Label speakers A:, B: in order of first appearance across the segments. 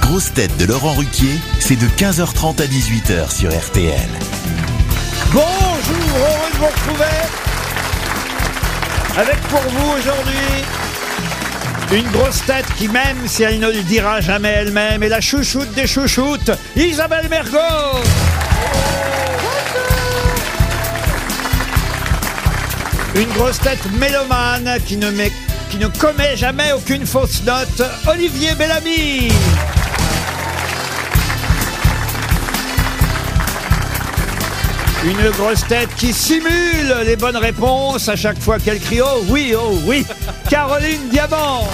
A: grosses têtes de Laurent Ruquier, c'est de 15h30 à 18h sur RTL.
B: Bonjour, heureux de vous retrouver avec pour vous aujourd'hui une grosse tête qui même si elle ne le dira jamais elle-même est la chouchoute des chouchoutes, Isabelle Mergo. Une grosse tête mélomane qui ne, met- qui ne commet jamais aucune fausse note, Olivier Bellamy. Une grosse tête qui simule les bonnes réponses à chaque fois qu'elle crie Oh oui, oh oui Caroline Diamant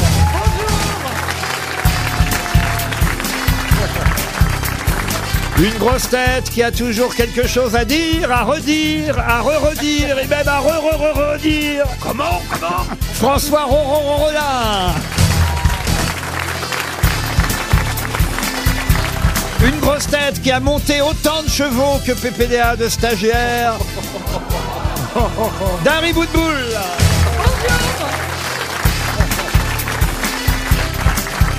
B: Une grosse tête qui a toujours quelque chose à dire, à redire, à re-redire et même à re-re-re-redire Comment Comment François Rorororola Une grosse tête qui a monté autant de chevaux que PPDA de stagiaire. Dari Boudboul.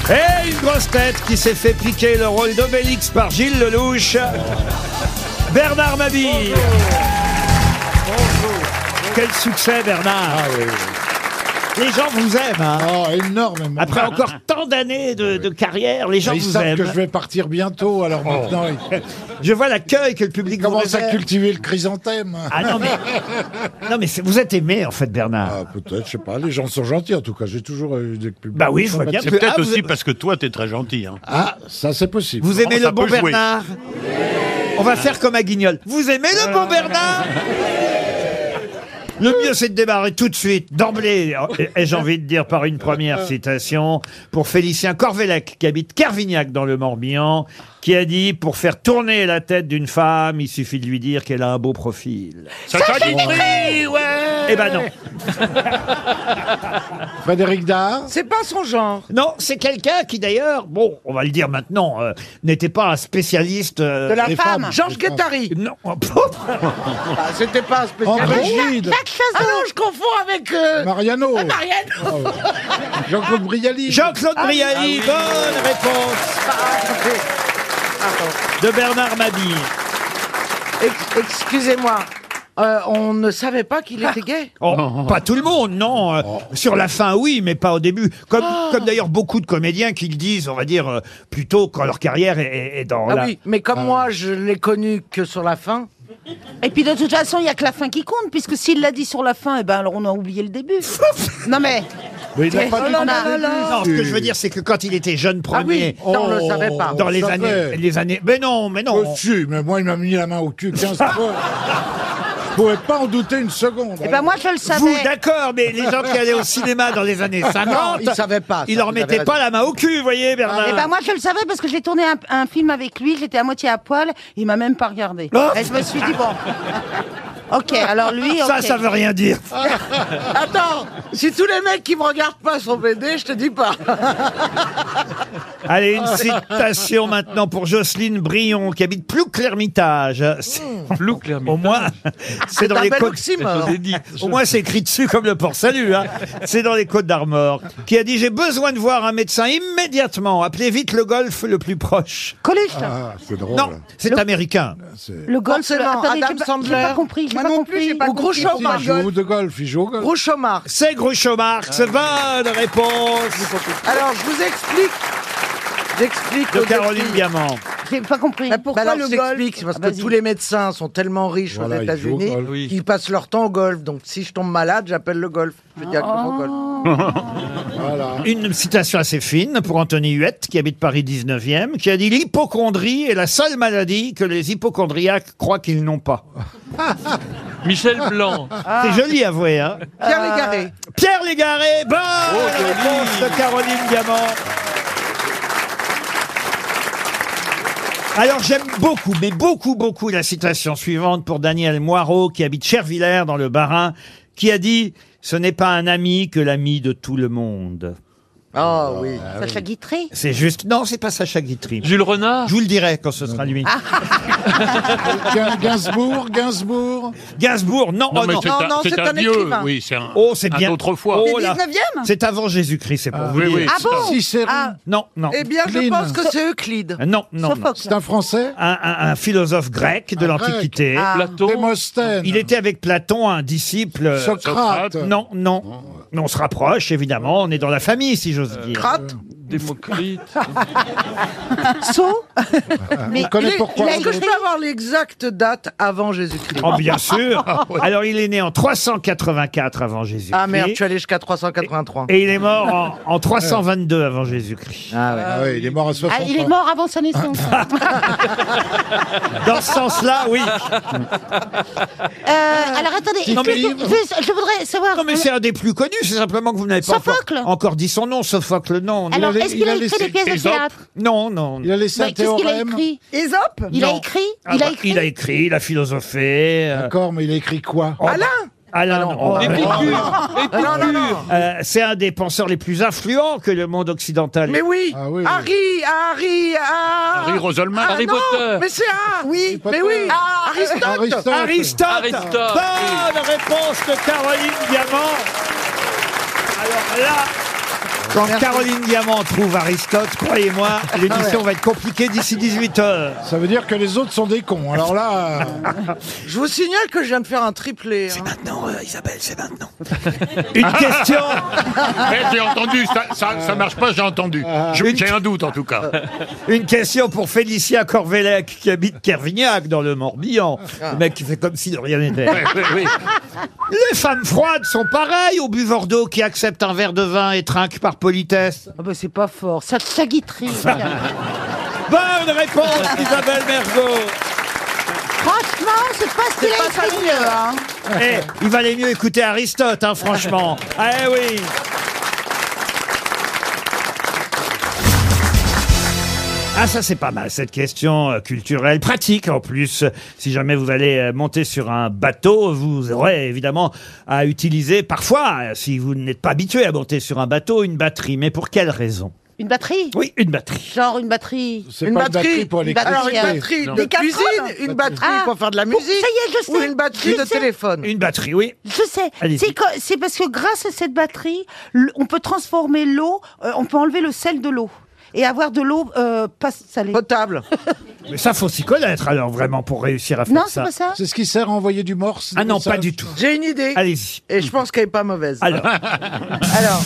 B: Et une grosse tête qui s'est fait piquer le rôle d'Obélix par Gilles Lelouch. Bernard Mabille. Quel succès, Bernard.
C: Ah
B: Les gens vous aiment. hein.
C: Oh, énormément.
B: Après encore tant d'années de, de carrière, les gens
C: Ils
B: vous
C: savent
B: aiment. Oh.
C: que je vais partir bientôt, alors maintenant ils
B: Je vois l'accueil que le public vous
C: commencent à
B: réserve.
C: cultiver le chrysanthème.
B: Ah non, mais, non, mais c'est- vous êtes aimé, en fait, Bernard.
C: Ah, peut-être, je sais pas, les gens sont gentils en tout cas, j'ai toujours eu des publics.
B: Bah oui, je vois bien.
C: sympathiques.
D: C'est peut-être
B: Ah, vous-
D: aussi parce que toi, t'es très gentil. Hein.
C: Ah, ça c'est possible.
B: Vous aimez
D: ça
B: le bon
D: peut jouer.
B: Bernard On va faire comme à Guignol. Vous aimez le bon Bernard Le mieux, c'est de démarrer tout de suite, d'emblée, et- et j'ai envie de dire par une première citation, pour Félicien Corvélec, qui habite Carvignac dans le Morbihan, qui a dit « Pour faire tourner la tête d'une femme, il suffit de lui dire qu'elle a un beau profil.
D: Ça t'a dit prix, ouais »
B: Eh ben non
C: Frédéric Dard
E: C'est pas son genre.
B: Non, c'est quelqu'un qui d'ailleurs, bon, on va le dire maintenant, euh, n'était pas un spécialiste... euh,
E: De la
C: les
E: femme.
C: femmes.
E: Georges
C: Les femmes.
E: Guettari.
B: Non. oh,
E: Ah, C'était pas
C: André
B: bah,
E: spécial.
C: Gide.
E: Ah non, je confonds avec. euh,
C: Mariano
B: Ah,
C: Ah,
E: Marianne.
C: Jean-Claude Brialy
B: Jean-Claude Brialy, bonne réponse de Bernard Mabille.
E: Ex- Excusez-moi. Euh, on ne savait pas qu'il était gay.
B: Oh, Pas tout le monde, non. euh,
E: Oh.
B: Sur la fin, oui, mais pas au début. Comme,
E: Ah.
B: comme d'ailleurs beaucoup de comédiens qui le disent, on va dire, euh, plutôt quand leur carrière est- est, est dans
E: Ah
B: la...
E: oui, mais comme moi, je l'ai connu que sur la fin.
F: Et puis de toute façon, il n'y a que la fin qui compte, puisque s'il l'a dit sur la fin, eh ben, alors on a oublié le début. non mais,
C: Mais il n'a
F: Mais-
C: pas
F: Oh
C: dit
F: là là
C: tout le
F: là
C: début.
F: là.
B: Non, ce que je veux dire, c'est que quand il était jeune
E: Ah oui,
B: premier,
E: ça, on ne le savait pas.
C: Oh.
B: dans les
C: ça
B: années,
C: fait.
B: les années... Mais non, mais non.
C: Oh, si, mais moi il m'a mis la main au cul 15 fois. Je pouvais pas en douter une seconde. hein.
F: eh ben moi je le
B: Vous,
F: savais.
B: d'accord, mais les gens qui allaient au cinéma dans les années 50,
E: ils savaient pas, ça,
B: ils leur
E: vous avez
B: mettaient
E: raison.
B: pas la main au cul, vous voyez, Bernard.
E: Ah,
F: Eh ben moi je le savais parce que j'ai tourné un, un film avec lui, j'étais à moitié à poil, il m'a même pas regardé.
B: Oh.
F: Et je me suis dit bon. Ok, alors lui.
B: Ça,
F: ok. Ah.
B: ça veut rien dire.
E: Attends, si tous les mecs qui me regardent pas sont BD, je te dis pas.
B: Allez, une citation maintenant pour Jocelyne Brion, qui habite plus l'Ermitage. Au moins, c'est dans
E: Hmm. un
B: les
E: bel
B: côtes.
E: oxymore.
B: Au moins, c'est écrit dessus comme le port salut. Hein. C'est dans les Côtes d'Armor. Qui a dit J'ai besoin de voir un médecin immédiatement. Appelez vite le golf le plus proche.
F: Coluche,
C: Ah, c'est drôle.
B: Non, c'est américain.
F: le golf.
E: Forcément,
F: le- attendez,
E: Adam
F: j'ai pas- j'ai
E: Sandler.
F: pas compris, j'ai
E: Moi
F: pas
C: Ah,
E: non plus,
F: compris.
E: j'ai pas
F: Au
E: compris.
F: gros
E: Au
F: choc.
C: Il joue de golf, il joue au Ah. golf.
E: Groucho Marx.
B: C'est Groucho Marx. Bonne réponse
E: Alors, je vous explique. J'explique.
B: de
E: au
B: Caroline
E: début.
B: Diamant.
F: J'ai pas compris.
E: Bah, alors, je t'explique, c'est parce
F: Ah,
E: que
F: vas-y.
E: tous les médecins sont tellement riches
C: Voilà,
E: aux
C: ils jouent au
E: États-Unis
C: golf.
E: qu'ils passent leur temps au golf. Donc si je tombe malade, j'appelle le golf. Je vais directement au golf.
C: Voilà.
B: Une citation assez fine pour Anthony Huette, qui habite Paris 19e, qui a dit L'hypochondrie est la seule maladie que les hypochondriaques croient qu'ils n'ont pas.
G: Michel Blanc.
B: C'est joli, avoué. Hein
E: Pierre Légaré.
B: Pierre Légaré, bonne
E: Oh,
B: réponse de Caroline Diamant. Alors j'aime beaucoup, mais beaucoup, beaucoup la citation suivante pour Daniel Moirot, qui habite Chervillers dans le Bas-Rhin, qui a dit « Ce n'est pas un ami que l'ami de tout le monde ».
E: Ah oui.
F: Sacha Guitré
B: C'est juste. Non, c'est pas Sacha Guitry.
G: Jules Renard
B: Je vous le dirai quand ce sera lui.
C: Gain- Gainsbourg, Gainsbourg.
B: Gainsbourg, non, oh, non.
D: c'est
F: non,
D: un,
F: non,
D: c'est
F: c'est
D: un
F: un
D: vieux,
F: écrivain.
D: oui, c'est un,
B: Oh, c'est
D: un
B: bien.
D: autrefois.
B: Oh
F: Du
B: là.
F: 19e
B: C'est avant Jésus-Christ, c'est pour vous
D: oui,
B: dire.
D: oui.
F: Ah bon
C: Cicéron.
F: Ah,
B: Non, non.
E: Eh bien, je
C: Glyn.
E: pense que c'est Euclide.
B: Non, non, non.
F: Sophocle.
C: C'est un Français
B: Un, un- un philosophe grec de
C: Un grec.
B: l'Antiquité.
F: Ah.
G: Platon
C: Démosthène.
B: Il était avec Platon, un disciple. euh,
C: Socrate. Oh.
B: Non, non. Mais on se rapproche, évidemment. On est dans la famille, si j'ose dire. Euh,
E: Crate
G: Démocrite
E: Ah.
F: Sceau Mais
C: On connaît
F: il est-
C: pourquoi.
F: il a
E: Est-ce que je
F: écrit-
E: peux avoir l'exacte date avant Jésus-Christ
B: Oh, bien sûr.
C: Ah
B: Alors, il est né en 384 avant Jésus-Christ.
E: Ah merde, je suis allé jusqu'à 383.
B: Et il est mort en, en 322 avant Jésus-Christ.
E: Ah ouais.
C: Ah oui, il est mort à 60
F: Ah, il est
C: ans.
F: mort avant sa naissance.
B: Dans ce sens-là, oui.
F: Euh, alors attendez, est-ce que-
C: livres.
F: juste, je voudrais savoir. euh,
B: Non, mais c'est un des plus connus. C'est simplement que vous n'avez pas encore,
F: Sophocle.
B: encore dit son nom. Sophocle, non.
C: Il
F: Alors,
C: avait-
F: est-ce qu'il
C: il
F: a
C: a
F: écrit
C: laissé
F: des pièces de
D: Ésope.
F: théâtre
B: Non, non.
C: Il a laissé
F: Bah,
C: un
F: Qu'est-ce qu'il a
C: théorème.
F: écrit
E: Ésope
F: Il a
B: Non.
F: écrit
B: Ah
F: Il a
B: bah,
F: écrit
B: il a écrit, il a philosophé. euh, Oh,
C: D'accord, mais il a écrit quoi Ah
E: Alain
B: Alain, non,
G: Et
B: euh,
G: Épicure
E: Non, non, non
B: euh, c'est un des penseurs les plus influents que le monde occidental.
E: Mais oui,
C: Ah oui, oui.
E: Harry, Harry, ah
D: Harry Roselman.
E: Ah
G: Harry
E: non,
G: Potter.
E: mais c'est Harry Oui,
C: Potter.
E: mais oui
F: Ah,
E: Aristote
C: Aristote.
B: Aristote.
G: Aristote.
B: Bonne réponse de Caroline Diamant. Alors là, quand Caroline Diamant trouve Aristote, croyez-moi,
F: Ah
E: Ah
B: l'émission va être compliquée d'ici 18 heures.
C: Ça veut dire que les autres sont des cons. Alors là, euh,
E: Je vous signale que je viens de faire un triplé. hein.
B: Maintenant, euh, Isabelle, c'est maintenant. Une question,
D: Mais Ah. Eh, j'ai entendu, ça, ça, ça marche pas, j'ai entendu.
B: Ah.
D: Je- J'ai un doute en tout cas.
B: une question pour Félicien Corvélec qui habite Kervignac dans le Morbihan. Le mec qui fait comme si de rien n'était.
D: Oui, oui, oui.
B: Les femmes froides sont pareilles aux buveurs d'eau qui acceptent un verre de vin et trinquent par politesse.
F: Ah bah, c'est pas fort. Sa, sa guitry.
B: Bonne réponse, Isabelle Mergo.
F: Franchement, c'est pas ce qu'il a écrit.
B: Eh, il valait mieux écouter Aristote, hein, franchement. Ah eh oui. Ah ça c'est pas mal cette question euh, culturelle, pratique en plus. Si jamais vous allez euh, monter sur un bateau, vous aurez évidemment à utiliser parfois, euh, si vous n'êtes pas habitué à monter sur un bateau, une batterie. Mais pour quelle raison
F: Une batterie
B: Oui, une batterie.
F: Genre une batterie.
C: c'est
E: Une
C: pas une batterie
E: batterie.
C: pour
F: Une batterie.
E: Alors une
F: Ariel.
E: batterie
D: Non.
E: de
F: Des casseroles.
E: cuisine, une batterie
F: Ah.
E: pour faire de la
F: Bon,
E: musique,
F: ça y est, je
E: ou
F: sais.
E: une batterie
F: Je
E: de
F: sais.
E: téléphone.
B: Une batterie, oui.
F: Je sais,
B: Allez-y.
F: c'est que- c'est parce que grâce à cette batterie, l- on peut transformer l'eau, euh, on peut enlever le sel de l'eau et avoir de l'eau euh, pas salée.
E: Potable.
B: Mais ça faut s'y connaître alors vraiment pour réussir à faire
F: Non, c'est
B: ça.
F: pas ça
C: C'est ce qui sert à envoyer du morse
B: Ah
C: des
B: non, pas
C: messages.
B: du tout.
E: J'ai une idée.
B: Allez-y.
E: Et je pense qu'elle est pas mauvaise.
B: Alors.
E: Alors,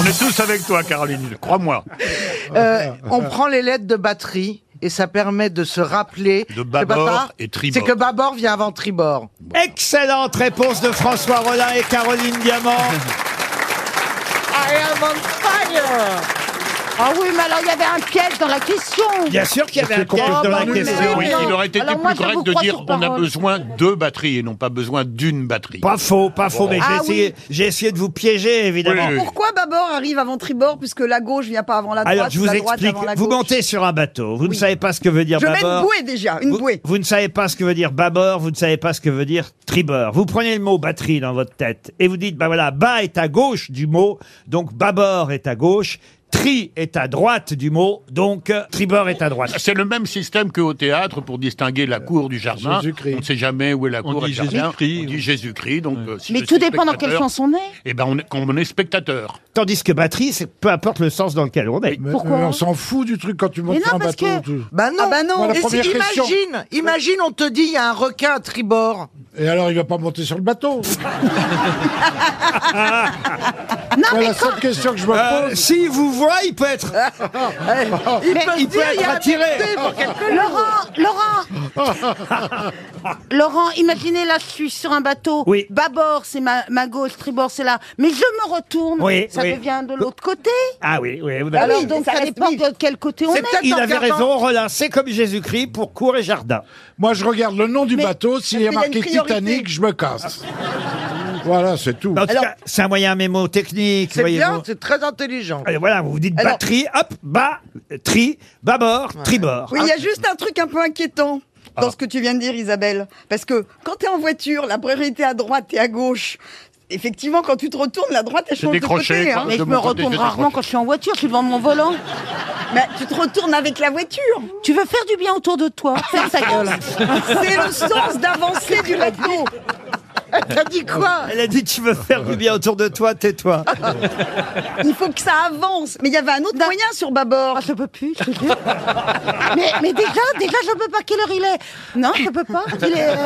D: On est tous avec toi, Caroline, crois-moi.
E: euh, on prend les lettres de batterie et ça permet de se rappeler.
D: De bâbord
E: C'est pas ça
D: et tribord.
E: C'est que bâbord vient avant tribord.
B: Excellente réponse de François Rollin et Caroline Diamant.
E: I am on fire
F: Ah oui, mais alors il y avait un piège dans la question.
B: Bien sûr qu'il y avait un
C: Monsieur
B: piège dans la
F: Coquevin.
B: question.
D: Oui,
F: non.
D: il aurait été
F: Alors moi, je
D: plus
F: vous
D: correct de
F: crois
D: dire
F: sur
D: on a
F: parole.
D: besoin de batteries et non pas besoin d'une batterie.
B: Pas faux, pas faux, mais j'ai
F: Ah
B: essayé, j'ai essayé de vous piéger, évidemment.
D: Oui, oui.
H: Pourquoi bâbord arrive avant tribord puisque la gauche vient pas avant la droite
B: Alors, je vous
H: Ah, la droite
B: explique.
H: avant la
B: Vous
H: gauche
B: montez sur un bateau. Vous ne savez pas ce que veut dire
H: Je mets une
B: bâbord.
H: bouée déjà, une
B: Ah, Vous,
H: bouée.
B: vous ne savez pas ce que veut dire bâbord, vous ne savez pas ce que veut dire tribord. Vous prenez le mot batterie dans votre tête et vous dites, bah voilà, bas est à gauche du mot, donc bâbord est à gauche, tri est à droite du mot, donc euh, tribord est à droite.
D: Ah, C'est le même système qu'au théâtre pour distinguer la cour du jardin.
C: Jésus-Christ.
D: On ne sait jamais où est la
G: On
D: cour et
G: dit
D: le jardin.
G: Jésus-Christ.
D: On dit Jésus-Christ. Donc, euh, si
F: Mais
D: je
F: tout
D: suis
F: dépend dans quelle
D: spectateur,
F: chanson on est.
D: Eh ben, on est, quand on est spectateur.
B: Tandis que batterie, c'est peu importe le sens dans lequel on est.
C: Mais-
F: Pourquoi
C: mais on s'en fout du truc quand tu montes
F: Mais
C: sur
F: non,
C: un
F: parce
C: bateau.
F: que-
C: tout.
E: Bah non,
H: Ah bah non.
E: Et
H: Voilà,
E: si-
C: première question.
E: imagine, imagine, on te dit il y a un requin à tribord.
C: Et alors, il va pas monter sur le bateau.
F: Non,
C: C'est
F: mais
C: la seule question que je me
B: Euh,
C: pose.
B: si vous voit, il peut être
E: Eh, il peut se
B: il peut
E: dire, il y
B: être
E: a un
B: attiré.
E: baiser pour quelque-
F: Laurent, Laurent Laurent, imaginez là, je suis sur un bateau.
B: Oui.
F: Bâbord, c'est ma, ma gauche, tribord, c'est là. Mais je me retourne.
B: Oui,
F: ça
B: oui.
F: devient de l'autre côté.
B: Ah oui, oui. vous avez-
F: Alors,
H: oui,
F: donc,
H: ça
F: ça,
H: reste
F: dépend
H: vif.
F: de quel côté on est.
E: C'est peut-être
B: il
E: en
B: avait
E: regardant-
B: raison, Roland, c'est comme Jésus-Christ pour cours et jardin.
C: Moi, je regarde le nom du bateau. S'il
H: parce qu'il
C: y a
H: y a
C: marqué
H: une priorité.
C: Titanic, je me casse. voilà, c'est tout.
B: Mais en tout
E: Alors-
B: cas, c'est un moyen mémotechnique.
E: C'est bien,
B: voyez-vous.
E: c'est très intelligent.
B: Allez, voilà, vous vous dites
E: Alors-
B: batterie, hop, bas, tri, bâbord, tribord.
H: Oui, il y a juste un truc un peu inquiétant
B: Ah.
H: dans ce que tu viens de dire, Isabelle. Parce que quand tu es en voiture, la priorité à droite et à gauche, Effectivement, quand tu te retournes, la droite, elle
D: J'ai
H: change de
D: décroché,
H: côté.
D: quoi.
H: hein.
F: Mais
D: de
F: je
D: mon
F: me
D: côté,
F: retourne
D: j'ai
F: rarement
D: décroché.
F: quand je suis en voiture, je suis devant mon volant.
H: Mais tu te retournes avec la voiture.
F: Tu veux faire du bien autour de toi, ferme ta gueule.
H: C'est le sens d'avancer du bateau.
E: T'as dit quoi
B: Ah. Elle a dit tu veux faire du bien autour de toi, tais-toi.
H: Il faut que ça avance. Mais il y avait un autre moyen sur bâbord.
F: Ah, je peux plus, je te jure. mais, mais déjà, déjà, je peux pas. Quelle heure il est Non, je peux pas. Il est, euh,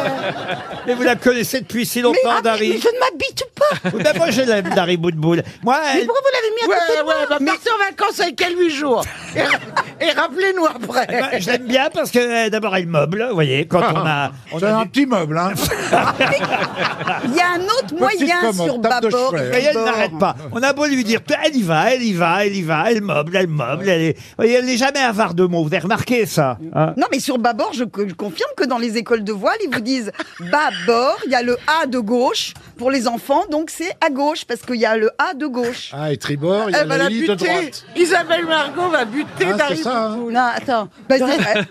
B: Mais vous la connaissez depuis si
F: mais-
B: longtemps,
F: ah, mais, mais
B: Dari.
F: je ne m'habite pas.
B: Oui, ben moi, je l'aime, Dari Boudboul. Moi,
F: Mais
B: elle,
F: pourquoi vous l'avez mis à
E: Ouais,
F: côté de moi
E: ouais, bah, partez en vacances avec elle 8 jours. Et, ra- et rappelez-nous après.
B: moi, je l'aime bien parce que euh, d'abord, elle meuble, vous voyez, quand on a... on
C: C'est
B: a
C: un
B: du-
C: petit meuble, hein.
H: Il y a un autre moyen
C: commode,
H: sur
C: table de
H: bâbord.
C: chevet, hein.
B: Vous voyez, elle n'arrête pas. On a beau lui dire, elle y va, elle y va, elle y va, elle meuble, elle meuble. Elle est... vous voyez, elle n'est jamais avare de mots. Vous avez remarqué ça hein
H: Non, mais sur bâbord, je, je confirme que dans les écoles de voile, ils vous disent bâbord, il y a le A de gauche pour les enfants, donc c'est à gauche, parce qu'il y a le A de gauche.
C: Ah, et tribord, il y a
H: Eh ben,
E: Elle va
C: la
E: la
C: ligne de
E: buter.
C: droite.
E: Isabelle Margot va buter
C: Ah, c'est
E: Dari
C: ça, hein.
E: Poupoule.
F: Non, attends.
H: Bah, c'est vrai.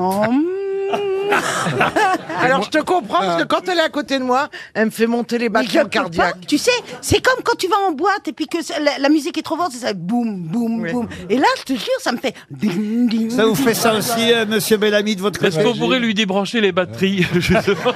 F: Oh,
E: Alors je te comprends parce que quand elle est à côté de moi, elle me fait monter les
F: mais je
E: battements
F: peux pas.
E: cardiaques.
F: Tu sais, c'est comme quand tu vas en boîte et puis que c'est- la, la musique est trop forte, c'est ça, boum, boum, boum. Et là, je te jure, ça me fait ding, ding.
B: Ça vous fait ça aussi, euh, monsieur Bellamy, de votre
G: Est-ce
B: côté
G: qu'on pourrait lui débrancher les batteries justement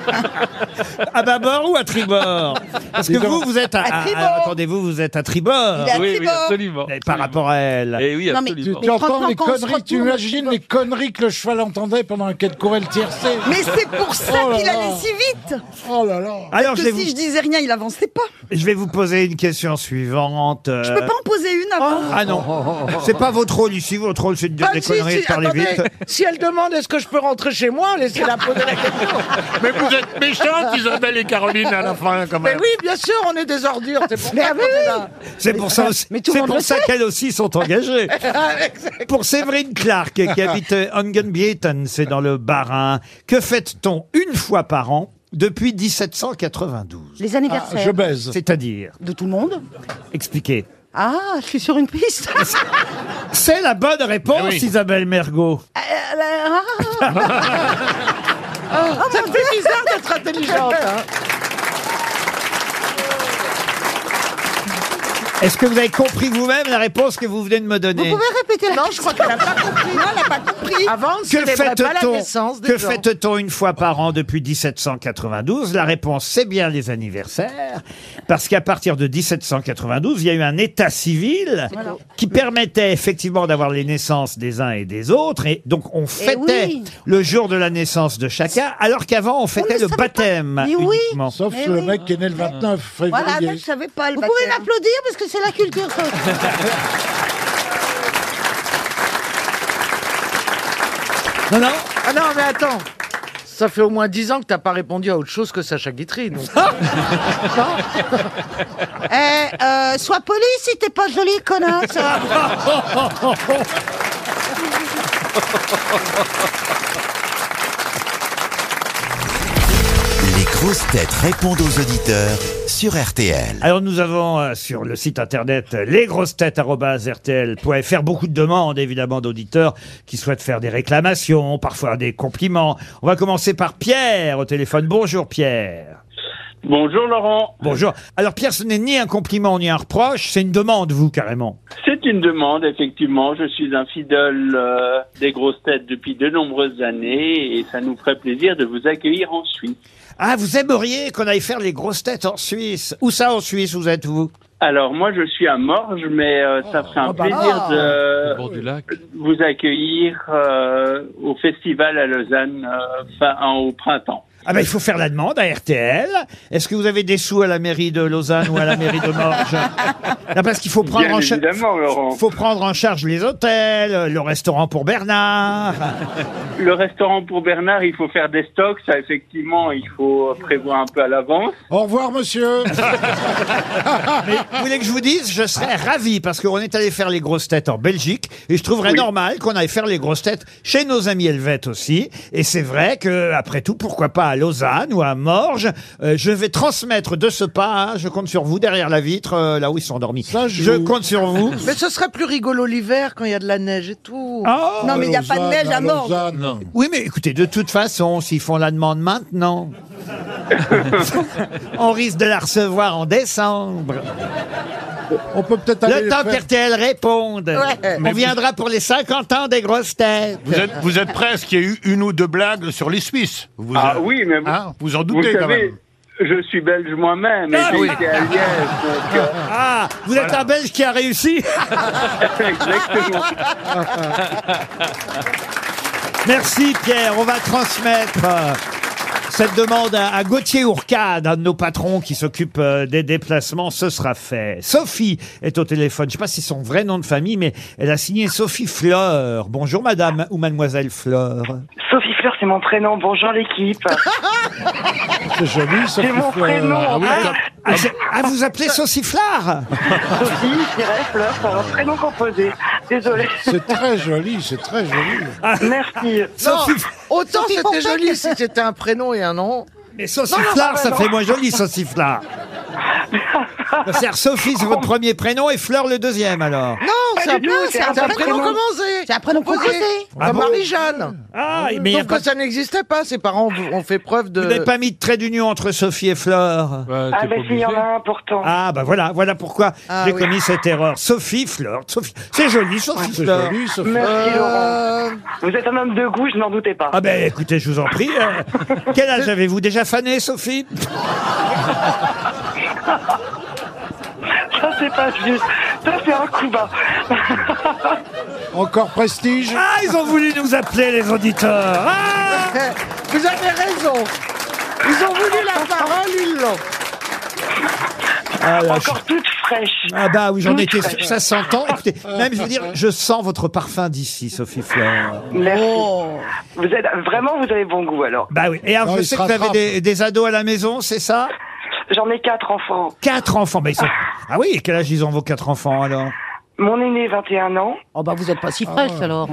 B: À bâbord ou à tribord Parce que
C: Ah, Dis donc.
B: vous, vous êtes à, à- à-
H: tribord.
B: attendez, vous, vous êtes à tribord.
H: Il est à
G: Ah, Oui, oui,
H: tribord.
G: absolument.
B: Et Par rapport à elle.
G: Eh oui,
F: Non, mais-
C: Tu,
G: absolument.
C: tu entends
F: franchement,
C: les
F: quand on se
C: conneries, tu
F: retourne-
C: imagines les conneries que le cheval entendait pendant qu'elle courait le tiercé.
H: Mais c'est pour ça
C: Oh là
H: qu'il
C: là.
H: allait si vite.
C: Oh là là.
B: Alors,
H: que
B: je vais,
H: si
B: vous,
H: je disais rien, il avançait pas.
B: je vais vous poser une question suivante. euh,
H: Je peux pas en poser une avant.
B: Ah non,
C: Oh,
B: c'est pas votre rôle ici. Votre rôle, c'est de dire
E: Ah,
B: des
E: si,
B: conneries et
E: si,
B: de parler
E: attendez,
B: vite.
E: si elle demande est-ce que je peux rentrer chez moi, laissez-la poser la question.
D: Mais vous êtes méchantes, Isabelle et Caroline, à la fin, quand
E: Mais
D: même.
E: oui, bien sûr, on est des ordures, c'est pour ça qu'on est là.
B: C'est pour ça, aussi-
F: ah, mais tout le
B: c'est
F: monde
B: pour
F: le
B: ça
F: sait.
B: qu'elles aussi sont engagées.
E: Ah,
B: Pour Séverine Clark, qui habite Ongenbieten, c'est dans le Bas-Rhin, que fête-t-on une fois par an depuis 1792
F: Les
C: Ah, je
F: anniversaires
C: baise.
B: C'est-à-dire,
F: de tout le monde.
B: expliquez.
F: Ah, je suis sur une piste.
B: C'est la bonne réponse,
D: Eh oui.
B: Isabelle Mergot.
F: Euh, euh, ah.
E: Ça me fait bizarre d'être intelligente. hein.
B: Est-ce que vous avez compris vous-même la réponse que vous venez de me
F: Vous
B: donner
F: pouvez répéter la
E: Non, je crois qu'elle n'a pas compris. Non, elle n'a pas compris. Avant, on ne
B: Que
E: célébrait pas la naissance
B: fête-t-on
E: des
B: que
E: gens.
B: fête-t-on une fois par an depuis 1792 La réponse, c'est bien les anniversaires, parce qu'à partir de 1792, il y a eu un état civil qui permettait effectivement d'avoir les naissances des uns et des autres, et donc on fêtait
F: oui.
B: le jour de la naissance de chacun, alors qu'avant on fêtait
F: ne
B: le
F: savait pas.
B: baptême
F: Mais oui.
B: uniquement.
C: Sauf
F: Mais
C: le
F: oui.
C: mec qui est né le 29 février.
H: Voilà, moi, je savais pas le
F: Vous pouvez
H: baptême.
F: m'applaudir parce que c'est la culture. ça aussi.
B: Non, non.
E: Ah non, mais attends. Ça fait au moins 10 ans que t'as pas répondu à autre chose que Sacha Guitry. donc.
F: Eh, euh, sois poli si t'es pas joli, connasse.
A: Les grosses têtes répondent aux auditeurs sur RTL.
B: Alors nous avons euh, sur le site internet euh, lesgrossetêtes.rtl.fr beaucoup de demandes évidemment d'auditeurs qui souhaitent faire des réclamations, parfois des compliments. On va commencer par Pierre au téléphone. Bonjour Pierre.
I: Bonjour Laurent.
B: Bonjour. Alors Pierre, ce n'est ni un compliment ni un reproche, c'est une demande vous carrément.
I: C'est une demande, effectivement. Je suis un fidèle euh, des grosses têtes depuis de nombreuses années et ça nous ferait plaisir de vous accueillir en Suisse.
B: Ah, vous aimeriez qu'on aille faire les grosses têtes en Suisse Où ça en Suisse vous êtes vous
I: Alors moi, je suis à Morges, mais euh, ça
B: Oh.
I: ferait un
C: bah,
I: plaisir
C: ah.
I: de
G: Au bord du lac.
I: vous accueillir euh, au festival à Lausanne euh, fin en- au printemps.
B: Ah ben il faut faire la demande à RTL. Est-ce que vous avez des sous à la mairie de Lausanne ou à la mairie de Morges Non, parce qu'il faut prendre
I: Bien
B: en charge.
I: évidemment, Laurent.
B: faut prendre en charge les hôtels, le restaurant pour Bernard.
I: Le restaurant pour Bernard, il faut faire des stocks. Ça, effectivement, il faut prévoir un peu à l'avance.
C: Au revoir, monsieur.
B: Vous voulez que je vous dise, je serais ravi parce qu'on est allé faire les grosses têtes en Belgique et je trouverais normal qu'on aille faire les grosses têtes chez nos amis helvètes aussi. Et c'est vrai que, après tout, pourquoi pas à Lausanne ou à Morges, euh, je vais transmettre de ce pas, hein, je compte sur vous derrière la vitre, euh, là où ils sont endormis.
C: Ça joue.
B: je compte sur vous.
E: Mais ce serait plus rigolo l'hiver quand il y a de la neige et tout.
B: Oh
H: Non, mais il n'y a pas de
C: Lausanne,
H: neige à mort.
C: Lausanne.
G: Non.
B: oui, mais écoutez, de toute façon, s'ils font la demande maintenant, On risque de la recevoir en décembre.
C: On peut peut-être aller
B: Le temps
C: faire-
B: qu'RTL réponde. On viendra pour les 50 ans des grosses têtes.
D: Vous êtes, vous êtes prêts à ce qu'il y ait eu une ou deux blagues sur les Suisses vous
I: Ah
D: euh,
I: oui, mais vous-
D: hein, vous en
I: Vous
D: doutez quand
I: savez,
D: même.
I: je suis belge moi-même et
B: Ah
I: j'ai
B: oui.
I: été à Liège. donc, euh,
B: Ah, vous êtes un Belge qui a réussi.
I: Exactement.
B: Merci Pierre, on va transmettre euh, cette demande à, à Gauthier Ourcade, un de nos patrons qui s'occupe euh, des déplacements, ce sera fait. Sophie est au téléphone, je ne sais pas si c'est son vrai nom de famille, mais elle a signé Sophie Fleur. Bonjour madame ou mademoiselle Fleur.
J: Sophie Fleur, c'est mon prénom. Bonjour l'équipe.
C: C'est joli, ça
J: C'est mon prénom. hein.
D: Ah oui,
B: Ah,
D: comme-
B: ah, c'est- ah, vous appelez Sophie Fleur
J: Sophie, tiret, Fleur, c'est un prénom composé. Désolée.
C: C'est très joli, c'est très joli.
J: Merci.
B: Sophie,
E: Autant
F: Sophie
E: c'était
F: Fontaine.
E: joli si c'était un prénom et un nom.
B: mais Sophie
J: non, non,
B: Fleur,
J: non,
B: ça
J: non.
B: fait moins joli Sophie Fleur. C'est-à-dire Sophie, c'est votre premier prénom et Fleur le deuxième alors.
E: Non,
J: Pas
E: c'est un,
J: du tout,
E: c'est un prénom commencé.
F: C'est un prénom composé.
E: Comme
B: Ah bon
E: Marie-Jeanne.
B: Ah, mais il y a
E: Sauf
B: pas-
E: que ça n'existait pas. Ses parents ont ont fait preuve
B: vous n'avez
E: de.
B: pas mis de trait d'union entre Sophie et Fleur.
G: Bah,
J: Ah
G: t'es
J: ben
G: pas
J: si, il y en
G: obligé.
J: a un pourtant.
B: Ah bah voilà, voilà pourquoi
E: Ah
B: j'ai
E: oui.
B: commis cette erreur. Sophie Fleur, Sophie, c'est joli Sophie
C: C'est
B: Fleur.
C: joli, Sophie.
J: Merci Laurent.
E: Euh,
J: Vous êtes un homme de goût, je n'en doutais pas.
B: Ah ben écoutez, je vous en prie. euh, quel âge avez-vous déjà fané Sophie
J: Ça c'est pas juste. Ça c'est un coup bas.
C: Encore prestige
B: Ah, ils ont voulu nous appeler les auditeurs. Ah
E: Vous avez raison. Ils ont voulu la parole, ils l'ont.
B: Ah, là, je-
J: Encore toute fraîche.
B: ah bah oui, j'en
J: Toute
B: étais
J: fraîche.
B: ça s'entend. Écoutez, même je veux dire, je sens votre parfum d'ici Sophie Fleur.
J: Merci.
F: Oh.
J: Vous êtes vraiment, vous avez bon goût alors.
B: Bah oui, et alors
C: Non,
B: je
C: il
B: sais
C: se
B: que vous avez
C: rattrape.
B: des, des ados à la maison, c'est ça
J: J'en ai quatre enfants.
B: Quatre enfants, mais ils sont... Ah oui, et quel âge ils ont vos quatre enfants alors
J: Mon aîné 21 ans.
F: Oh bah vous êtes pas si
E: Ah
F: fraîche alors.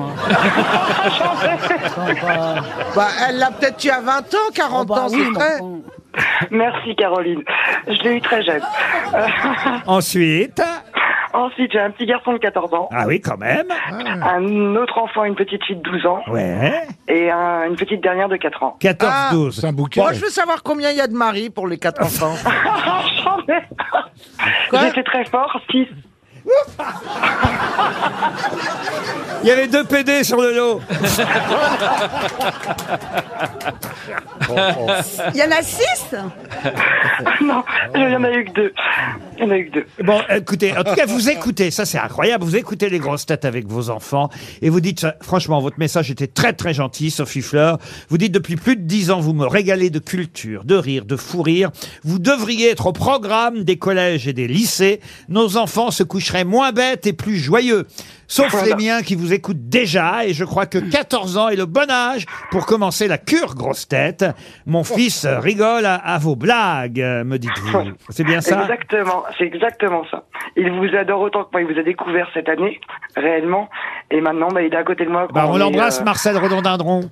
E: Bah, elle l'a peut-être eu à 20 ans,
F: Oh,
E: 40
F: bah
E: ans, c'est vrai.
J: Merci Caroline. Je l'ai eu très jeune. Euh,
B: Ensuite,
J: ensuite j'ai un petit garçon de 14 ans,
B: ah oui quand même,
E: Ah.
J: un autre enfant, une petite fille de 12 ans
B: ouais,
J: et un- une petite dernière de 4 ans.
E: Ah,
B: 14-12.
C: C'est un bouquet.
E: Moi, je veux savoir combien il y a de maris pour les quatre enfants.
J: J'en ai- J'étais très fort, 6.
B: Il y avait deux PD sur le lot.
J: Ah
C: oh.
H: Il y en a six
J: Non, il y en a eu que deux. Il y en a eu que deux.
B: Bon, écoutez, en tout cas, vous Eh. écoutez, ça c'est incroyable, vous écoutez les grosses têtes avec vos enfants et vous dites, franchement, votre message était très très gentil, Sophie Fleur. Vous dites, depuis plus de dix ans, vous me régalez de culture, de rire, de fou rire. Vous devriez être au programme des collèges et des lycées. Nos enfants se coucheraient moins bêtes et plus joyeux. Sauf
J: Voilà.
B: les miens qui vous écoutent déjà et je crois que 14 ans est le bon âge pour commencer la cure, grosse tête. Mon
J: Oh.
B: fils rigole à, à vos blagues, me dites-vous. C'est bien ça
J: Exactement, c'est exactement ça. Il vous adore autant que moi, il vous a découvert cette année, réellement. Et maintenant, bah, il est à côté de moi.
B: Bah,
J: quand
B: on
J: est,
B: l'embrasse,
J: euh,
B: Marcel Redondindron.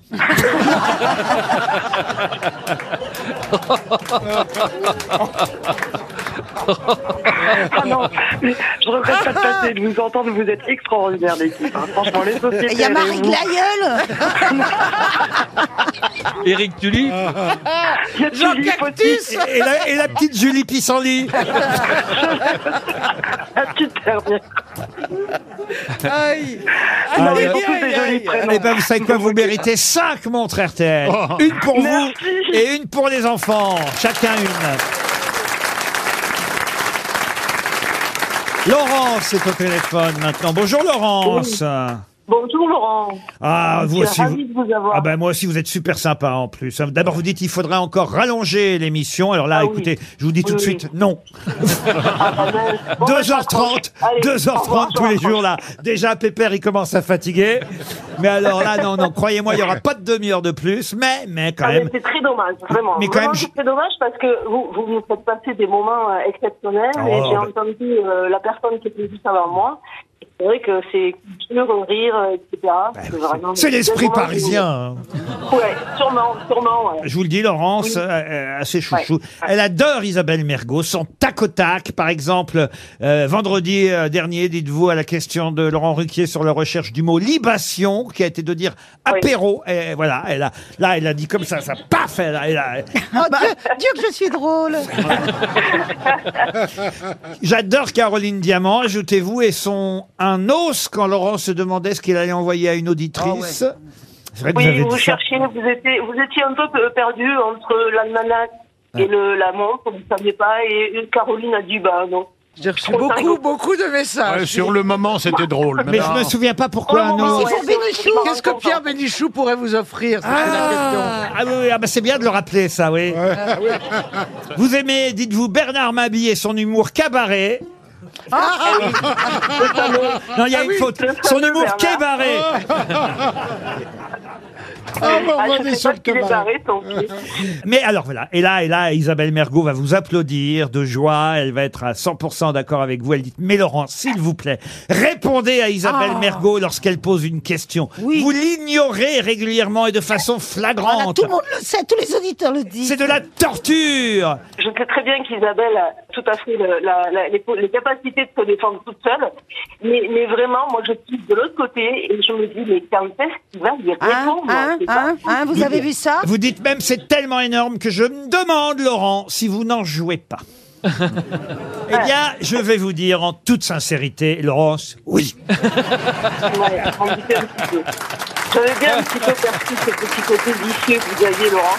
J: Ah non, mais je regrette pas de passer, de vous entendre, vous êtes extraordinaire l'équipe. hein. Franchement, les sociétés.
F: Il y a
J: les
F: Marie
J: vous-
F: Glaïeul.
G: Eric Tully,
J: il y a
E: Jean
J: Julie
E: Cactus
J: Fautif,
B: Et la, et la petite Julie Pissenlit.
J: la petite dernière.
E: Aïe.
B: Ah,
E: Aïe,
B: ouais.
J: Tous
E: aïe,
J: des jolis
E: aïe.
J: prénoms.
B: Eh ben, vous savez quoi, vous méritez cinq montres RTL.
D: Oh.
B: Une pour vous
J: Merci.
B: et une pour les enfants. Chacun une. Laurence est au téléphone maintenant. Bonjour Laurence.
J: Bonjour Laurent.
B: Ah, vous aussi. vous-
J: de vous avoir.
B: Ah ben moi aussi, vous êtes super sympa en plus. hein. D'abord, vous dites il faudrait encore rallonger l'émission. Alors là,
J: Ah oui.
B: écoutez, je vous dis tout de
J: Oui, oui.
B: suite, non.
J: Ah, ben, bon, ben,
B: 2h30,
J: Allez, au
B: 2h30
J: revoir,
B: tous les
J: Jean-François.
B: jours là. Déjà, Pépère, il commence à fatiguer. Mais alors là, non, non, croyez-moi, il n'y aura pas de demi-heure de plus. Mais, mais quand
J: Ah, mais
B: même.
J: c'est très dommage, vraiment.
B: Mais quand
J: Vraiment,
B: même, je-
J: c'est très dommage parce que vous, vous me faites passer des moments euh, exceptionnels
B: Oh,
J: et j'ai
B: ben-
J: entendu euh, la personne qui était juste avant moi C'est vrai que c'est dur de rire, euh, etc. C'est vraiment-
B: Bah, C'est l'esprit
J: vraiment-
B: parisien. hein.
J: Ouais, sûrement, sûrement. ouais.
B: Je vous le dis, Laurence, euh, euh, assez chouchou. Elle adore Isabelle Mergot, son tac au tac. Par exemple, euh, vendredi euh, dernier, dites-vous à la question de Laurent Ruquier sur la recherche du mot libation, qui a été de dire apéro. Et voilà, elle a, là, elle a dit comme ça, ça paf, elle a- elle a,
F: Oh, Dieu, Dieu que je suis drôle.
B: J'adore Caroline Diamant, ajoutez-vous, et son un os quand Laurent se demandait ce qu'il allait envoyer à une auditrice.
D: Ah
B: C'est vrai que vous
J: Oui,
B: avez
J: vous
B: dit ça.
J: cherchiez, vous étiez, vous étiez un peu perdu entre l'almanach et le, la montre, vous ne saviez pas, et Caroline a dit, bah non.
E: J'ai reçu beaucoup, beaucoup de messages.
D: Ouais, sur le moment, c'était drôle.
B: Mais je me souviens pas pourquoi un os.
J: ouais.
E: Bénichou, Qu'est-ce que Pierre Bénichou pourrait vous offrir C'est
B: Ah, ah oui, oui, ah bah c'est bien de le rappeler, ça, oui. Vous aimez, dites-vous, Bernard Mabie et son humour cabaret. Ah, Non, il y a
J: Ah
B: une
J: oui,
B: faute.
J: le
B: Son
J: fameux
B: humour
J: Bernard.
B: cabaret.
C: Ah, bon,
J: Ah,
C: on va
J: je
C: des
J: sais pas
C: sortes
J: s'il
E: bah.
J: est
C: camarades.
J: barré, tant pis.
B: Mais alors voilà, et là, et là, Isabelle Mergot va vous applaudir de joie, elle va être à 100% d'accord avec vous, elle dit, mais Laurent, s'il vous plaît, répondez à Isabelle Mergot lorsqu'elle pose une question.
F: Ah. Oui.
B: Vous l'ignorez régulièrement et de façon flagrante.
F: Voilà, tout le monde le sait, tous les auditeurs le disent.
B: C'est de la torture
J: Je sais très bien qu'Isabelle a tout à fait le- la- la- les, les capacités de se défendre toute seule, mais, mais vraiment, moi, je suis de l'autre côté et je me dis, mais quand est-ce qu'il va y
F: Hein,
J: répondre
F: hein,
J: c'est
F: hein, hein, vous avez vu ça
B: Vous dites même, c'est tellement énorme que je me demande, Laurent, si vous n'en jouez pas. eh bien, je vais vous dire en toute sincérité, Laurence, oui.
J: pas- ouais, on doutait un petit peu. J'avais bien un petit peu perçu ce petit côté vicieux que vous aviez, Laurent.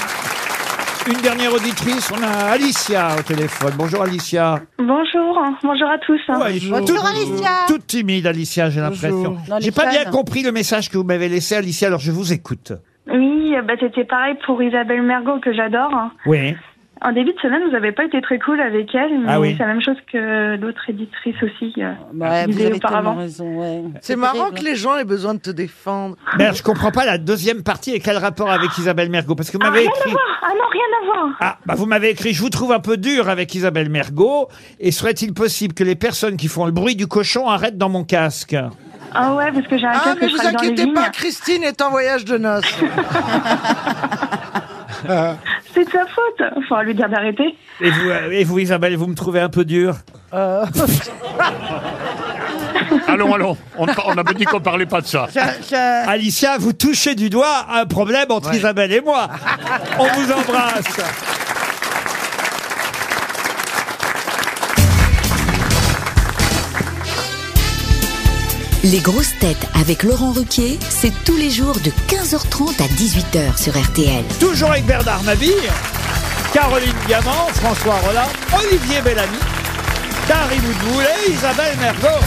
B: Une dernière auditrice, on a Alicia au téléphone. Bonjour Alicia.
K: Bonjour, bonjour à tous.
B: Oh, elle est toute-
F: Bonjour Alicia.
B: Toute timide, Alicia, j'ai l'impression.
F: Non,
B: J'ai
F: les
B: pas
F: fans.
B: bien compris le message que vous m'avez laissé, Alicia, alors je vous écoute.
K: Oui, euh, bah, c'était pareil pour Isabelle Mergot que j'adore. hein.
B: Oui.
K: En début de semaine, vous n'avez pas été très cool avec elle, mais
B: Ah oui.
K: c'est la même chose que l'autre éditrice aussi. euh.
E: Ouais,
K: vous avez tellement
F: raison. Ouais.
E: C'est marrant que les gens aient besoin de te défendre.
B: Mais alors, je comprends pas la deuxième partie et quel rapport avec Isabelle Mergot Parce que vous
K: Ah,
B: m'avez
K: rien
B: écrit.
K: à voir Ah non, rien à voir
B: Ah, bah vous m'avez écrit, je vous trouve un peu dur avec Isabelle Mergot, et serait-il possible que les personnes qui font le bruit du cochon arrêtent dans mon casque
K: Ah ouais, parce que j'ai un
E: Ah,
K: casque
E: mais
K: je
E: vous
K: travaille dans les
E: inquiétez pas,
K: vignes.
E: Christine est en voyage de noces.
D: Ah.
K: C'est de sa faute Faut Euh, lui dire d'arrêter.
B: et vous, euh, et vous, Isabelle, vous me trouvez un peu dur
E: Euh.
D: Allons, allons. On, on a dit qu'on parlait pas de ça.
B: Alicia, vous touchez du doigt un problème entre Isabelle et moi. On vous embrasse.
L: Les grosses têtes avec Laurent Ruquier, c'est tous les jours de 15h30 à 18h sur RTL.
B: Toujours avec Bernard Mabille, Caroline Diamant, François Rollin, Olivier Bellamy, Dari Boudboul et Isabelle Mergot.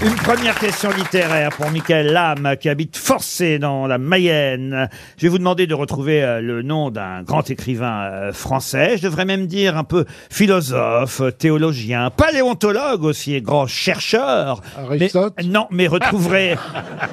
B: Une première question littéraire pour Michael Lame, qui habite Forcé dans la Mayenne. Je vais vous demander de retrouver euh, le nom d'un grand écrivain euh, français. Je devrais même dire un peu philosophe, euh, théologien, paléontologue aussi et grand chercheur.
C: Aristote
B: Mais- non, mais retrouverez.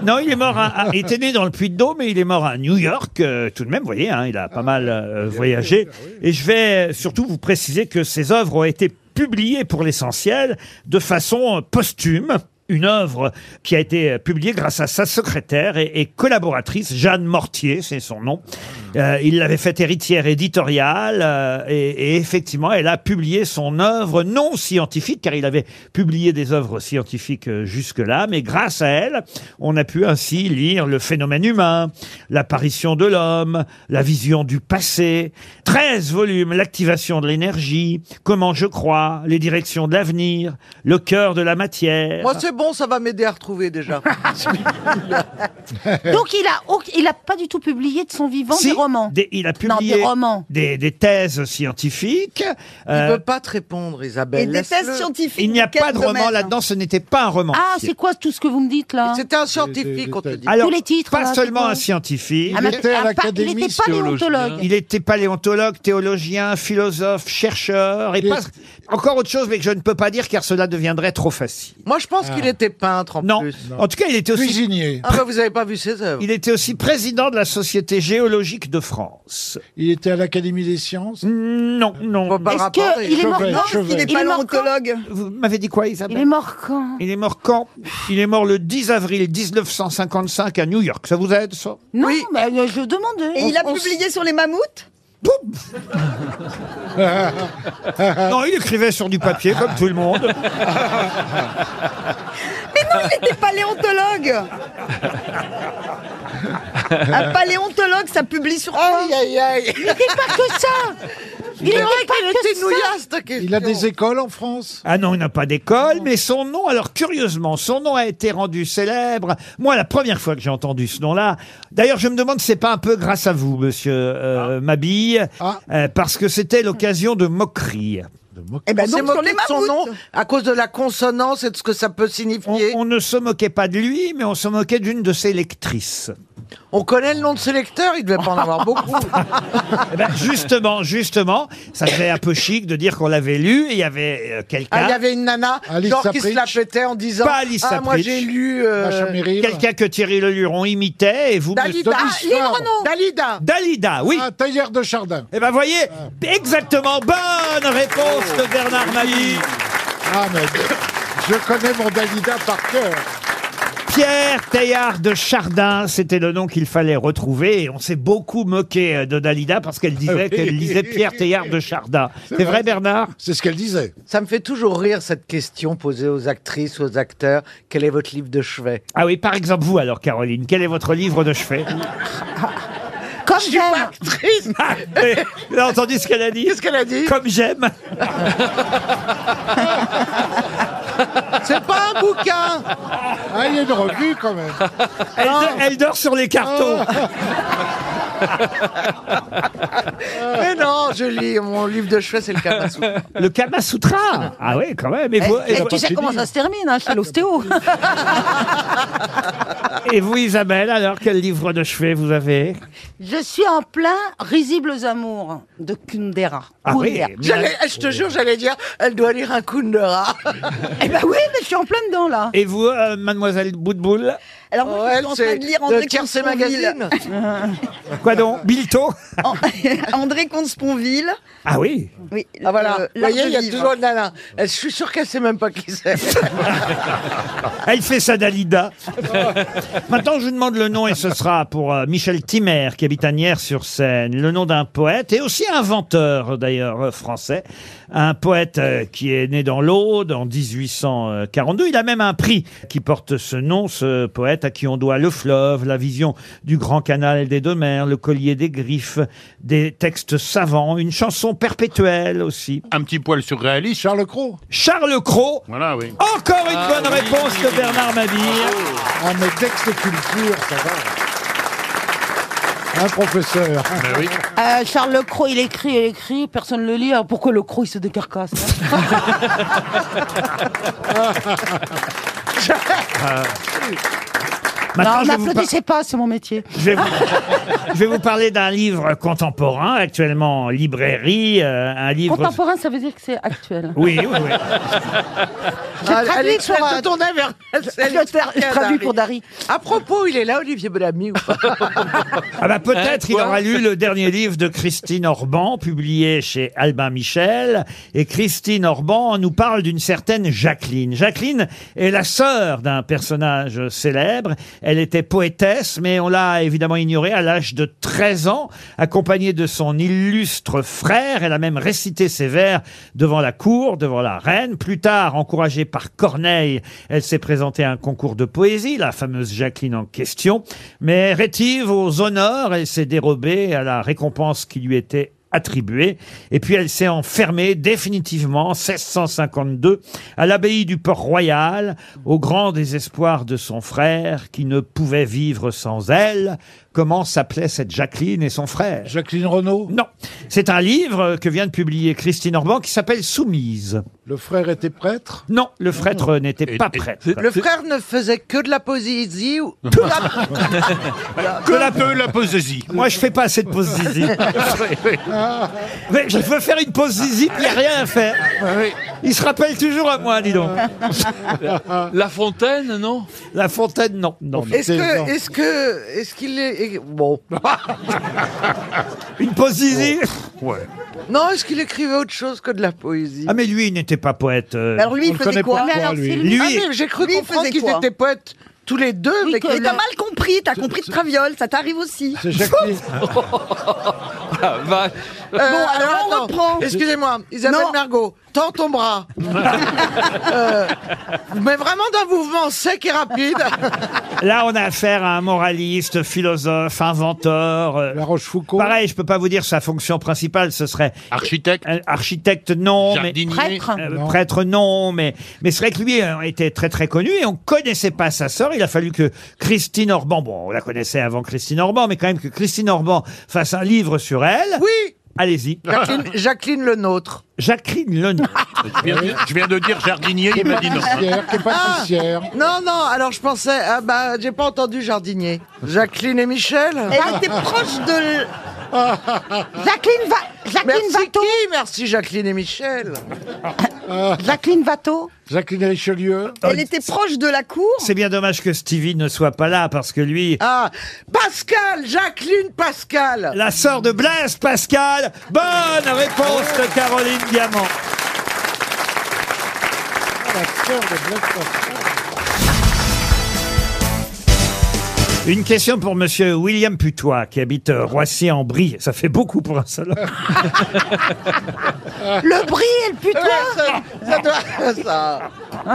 B: non, il est mort. À, à- il était né dans le Puy-de-Dôme, mais il est mort à New York. euh, tout de même, vous voyez, hein, il a pas mal euh, voyagé. Et je vais surtout vous préciser que ses œuvres ont été publiées pour l'essentiel de façon euh, posthume. Une œuvre qui a été euh, publiée grâce à sa secrétaire et, et collaboratrice, Jeanne Mortier, c'est son nom. Euh, il l'avait faite héritière éditoriale euh, et, et effectivement, elle a publié son œuvre non scientifique, car il avait publié des œuvres scientifiques euh, jusque-là, mais grâce à elle, on a pu ainsi lire le phénomène humain, l'apparition de l'homme, la vision du passé, 13 volumes, l'activation de l'énergie, comment je crois, les directions de l'avenir, le cœur de la matière.
E: Moi, c'est bon, ça va m'aider à retrouver déjà.
F: Donc il a, au- il a pas du tout publié de son vivant
B: Si,
F: des romans.
B: des- il a publié
F: des romans.
B: des, des thèses scientifiques.
E: Il
B: euh,
E: ne peut pas te répondre, Isabelle.
H: Et des
E: laisse-le.
H: tests scientifiques.
B: Il n'y a
H: quel
B: pas de roman
H: domaine
B: là-dedans, ce n'était pas un roman.
F: Ah, c'est quoi tout ce que vous me dites là
E: C'était un
C: Des- des-
E: scientifique, on te dit.
B: Alors,
F: Tous les titres,
B: Pas
F: là,
B: seulement
F: c'est
B: un
F: quoi
B: scientifique.
F: Ah, mais-
C: était à
F: ah, pas-
C: l'Académie
F: il était paléontologue.
B: Il était paléontologue, théologien, philosophe, chercheur, et
C: Il
B: pas-
C: est-
B: encore autre chose, mais que je ne peux pas dire car cela deviendrait trop facile.
E: Moi, je pense qu'il était peintre en
B: Ah. Non.
E: plus.
B: En tout cas, il était aussi,
C: Cuisinier.
E: Ah, bah, vous avez pas vu ses œuvres.
B: il était aussi président de la Société géologique de France. Il était à l'Académie des sciences Non, non.
H: Est-ce qu'il est mort quand Il est paléontologue.
B: Vous m'avez dit quoi, Isabelle
F: Il est mort quand
B: Il est mort quand Il est mort le 10 avril 1955 à New York. Ça vous aide, ça
F: Non, bah, euh, je demandais.
H: Et il a publié sur les mammouths
B: Non, il écrivait sur du papier, comme tout le monde.
H: Mais non, il était paléontologue Un paléontologue, ça publie sur quoi Aïe, aïe, aïe Il n'était pas que ça
E: Il est vrai qu'il était nouillasse, ta question.
C: Il a des écoles en France
B: Ah non, il n'a pas d'école, mais son nom, alors curieusement, son nom a été rendu célèbre. Moi, la première fois que j'ai entendu ce nom-là, d'ailleurs, je me demande si c'est pas un peu grâce à vous, monsieur
C: Ah.
B: euh, Mabille, euh, parce que c'était l'occasion de moquerie.
E: Eh ben
H: On
E: donc,
H: s'est moqué
E: de son nom à cause de la consonance et de ce que ça peut signifier.
B: On ne se moquait pas de lui, mais on se moquait d'une de ses lectrices.
E: On connaît le nom de ses lecteurs, il devait pas en avoir beaucoup.
B: Eh ben, justement, justement, ça faisait un peu chic de dire qu'on l'avait lu, et il y avait euh, quelqu'un...
E: Ah, il y avait une nana,
B: Alice
E: genre qui se la
B: Sapritch.
E: pétait en disant
B: Pas Alice
E: Ah, moi
B: Sapritch.
E: j'ai lu. euh,
B: Quelqu'un que Thierry Leluron imitait et vous...
E: Dalida,
B: me-
E: Ah, Lynn Renaud. Dalida.
B: Dalida, oui.
C: Un tailleur de chardin.
B: Eh ben voyez, exactement, bonne réponse de Bernard Mabille.
C: Ah, mais je connais mon Dalida par cœur.
B: Pierre Teilhard de Chardin, c'était le nom qu'il fallait retrouver. Et on s'est beaucoup moqué euh, de Dalida parce qu'elle disait
C: Ah oui.
B: qu'elle lisait Pierre Teilhard de Chardin. C'est vrai, Bernard
C: C'est ce qu'elle disait.
E: Ça me fait toujours rire cette question posée aux actrices, aux acteurs. Quel est votre livre de chevet
B: Ah oui, par exemple, vous alors, Caroline, quel est votre livre de chevet
E: Comme je suis pas actrice.
B: Vous avez Ah, entendu ce qu'elle a dit
E: Qu'est-ce qu'elle a dit
B: Comme j'aime.
E: C'est pas un bouquin.
C: Ah, il y a une revue quand même. Ah.
B: Elle, do- elle dort sur les cartons. Euh.
E: Mais non, je lis mon livre de chevet, c'est le Kama Sutra.
B: Le Kama Sutra. Ah oui, quand même. Et vous, et
F: Eh,
B: vous- Ah,
F: tu sais comment ça se termine, hein, chez l'ostéo.
B: et vous, Isabelle, alors, quel livre de chevet vous avez
F: je suis en plein Risibles Amours de Kundera.
B: Ah oui,
F: Kundera.
E: J'allais- Je te jure, j'allais dire, elle doit lire un Kundera.
F: Eh ben oui, mais je suis en plein dedans, là.
B: Et vous, euh, mademoiselle Boutboul
H: Alors moi,
E: Ouais,
H: je suis en train
E: c'est
H: de lire
E: de
H: André
E: Tiercé
H: Comte-Sponville.
B: Quoi donc Bilto
H: André Comte-Sponville.
B: Ah oui
H: Oui,
E: Ah voilà,
H: le-
E: vous
H: l'art
E: voyez, il
H: de
E: y a
H: vivre.
E: toujours une nana. Je suis sûr qu'elle sait même pas qui c'est.
B: Elle fait sa Dalida. Maintenant, je vous demande le nom et ce sera pour euh, Michel Timer, qui habite à Nières-sur-Seine. Le nom d'un poète et aussi inventeur, d'ailleurs, euh, français. Un poète euh, qui est né dans l'Aude en 1842. Il a même un prix qui porte ce nom, ce poète à qui on doit le fleuve, la vision du grand canal des deux mers, le collier des griffes, des textes savants, une chanson perpétuelle aussi.
D: Un petit poil surréaliste.
C: Charles Cros.
B: Charles Cros.
D: Voilà, oui.
B: Encore une
D: Ah
B: bonne
D: oui.
B: réponse de Bernard Mabille.
C: Ah, mais texte culture, ça va. Un professeur.
D: oui.
F: Euh, Charles Lecroix, il écrit, il écrit, personne ne le lit. Alors pourquoi Lecroix, il se décarcasse hein
B: Ah. Maintenant,
F: Non,
B: je vais vous
F: n'applaudissez pas, c'est mon métier.
B: Je vais, vous, je vais vous parler d'un livre contemporain, actuellement en librairie, euh, un livre...
F: Contemporain, ça veut dire que c'est actuel.
B: Oui, oui, Ah, oui.
F: Je traduis
E: Alex,
F: pour,
E: elle
F: euh,
E: se tournait vers.
F: je vais faire- je traduis pour Dari.
E: À propos, il est là, Olivier Bellamy ou pas
B: Ah bah peut-être
G: Hein,
B: il
G: quoi
B: aura lu le dernier livre de Christine Orban, publié chez Albin Michel. Et Christine Orban nous parle d'une certaine Jacqueline. Jacqueline est la sœur d'un personnage célèbre. Elle était poétesse, mais on l'a évidemment ignorée à l'âge de 13 ans, accompagnée de son illustre frère. Elle a même récité ses vers devant la cour, devant la reine. Plus tard, encouragée par Corneille, elle s'est présentée à un concours de poésie, la fameuse Jacqueline en question. Mais rétive aux honneurs, elle s'est dérobée à la récompense qui lui était attribuée. Et puis elle s'est enfermée définitivement en 1652 à l'abbaye du Port-Royal, au grand désespoir de son frère qui ne pouvait vivre sans elle. Comment s'appelait cette Jacqueline et son frère
C: Jacqueline Renaud.
B: Non, c'est un livre que vient de publier Christine Orban qui s'appelle Soumise.
C: Le frère était prêtre
B: Non, le prêtre n'était pas prêtre.
E: Le frère ne faisait que de la poésie ou
B: Que la peu la posésie. Moi, je fais pas assez de posésie. Mais je veux faire une posésie, puis il n'y a rien à faire. Il se rappelle toujours à moi, dis donc. La Fontaine, non La Fontaine, non. non, non.
E: Est-ce que, est-ce que, est-ce qu'il est, bon.
B: Une posésie
D: Ouais.
E: Non, est-ce qu'il écrivait autre chose que de la poésie
B: Ah mais lui, il n'était pas poète. euh,
E: Alors lui, il
B: on le
E: faisait
B: connaît
E: quoi
B: pas,
E: Mais alors,
B: lui.
E: c'est
B: Lui,
E: lui- Ah, mais j'ai cru
H: Lui, il
E: comprendre
H: faisait
E: qu'ils
H: quoi
E: étaient poètes tous les deux. mais
H: Mais
E: que-
H: t'as mal compris, t'as compris de Traviole, ça t'arrive aussi.
G: Ah, vache.
E: Euh, alors, on reprend. Excusez-moi, Isabelle
H: Non.
E: Mergot, tends ton bras. Euh, mais vraiment d'un mouvement sec et rapide.
B: Là, on a affaire à un moraliste, philosophe, inventeur. La Rochefoucauld. Pareil, je peux pas vous dire sa fonction principale, ce serait architecte. architecte,
F: Oh,
B: non.
D: Jardinier.
B: Mais,
D: Prêtre.
B: Euh,
D: Non.
B: Prêtre, non. Mais mais c'est vrai que lui euh, était très très connu et on connaissait pas sa sœur. Il a fallu que Christine Orban, bon, on la connaissait avant Christine Orban, mais quand même que Christine Orban fasse un livre sur elle.
E: Oui.
B: Allez-y.
E: Jacqueline, Jacqueline Le Nôtre.
B: Jacqueline Le Nôtre.
D: Je viens, de, je viens de dire jardinier, il m'a dit non.
E: Ah, Non, non, alors je pensais, ah bah, j'ai pas entendu jardinier. Jacqueline et Michel
H: Elle était proche de l-
E: Jacqueline, va... merci qui Merci Jacqueline et Michel.
F: Jacqueline Watteau
B: Ah. Jacqueline Richelieu.
H: Elle était proche de la cour.
B: Ah, C'est bien dommage que Stevie ne soit pas là parce que lui.
E: Ah, Pascal, Jacqueline Pascal.
B: La sœur de Blaise Pascal. Bonne réponse de Caroline Diamant. Une question pour monsieur William Putois qui habite euh, Roissy-en-Brie. Ça fait beaucoup pour un seul. homme.
E: Le bris et le putois ça, ça doit- ça.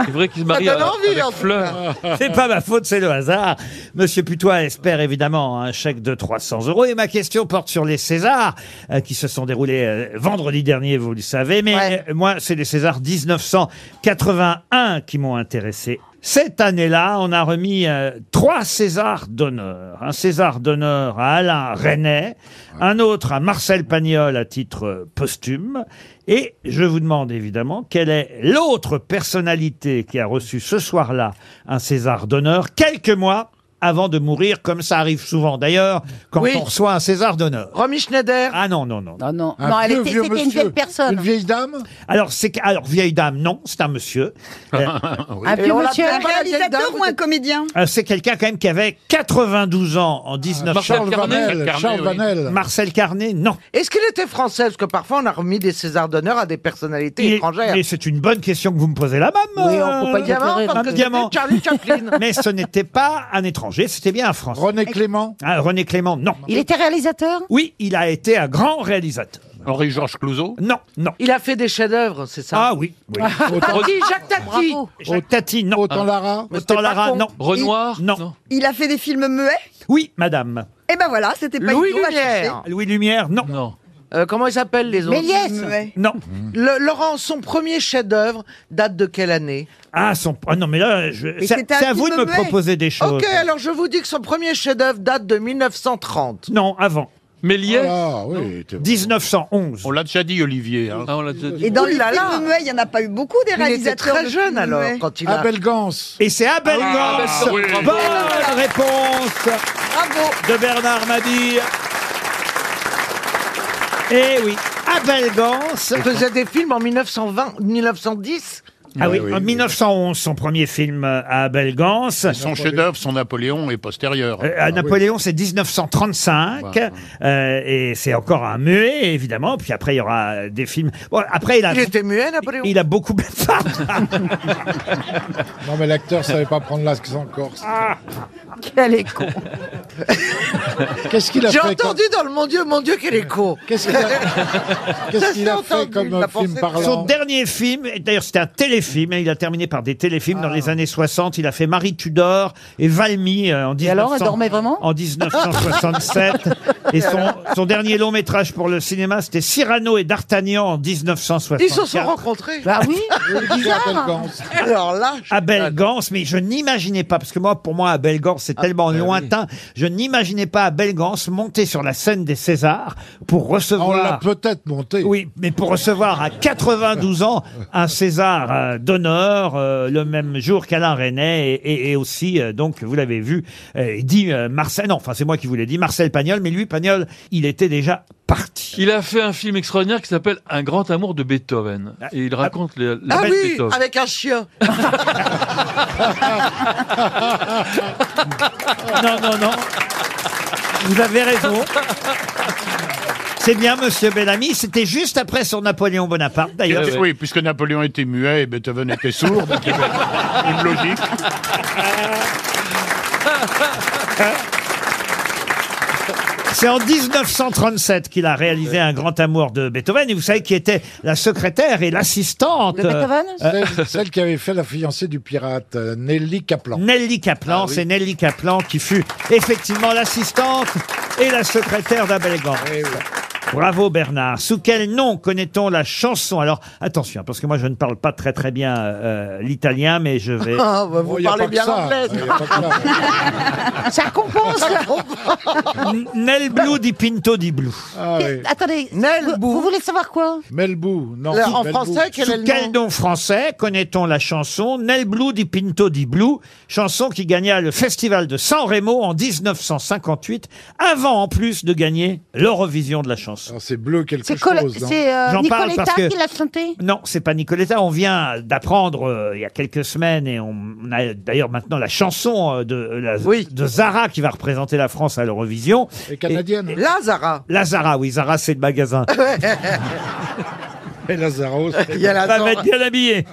G: C'est vrai qu'il se
E: Ça
G: marie
E: donne
G: à-
E: envie, en
G: avec
E: tout
G: Fleur.
E: cas.
B: C'est pas ma faute, c'est le hasard. Monsieur Putois espère évidemment un chèque de 300 euros. Et ma question porte sur les Césars euh, qui se sont déroulés euh, vendredi dernier, vous le savez. Mais euh, moi, c'est les Césars 1981 qui m'ont intéressé. Cette année-là, on a remis euh, trois Césars d'honneur. Un César d'honneur à Alain Resnais, un autre à Marcel Pagnol à titre euh, posthume. Et je vous demande évidemment quelle est l'autre personnalité qui a reçu ce soir-là un César d'honneur, quelques mois avant de mourir, comme ça arrive souvent d'ailleurs, quand
E: Oui.
B: on reçoit un César d'honneur.
E: Romy Schneider
B: Ah non, non, non.
E: Non, non.
B: Un Non, elle vieux était- vieux c'était une monsieur. vieille
E: personne. Une vieille dame
B: Alors, c'est que- alors vieille dame, non, c'est un monsieur. Euh,
H: Un vieux Ah, monsieur, un réalisateur ou un comédien
B: euh, c'est quelqu'un quand même qui avait 92 ans en 19...
E: Marcel Ah, Charles Carnet. Vanel, Marcel Carnet, Charles oui.
B: Vanel. Marcel Carnet, non.
E: Est-ce qu'il était français Parce que parfois on a remis des Césars d'honneur à des personnalités
B: Et-
E: étrangères.
B: Et c'est une bonne question que vous me posez là, euh, même.
E: Oui, on peut pas dire Euh, Diamant, parce que c'était
B: Diamant.
E: Charlie Chaplin.
B: Mais ce n'était pas un étranger, c'était bien un Français. René Clément. René Clément, non.
F: Il était
E: hein
F: réalisateur
B: Oui, il a été un grand réalisateur. Henri-Georges Clouseau Non, non.
E: Il a fait des chefs-d'œuvre, c'est ça
B: Ah oui. oui.
E: Tati, Jacques Tati
B: Jacques Tati, non.
E: Autant Lara. Mais
B: Autant
E: c'était pas
B: Lara,
E: con.
B: non.
E: Renoir
B: Non.
H: Il a fait des films muets
B: Oui, madame.
H: Eh ben voilà, c'était pas
E: Louis
H: du tout à
E: Lumière.
B: Louis Lumière, non.
E: Euh, comment ils s'appellent les autres
H: Méliès. Ouais.
B: Mm. Non.
E: Mm. Le- Laurent, son premier chef-d'œuvre date de quelle année
B: Ah, son... ah non, mais là, je...
E: Mais
B: c'est
E: c'était un
B: c'est à vous de
E: film
B: me
E: muet.
B: proposer des
E: Ok,
B: choses.
E: alors je vous dis que son premier chef-d'œuvre date de 1930.
B: Non, avant.
G: Méliès
D: Ah oui.
B: 1911.
D: On l'a déjà dit, Olivier. hein.
H: Et dans les films muets, il n'y en a pas eu beaucoup des
E: Il était
H: réalisateurs.
E: très
H: de
E: jeune
H: films Ah,
E: alors
H: muets.
E: quand il
B: Ah,
E: a.
B: ben,
C: Gance.
B: Et c'est Abel
E: Ah,
B: Gance.
E: Abel Gance, oui.
B: Bonne réponse de Bernard Mabille. Eh oui, Abel Gance.
E: Il faisait des films en 1920, 1910.
B: Ah oui, en 1911, son premier film euh, à Abel Gance.
D: Son chef-d'œuvre, son Napoléon est postérieur. Ah
B: Euh, à Napoléon, c'est 1935,
D: Ouais.
B: euh, et c'est encore un muet, évidemment. Puis après, il y aura euh, des films. Bon, après, il a.
E: Il était muet, Napoléon.
B: Il a beaucoup.
C: Non, mais l'acteur savait pas prendre l'accent corse.
B: Ah.
E: Quel est con.
C: Qu'est-ce qu'il a
E: J'ai
C: fait comme-
E: entendu dans le Mon Dieu, mon Dieu, quel est con.
C: Qu'est-ce qu'il a- qu'est-ce qu'il a fait comme, euh, film parlant
B: Son dernier film, et d'ailleurs c'était un téléfilms. Il a terminé par des téléfilms dans les années 60. Il a fait Marie Tudor et Valmy euh, en 1900
F: alors, elle dormait vraiment
B: En 1967. et son, son dernier long métrage pour le cinéma, c'était Cyrano et D'Artagnan en 1964.
E: Ils se sont rencontrés.
F: Bah oui,
E: bizarre. Alors là,
B: Abel Gance, mais je n'imaginais pas, parce que moi, pour moi, Abel Gance, c'est tellement lointain, je n'imaginais pas Abel Gance monter sur la scène des Césars pour recevoir.
C: On l'a peut-être monté.
B: Oui, mais pour recevoir à 92 ans un César euh, d'honneur, euh, le même jour qu'Alain René, et, et- et aussi, euh, donc, vous l'avez vu, euh, dit euh, Marcel, non, enfin, c'est moi qui vous l'ai dit, Marcel Pagnol, mais lui, Pagnol, il était déjà parti.
G: Il a fait un film extraordinaire qui s'appelle Un grand amour de Beethoven.
B: Ah.
G: Et il raconte les- la
E: Ah
G: belle
E: oui,
G: Beethoven.
E: avec un chien.
B: Non, non, non. Vous avez raison. C'est bien, monsieur Bellamy. C'était juste après son Napoléon Bonaparte, d'ailleurs.
D: Puisque- Oui, puisque Napoléon était muet et Beethoven
E: Ah.
D: était sourd, donc il y avait une logique.
B: C'est en 1937 qu'il a réalisé un grand amour de Beethoven. Et vous savez qui était la secrétaire et l'assistante. euh,
C: Celle, celle qui avait fait la fiancée du pirate, euh, Nelly Kaplan.
B: Nelly Kaplan, c'est Nelly Kaplan qui fut effectivement l'assistante et la secrétaire d'Abel Gance. Bravo Bernard. Sous quel nom connaît-on la chanson Alors attention, parce que moi je ne parle pas très très bien euh, l'italien, mais je vais.
E: Ah, bah, vous
C: Oh, y a
E: parlez
C: pas que
E: bien
C: ça.
E: l'anglais.
C: Y a pas que ça.
F: Ça compense.
B: N- Nel Blue di Pinto di Blue.
C: Ah, oui.
F: Attendez, vous, vous voulez savoir quoi
C: Melbou, non.
E: Le- en
C: Melbou.
E: français, quel est
B: Sous
E: le
B: quel
E: nom
B: nom français connaît-on la chanson Nel Blue di Pinto di Blue, chanson qui gagna le festival de San Remo en 1958, avant en plus de gagner l'Eurovision de la chanson.
C: Alors, C'est bleu quelque
F: C'est Col-
B: hein.
C: chose. hein. non
F: c'est, euh,
B: J'en parle
F: Nicoletta
B: parce que-
F: qui l'a chanté
B: Non, c'est pas Nicoletta. On vient d'apprendre euh, il y a quelques semaines et on, on a d'ailleurs maintenant la chanson euh, de, la- de Zara qui va représenter la France à l'Eurovision.
C: Et canadienne. hein.
B: Et- et-
E: Lazara.
B: la Zara, oui, Zara c'est le magasin.
C: Et Lazaro. c'est-
E: Il y a la
B: va
E: Zara.
B: mettre bien habillé.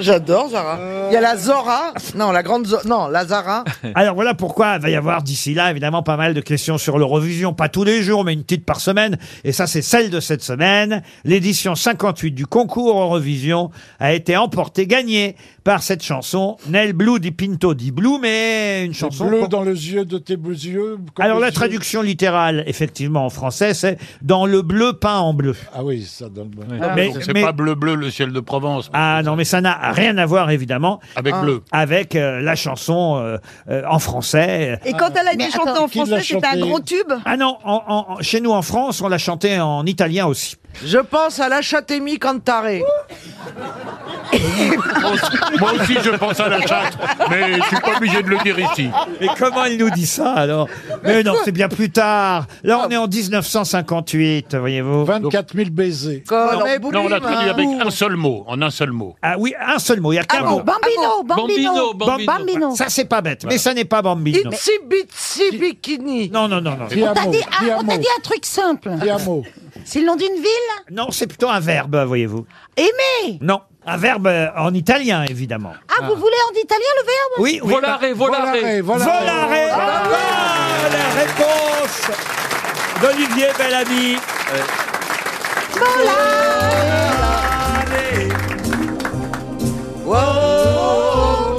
E: J'adore Zara. Il y a la Zora. Non, la grande Zo- Non, la Zara.
B: Alors voilà pourquoi il va y avoir d'ici là évidemment pas mal de questions sur l'Eurovision, pas tous les jours mais une petite par semaine et ça c'est celle de cette semaine. L'édition 58 du concours Eurovision a été emportée gagnée par cette chanson Nel Blue di Pinto di Blue mais une chanson
C: Bleu
B: qu'on-
C: dans les yeux de tes beaux yeux. comme
B: Alors
C: les
B: la
C: yeux-
B: traduction littérale effectivement en français c'est dans le bleu peint en bleu.
C: Ah oui, ça donne. bon.
B: Mais-
D: Donc c'est
B: mais-
D: pas bleu-bleu le ciel de Provence.
B: Ah non mais ça n'a rien à voir évidemment
D: Avec bleu.
B: avec euh, la chanson euh, euh, en français.
H: Et quand elle a été chantée en
C: qui l'a
H: français, c'était un
C: chanté
H: grand tube.
B: Ah non, en- en- en- chez nous en France, on la chantait en italien aussi.
E: Je pense à la Chatémie Cantare.
D: Moi aussi, moi aussi, je pense à la chatte, mais je suis pas obligé de le dire ici.
B: Mais comment il nous dit ça alors Mais non, c'est bien plus tard. Là, on est en 1958, voyez-vous.
C: 24 000 baisers.
E: Comme
D: Non,
E: Eboulim,
D: non, on l'a traduit avec
E: hein.
D: un seul mot, en un seul mot.
B: Ah oui, un seul mot, il y a qu'un
F: Bambino,
B: mot.
F: Bambino, Bambino,
G: Bambino,
F: Bambino.
G: Bambino.
B: Ça, c'est pas bête, mais ça n'est pas Bambino.
E: Itsy bitsy bikini.
B: Non, non, non, non.
F: On t'a
C: Diamo.
F: dit, ah, on t'a
C: Diamo.
F: dit un truc simple.
C: Diamo.
F: C'est le nom d'une ville
B: Non, c'est plutôt un verbe, voyez-vous.
F: Aimer.
B: Non, un verbe euh, en italien, évidemment.
F: Ah, vous voulez en italien le verbe
B: Oui, oui.
G: Volare, volare.
C: Volare, volare.
B: Volare
F: Ah,
B: La réponse d'Olivier Bellamy.
E: Wow.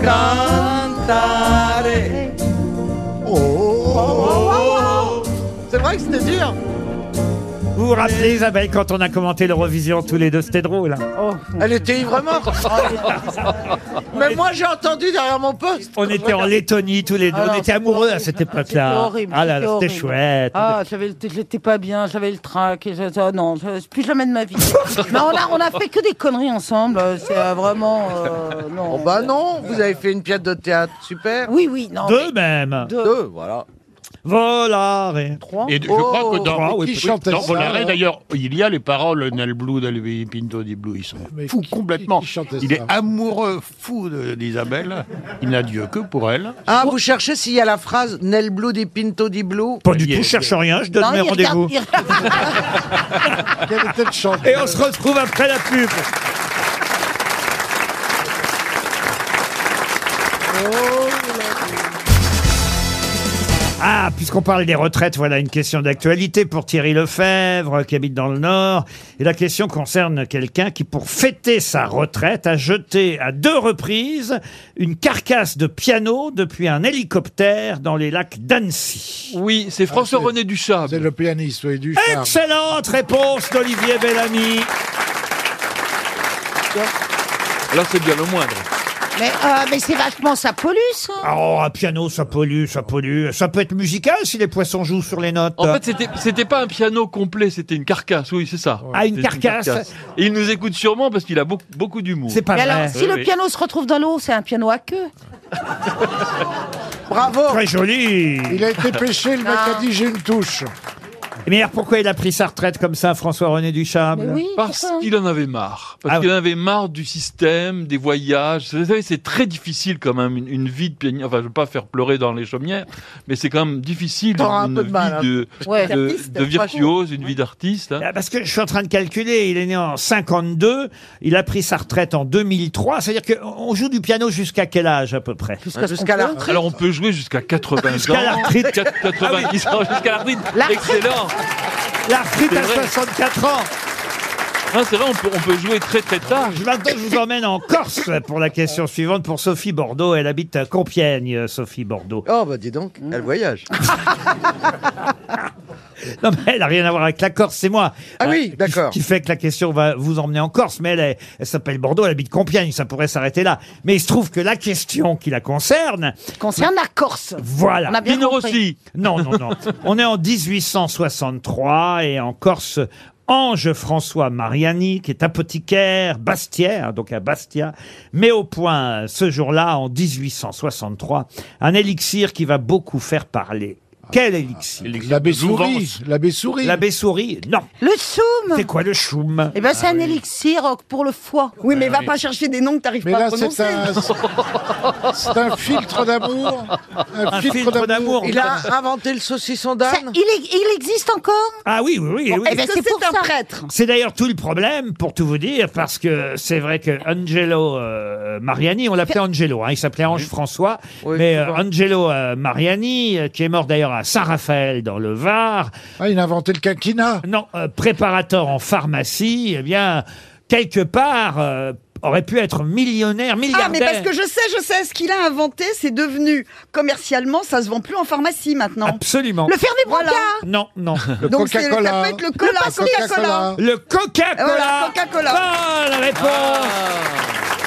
E: Cantare. Oh. C'est vrai que c'était dur.
B: Vous vous rappelez, Isabelle, quand on a commenté l'Eurovision tous les deux, c'était drôle. hein.
E: Elle était ivre morte.
C: Oh,
E: Mais moi j'ai entendu derrière mon poste.
B: On était en Lettonie tous les deux,
M: Alors,
B: on était amoureux à cette
M: Ah, C'était
B: époque-là.
M: horrible,
B: Ah là
M: c'était
B: là, c'était
M: horrible.
B: chouette.
M: Ah, j'avais le t- j'étais pas bien, j'avais le trac. Et je- ah non, je, plus jamais de ma vie. non, on a, on a fait que des conneries ensemble. euh, C'est euh, vraiment. euh, non.
E: Oh bah non, vous avez fait une pièce de théâtre, super.
M: Oui, oui, non.
B: Deux même.
M: Deux.
E: Deux, voilà.
B: Volare.
D: Et je crois
E: Oh.
D: que dans,
B: Ah
D: oui,
B: oui,
C: qui chantait
D: dans
C: ça,
D: Volare,
C: alors
D: d'ailleurs, il y a les paroles Nel Blue, Del Vey, Pinto di Blue. Ils sont
C: Mais
D: fous
C: qui-
D: complètement.
C: qui chantait
D: il
C: ça
D: est amoureux, fou de- d'Isabelle. Il n'a Dieu que pour elle.
E: Ah, vous cherchez s'il y a la phrase Nel Blue di Pinto di Blue
B: Pas du
D: Yes.
B: tout, je cherche rien, je donne
F: Non,
B: mes
F: il regarde-
B: rendez-vous.
F: il regarde-
C: Quelle était le chanteur
B: Et on se retrouve après la pub. Ah, Ah, puisqu'on parle des retraites, voilà une question d'actualité pour Thierry Lefebvre, qui habite dans le Nord. Et la question concerne quelqu'un qui, pour fêter sa retraite, a jeté à deux reprises une carcasse de piano depuis un hélicoptère dans les lacs d'Annecy.
G: Oui, c'est François-René Duchard.
B: C'est le pianiste, oui, Duchard. Excellente réponse d'Olivier Bellamy.
G: Là, c'est bien le moindre.
F: Mais, euh, mais c'est vachement ça pollue, ça.
B: Oh, un piano, ça pollue, ça pollue. Ça peut être musical si les poissons jouent sur les notes.
G: En fait, c'était- c'était pas un piano complet, c'était une carcasse, oui, c'est ça.
B: Ah, une
G: C'était
B: carcasse.
G: Et il nous écoute sûrement parce qu'il a beaucoup, beaucoup d'humour.
B: C'est
F: Mais alors, si
G: Oui,
F: le
G: oui.
F: piano se retrouve dans l'eau, c'est un piano à queue.
H: Ah.
B: Bravo. Très joli.
C: Il a été pêché, le mec
F: Ah.
C: a dit j'ai une touche.
B: Mais alors, pourquoi il a pris sa retraite comme ça, François-René Duchâble
G: parce qu'il en avait marre.
B: Ah
G: Parce qu'il en avait marre du système, des voyages. Vous savez, c'est très difficile quand même, une, une vie de pianiste. Enfin, je veux pas faire pleurer dans les chaumières, mais c'est quand même difficile
B: T'auras un
G: une
B: peu de
G: vie
B: mal, hein.
G: de,
B: Ouais.
G: de-
B: D'artiste,
G: de virtuose,
B: franchement.
G: une vie d'artiste. hein.
B: Ah, Parce que je suis en train de calculer, il est né en 52, il a pris sa retraite en 2003, c'est-à-dire qu'on joue du piano jusqu'à quel âge à peu près
G: Hein, Alors on peut jouer jusqu'à 80 ans.
B: Jusqu'à la retraite.
G: Quatre- 90
B: Ah
G: ans,
B: oui.
G: jusqu'à la retraite.
B: La retraite.
G: Excellent.
B: La retraite
G: C'est
B: à
G: vrai.
B: 64 ans
G: Non, c'est vrai, on peut, on peut jouer très très tard.
B: Je- Maintenant, je vous emmène en Corse pour la question suivante pour Sophie Bordeaux. Elle habite à Compiègne, euh, Sophie Bordeaux. Oh, bah dis donc, elle voyage. non, mais elle n'a rien à voir avec la Corse, c'est moi. Ah oui, d'accord. Qui fait que la question va vous emmener en Corse, mais elle, est- elle s'appelle Bordeaux, elle habite Compiègne, ça pourrait s'arrêter là. Mais il se trouve que la question qui la concerne.
F: Concerne la Corse.
B: Voilà.
F: On a bien compris.
B: Non, non, non. On est en 1863 et en Corse, Ange François Mariani, qui est apothicaire bastiaire, donc à Bastia, met au point euh, ce jour-là, en 1863, un élixir qui va beaucoup faire parler. Quel élixir
C: L'abbé Souris. L'abbé Souris.
B: L'abbé Souris, non.
F: Le choum
B: C'est quoi le choum
F: Eh ben,
G: Ah
F: c'est un élixir euh, pour le foie.
H: Oui, mais va pas chercher des noms que t'arrives
F: Mais
H: pas
F: là,
H: à prononcer.
C: C'est un filtre d'amour.
B: Un filtre filtre d'amour. d'amour.
E: Il a inventé le saucisson d'âne.
F: Il, ex- il existe encore
B: Ah oui, oui, oui.
F: Bon,
B: oui.
F: eh ben, Est-ce que c'est pour c'est un ça. prêtre
B: C'est d'ailleurs tout le problème, pour tout vous dire, parce que c'est vrai que Angelo euh, Mariani, on l'appelait Angelo, hein, il s'appelait Ange François, mais euh, Angelo euh, Mariani, euh, qui est mort d'ailleurs à Saint-Raphaël dans le Var. il a inventé le quinquina. Non, euh, préparateur en pharmacie, eh bien, quelque part, euh, aurait pu être millionnaire, milliardaire.
H: Ah, mais parce que je sais, je sais, ce qu'il a inventé, c'est devenu commercialement, ça se vend plus en pharmacie maintenant.
B: Absolument.
H: Le fermier voilà.
B: Non, non.
H: Le Donc c'est- Coca-Cola. ça peut être le cola, Le Pepsi. Coca-Cola.
B: Le Coca-Cola.
H: Voilà, Coca-Cola.
B: Bonne réponse.
H: Ah.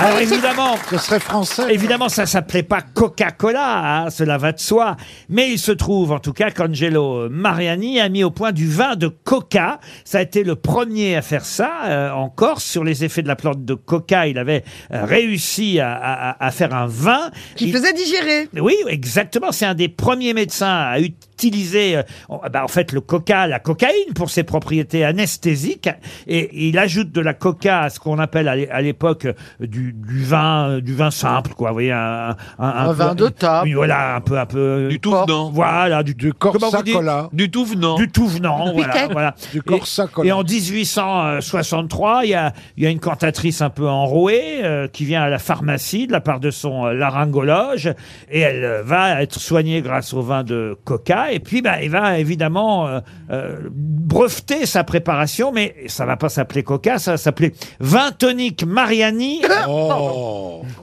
B: Alors évidemment, ce serait français. Évidemment, ça s'appelait pas Coca-Cola, hein, cela va de soi. Mais il se trouve, en tout cas, qu'Angelo Mariani a mis au point du vin de coca. Ça a été le premier à faire ça euh, en Corse sur les effets de la plante de coca. Il avait euh, réussi à, à- à- à faire un vin
H: Qui
B: Il-
H: faisait digérer.
B: mais Oui, exactement. C'est un des premiers médecins à utiliser, euh, en- bah, en fait, le coca, la cocaïne pour ses propriétés anesthésiques. Et il ajoute de la coca à ce qu'on appelle à l'é- à l'époque euh, du, du vin, euh, du vin simple, quoi. Vous voyez, un,
E: Un vin de table.
B: Oui, voilà, un peu, un peu. Du
G: touvenant.
B: Voilà, du, du
C: corsacola.
B: Du touvenant. Du touvenant, voilà.
C: Peut-être.
B: voilà.
C: Du
B: Et-
C: corsacola.
B: Et, en 1863, il y a, il y a une cantatrice un peu enrouée euh, qui vient à la pharmacie de la part de son euh, laryngologe et elle euh, va être soignée grâce au vin de coca. Et puis, bah, elle va évidemment euh, euh, breveter sa préparation, mais ça va pas s'appeler coca, ça va s'appeler vin tonique Mariani.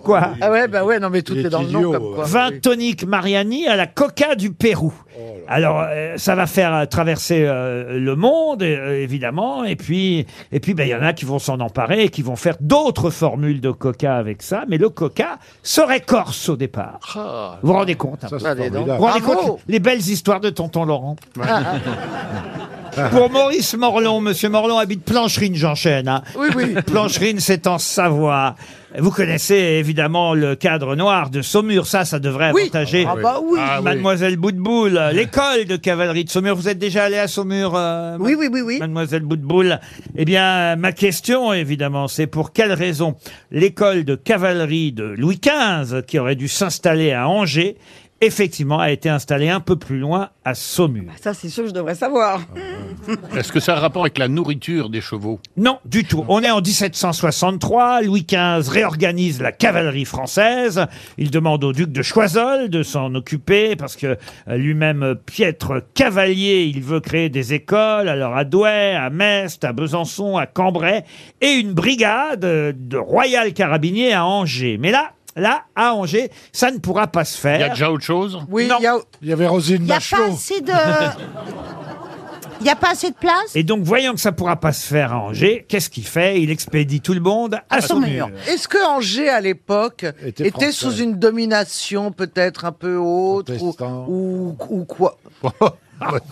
B: Quoi
E: Ah ouais, bah ouais, non mais tout
B: Il
E: est,
B: est
E: dans le nom
B: idiot,
E: comme quoi. Oh
B: Vin tonique Mariani à la coca du Pérou. Alors, euh, ça va faire euh, traverser euh, le monde, euh, évidemment, et puis, et puis, ben, il y en a qui vont s'en emparer et qui vont faire d'autres formules de coca avec ça. Mais le coca serait corse au départ.
G: Ah.
B: Vous vous rendez compte un peu
G: c'est formidable.
B: Vous vous rendez
G: Bravo.
B: compte les belles histoires de Tonton Laurent
J: Ah,
B: Pour Maurice Morlon, Monsieur Morlon habite Plancherine, j'enchaîne. hein.
E: Oui, oui.
B: Plancherine, c'est en Savoie. Vous connaissez évidemment le cadre noir de Saumur, ça, ça devrait
E: Oui.
B: avantager
E: Ah bah oui. Ah oui.
B: Mademoiselle Boutboul, l'école de cavalerie de Saumur. Vous êtes déjà allé à Saumur Oui,
H: oui, oui, oui.
B: Mademoiselle Boutboul. Eh bien, ma question, évidemment, c'est pour quelle raison l'école de cavalerie de Louis XV, qui aurait dû s'installer à Angers, effectivement, a été installé un peu plus loin, à Saumur.
H: Ça, c'est sûr que je devrais savoir.
B: Ah,
D: Est-ce que ça a un rapport avec la nourriture des chevaux
B: Non, du tout. On est en 1763. Louis XV réorganise la cavalerie française. Il demande au duc de Choiseul de s'en occuper parce que euh, lui-même euh, piètre cavalier, il veut créer des écoles. Alors à Douai, à Metz, à Besançon, à Cambrai et une brigade euh, de royal carabiniers à Angers. Mais là, là, à Angers, ça ne pourra pas se faire.
D: Il y a déjà autre chose
B: Oui, il y, avait Rosine
F: Il n'y a pas assez de... Il n'y a pas assez de place
B: Et donc, voyant que ça pourra pas se faire à Angers, qu'est-ce qu'il fait Il expédie tout le monde à son mur.
E: Est-ce que Angers, à l'époque, était,
B: français.
E: sous une domination peut-être un peu haute ou, ou, ou quoi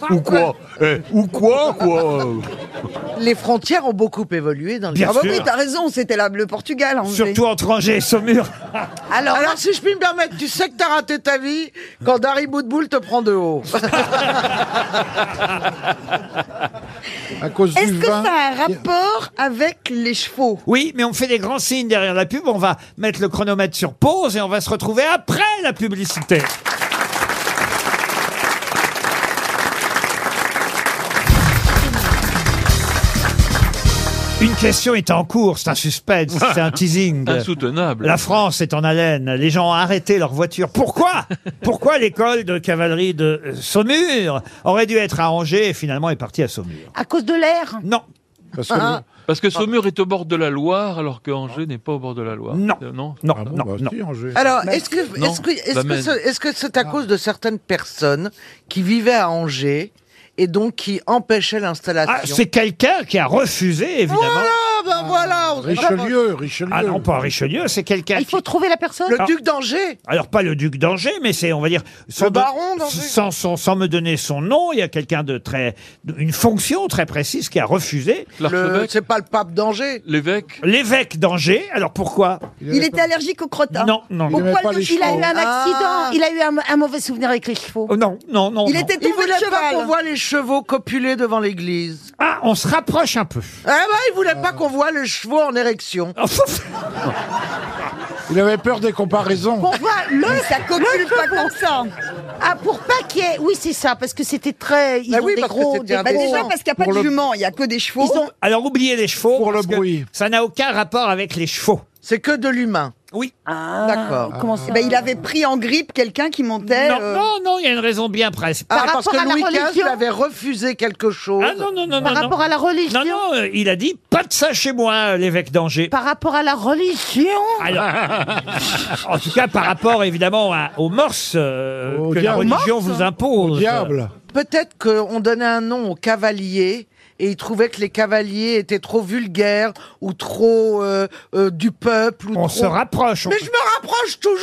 D: Ou quoi Eh, Ou quoi, quoi euh
E: Les frontières ont beaucoup évolué dans le
B: Bien
E: Ah bah
B: sûr.
E: oui, t'as raison.
H: raison, c'était là, le Portugal. Angers.
B: Surtout entre Angers et Saumur.
E: Alors, Alors si je puis me permettre, tu sais que t'as raté ta vie quand Dari Boudboul te prend de haut.
C: À cause
H: Est-ce
C: du
H: que ça
C: vin.
H: a un rapport avec les chevaux
B: Oui, mais on fait des grands signes derrière la pub. On va mettre le chronomètre sur pause et on va se retrouver après la publicité. Une question est en cours, c'est un suspense, c'est un teasing.
G: Insoutenable.
B: La France est en haleine, les gens ont arrêté leur voiture. Pourquoi Pourquoi l'école de cavalerie de euh, Saumur aurait dû être à Angers et finalement est partie à Saumur
F: À cause de l'air
B: Non.
C: Parce
G: que, parce que Saumur est au bord de la Loire, alors que Angers n'est pas au bord de la Loire. Non. Non,
B: non,
C: non, non. bah Angers.
E: Alors, est-ce que
G: Non,
E: est-ce que est-ce
G: la
E: que
G: Maine.
E: ce- est-ce que c'est à cause de certaines personnes qui vivaient à Angers et donc qui empêchaient l'installation
B: Ah, c'est quelqu'un qui a refusé, évidemment.
E: Voilà, ben voilà. on-
B: Richelieu. Ah non, pas Richelieu, c'est quelqu'un
F: Ah, Il faut trouver la personne
E: Le duc d'Angers
B: Alors pas le duc d'Angers, mais c'est on va dire sans don-
E: baron d'Angers.
B: sans, sans- sans me donner son nom, il y a quelqu'un de très une fonction très précise qui a refusé.
E: Le- C'est pas le pape d'Angers.
B: L'évêque. L'évêque d'Angers. Alors pourquoi
H: Il était allergique au crottin.
B: Non, non,
H: Au
B: non.
H: poil de
F: Il a eu un accident,
E: Ah.
F: il a eu un, un mauvais souvenir avec les chevaux.
B: Oh non, non, non.
F: Il
B: non.
F: était
E: Il
F: tombé
E: voulait
F: de
E: pas
F: cheval.
E: qu'on voit les chevaux copuler devant l'église.
B: Ah, on se rapproche un peu. Ah,
E: Eh ben, il voulait pas qu'on voit les chevaux en érection.
C: Il avait peur des comparaisons.
F: Qu'on voit le,
H: ça
F: le
H: pas
F: cheveu.
H: comme ça.
F: Ah, pour pas qu'il y ait... Oui, c'est ça, parce que c'était très... Ils
E: Bah
F: ont
E: oui,
F: des
E: parce que
F: gros...
E: c'était
F: des
E: un
H: Bah,
F: gros-
E: Bon,
H: déjà parce qu'il n'y a pas
E: pour
H: de
E: le-
H: juments, il n'y a que des chevaux.
F: Ils ont-
B: Alors oubliez les chevaux. Pour
C: le bruit.
B: Ça n'a aucun rapport avec les chevaux.
E: C'est que de l'humain.
B: Oui.
F: Ah,
E: D'accord.
F: Comment ça
H: Eh ben, il avait pris en grippe quelqu'un qui montait.
B: Non,
H: euh,
B: non, non, il y a une raison bien presque.
E: Ah,
F: Par
E: parce
F: rapport
E: que
F: à la
E: Louis XV
F: religion
E: avait refusé quelque chose.
B: Ah non, non, non,
F: Par
B: non.
F: rapport
B: non.
F: à la religion
B: Non, non, euh, il a dit pas de ça chez moi, euh, l'évêque d'Angers.
F: Par rapport à la religion
B: En tout cas, par rapport évidemment à- aux morses euh,
C: Au
B: que la
C: diable.
B: religion vous
E: hein.
B: impose.
C: Diable.
E: Peut-être qu'on donnait un nom aux cavaliers et ils trouvaient que les cavaliers étaient trop vulgaires ou trop euh, euh, du peuple. Ou
B: On
E: trop-
B: se rapproche. On,
E: Mais je me rapproche toujours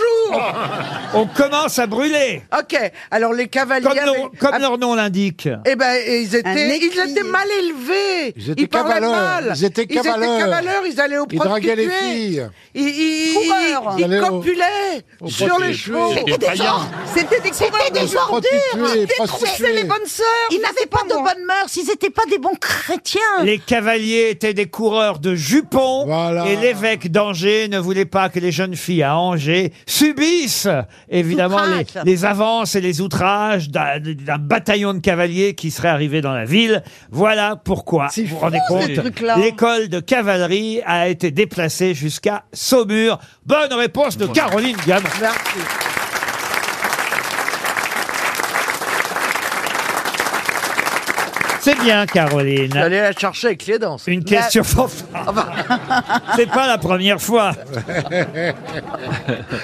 B: on commence à brûler.
E: Ok, alors les cavaliers...
B: Comme,
E: avaient-
B: leur, comme
E: avaient-
B: leur nom l'indique.
E: Eh ben, et ils
H: Un
E: étaient,
H: équilibre.
E: ils étaient mal élevés.
C: Ils étaient
E: parlaient
C: cavaleurs.
E: mal.
C: Ils étaient cavaleurs.
E: cavaleurs, Ils allaient aux
C: Ils draguaient les
E: prostituées.
C: filles.
E: Ils, ils-
H: Coureurs.
E: ils- ils
C: Ils allaient aux-
E: copulaient
C: aux
E: sur les
C: prostituées.
E: chevaux.
D: C'était
H: C'était des
D: païen.
H: gens. C'était des coureurs de
F: des gens.
H: gens.
F: Ordures.
C: Prostituées,
H: Des trous, c'est les
C: prostituées.
H: bonnes sœurs.
F: Ils
H: je
F: n'avaient
H: sais
F: pas de
H: moi.
F: bonnes mœurs, ils n'étaient pas des bons chrétiens
B: Les cavaliers étaient des coureurs de jupons
C: Voilà.
B: et l'évêque d'Angers ne voulait pas que les jeunes filles à Angers subissent évidemment les,
F: Outrages.
B: les avances et les outrages d'un d'un bataillon de cavaliers qui serait arrivé dans la ville. Voilà pourquoi, vous vous rendez
H: ce
B: compte,
H: truc-là.
B: l'école de cavalerie a été déplacée jusqu'à Saumur. Bonne réponse de Caroline Diamant.
E: Merci.
B: C'est bien Caroline.
E: J'allais la chercher avec les dents.
B: Une question. C'est pas la première fois.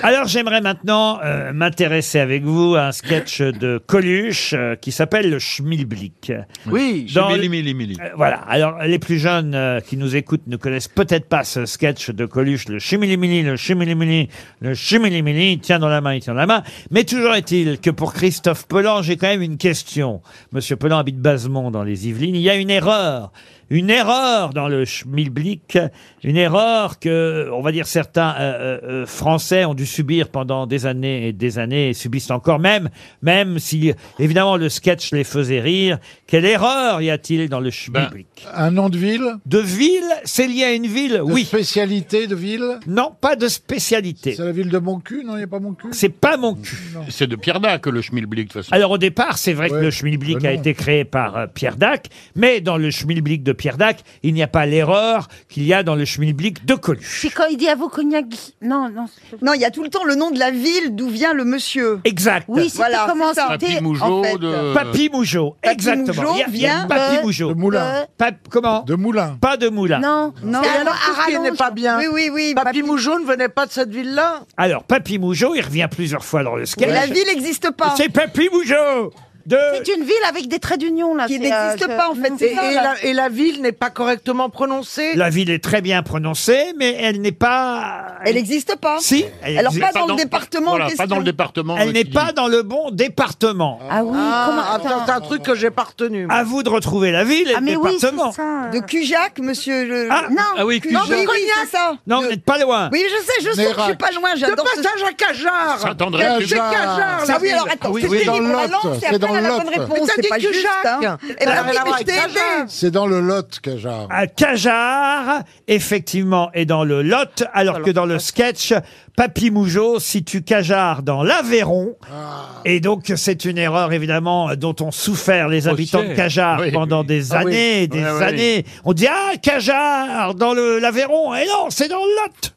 B: Alors j'aimerais maintenant euh, m'intéresser avec vous à un sketch de Coluche euh, qui s'appelle le Schmilblick.
E: Oui.
B: Dans
G: Mili,
B: le-
G: mili, mili.
B: Euh, Voilà. Alors, les plus jeunes euh, qui nous écoutent ne connaissent peut-être pas ce sketch de Coluche, le chimilimini, le chimilimini, le chimilimini, il tient dans la main, il tient dans la main. Mais toujours est-il que pour Christophe Pelan, j'ai quand même une question. Monsieur Pelan habite Basemont dans les Yvelines. Il y a une erreur. une erreur dans le schmilblick, une erreur que, on va dire, certains euh, euh, euh, Français ont dû subir pendant des années et des années et subissent encore, même, même si, évidemment, le sketch les faisait rire. Quelle erreur y a-t-il dans le schmilblick
C: Un nom de ville
B: De ville C'est lié à une ville, oui.
C: spécialité de ville
B: Non, pas de spécialité.
C: C'est la ville de mon cul Non, il n'y a pas mon cul
B: C'est pas mon cul.
D: C'est de Pierre Dac, le schmilblick, de toute façon.
B: Alors au départ, c'est vrai que
D: Ouais,
B: le schmilblick
D: ben
B: a
D: non.
B: été créé par euh, Pierre Dac, mais dans le schmilblick de Pierre Dac, il n'y a pas l'erreur qu'il y a dans le schmilblick de Coluche.
F: C'est quand il dit à vos cognac. Non, non.
H: Non, il y a tout le temps le nom de la ville d'où vient le monsieur.
B: Exact.
F: Oui, c'était
H: Voilà,
F: comment
H: c'est ça.
F: c'était,
H: Papy Mougeot
F: en fait.
H: de-
B: Papy Mougeot,
H: Papy
B: exactement.
H: Mougeot
B: Il y a- il y a
H: vient
B: Papy
H: de-
B: Mougeot.
H: de Moulin.
B: De- Pap- comment
C: De Moulin.
B: Pas de Moulin.
F: Non,
H: non.
E: Et alors,
H: à
E: qu'est-ce qui n'est
H: rallonge.
E: pas bien
H: Oui, oui, oui.
E: Papy Mougeot ne venait pas de cette ville-là
B: Alors, Papy Mougeot, il revient plusieurs fois dans le sketch.
H: Mais la ville n'existe pas.
B: C'est Papy Mougeot de...
F: C'est une ville avec des traits d'union, là.
H: Qui
F: c'est, euh,
H: n'existe
F: je-
H: pas, en fait.
E: Et,
H: C'est ça,
E: et
H: là.
E: la, et la ville n'est pas correctement prononcée.
B: La ville est très bien prononcée, mais elle n'est pas...
H: Elle n'existe pas.
B: Si. elle
H: Alors,
B: existe.
H: pas dans le département. en
D: Voilà,
H: question.
D: pas dans le département. euh,
B: Elle n'est
D: qui-
B: pas dans le bon département.
F: Ah oui,
E: Ah,
F: comment.
E: attends, c'est un truc que j'ai pas retenu.
B: À vous de retrouver la ville et
F: Ah,
B: le
F: mais oui, c'est
B: département.
F: ça.
H: De Cujac, monsieur le.
B: Ah,
F: Non,
G: Ah oui,
H: Non, mais
G: Cujac.
H: oui, c'est ça.
B: Non, vous n'êtes pas loin.
H: Oui, je sais, je sais que je suis
C: Nérac.
H: pas loin,
E: De
H: j'adore ce
E: passage à Cajar
D: Saint-André,
E: C'est
D: Cujac.
E: Cajar
H: Ah oui, alors attends,
C: Oui,
H: c'est
C: oui,
H: Philippe
C: dans le Lot,
H: Valence, et
C: c'est
H: après
C: dans
H: elle a
C: le
H: la bonne
C: Lot.
H: réponse,
E: Mais t'as
H: c'est
E: dit
H: pas
E: que
H: juste,
E: Jacques.
H: hein.
E: Ça
H: Eh ben
E: n'a
H: oui,
E: rien à
H: mais
E: voir
H: je
E: avec
H: t'ai
E: Jacques.
H: aidé.
C: C'est dans le Lot, Cajar.
B: à Cajar, Ah, effectivement, et dans le Lot, alors que dans le sketch, Papy Mougeot situe Cajar dans l'Aveyron.
C: Ah.
B: Et donc, c'est une erreur, évidemment, dont ont souffert les habitants de
G: cher.
B: Cajar
D: Oui,
B: pendant
D: oui.
B: des
C: Ah oui.
B: années, et des
D: Ouais, ouais.
B: années. On dit, ah, Cajar, dans le- l'Aveyron. Et non, c'est dans le Lot.